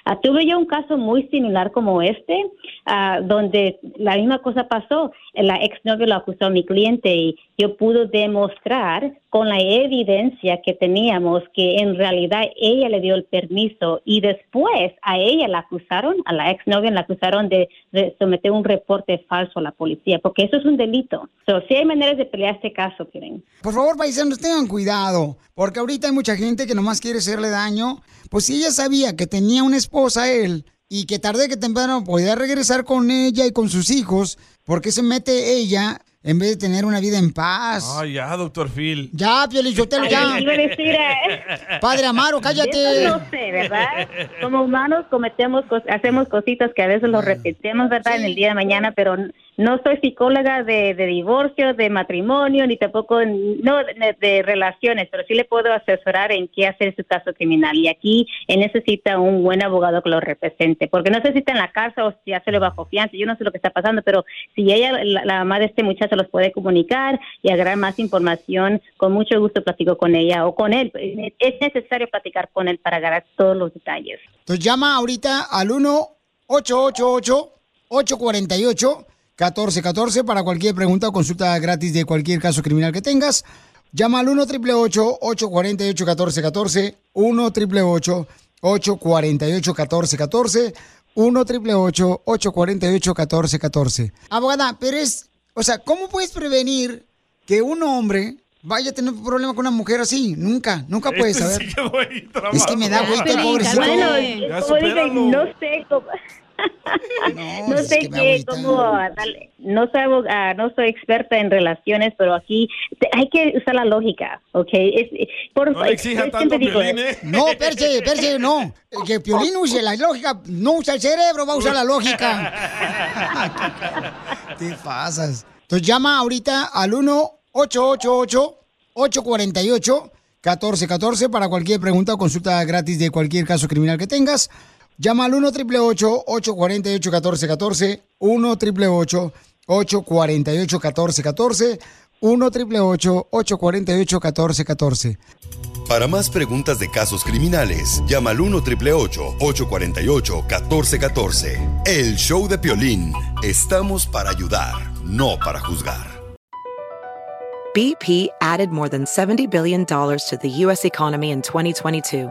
Ah, tuve yo un caso muy similar como este, ah, donde la misma cosa pasó. La exnovia lo acusó a mi cliente y yo pude demostrar con la evidencia que teníamos que en realidad ella le dio el permiso y después a ella la acusaron, a la exnovia la acusaron de, de someter un reporte falso a la policía, porque eso es un delito. So, sí hay maneras de pelear este caso, Piolín. Por favor, paisanos, tengan cuidado, porque ahorita hay mucha gente que nomás quiere hacerle daño. Pues si ella sabía que tenía una esposa él y que tarde que temprano podía regresar con ella y con sus hijos, ¿por qué se mete ella en vez de tener una vida en paz? Ay, ya, doctor Phil. Ya, Piolichotelo, ya. Ah. Ay, iba a decir, eh. Padre Amaro, cállate. Eso no sé, ¿verdad? Como humanos cometemos, cos- hacemos cositas que a veces lo repetimos, ¿verdad? En el día de mañana, pero n- no soy psicóloga de, de divorcio, de matrimonio, ni tampoco, en- no, de, de relaciones, pero sí le puedo asesorar en qué hacer su caso criminal. Y aquí él necesita un buen abogado que lo represente, porque no sé si está en la cárcel o si hacerlo bajo fianza, yo no sé lo que está pasando, pero si ella, la, la mamá de este muchacho, los puede comunicar y agarrar más información, con mucho gusto platico con ella o con él. Es necesario platicar con él para agarrar todos los detalles. Entonces llama ahorita al 1-888-848-1414 para cualquier pregunta o consulta gratis de cualquier caso criminal que tengas. Llama al 1 888 848 1414 1 888 848 1414 1 888 848 1414 Abogada, pero es, o sea, ¿cómo puedes prevenir que un hombre vaya a tener un problema con una mujer así? Nunca, nunca puedes Este saber. sí Pues, es que me da Ay, vuelta, Piolín, pobrecito. cálmate. Bueno, como dicen, no sé cómo. No, No sé es que me qué, agüita. cómo ah, darle- no soy, abo- ah, no soy experta en relaciones, pero aquí te- hay que usar la lógica, ¿ok? Es, eh, por No le exija tanto, Piolín, ¿eh? <laughs> No, espérate, espérate, no. Que Piolín use la lógica, no usa el cerebro, va a usar <laughs> la <laughs> lógica. Te pasas. Entonces llama ahorita al 1-888-848-1414 para cualquier pregunta o consulta gratis de cualquier caso criminal que tengas. Llama al 1 848 1414 1 888 848 1414 1 888 848 1414 Para más preguntas de casos criminales, llama al 1 848 1414. El show de Piolín. Estamos para ayudar, no para juzgar. BP added more than $70 billion to the U.S. economy in 2022.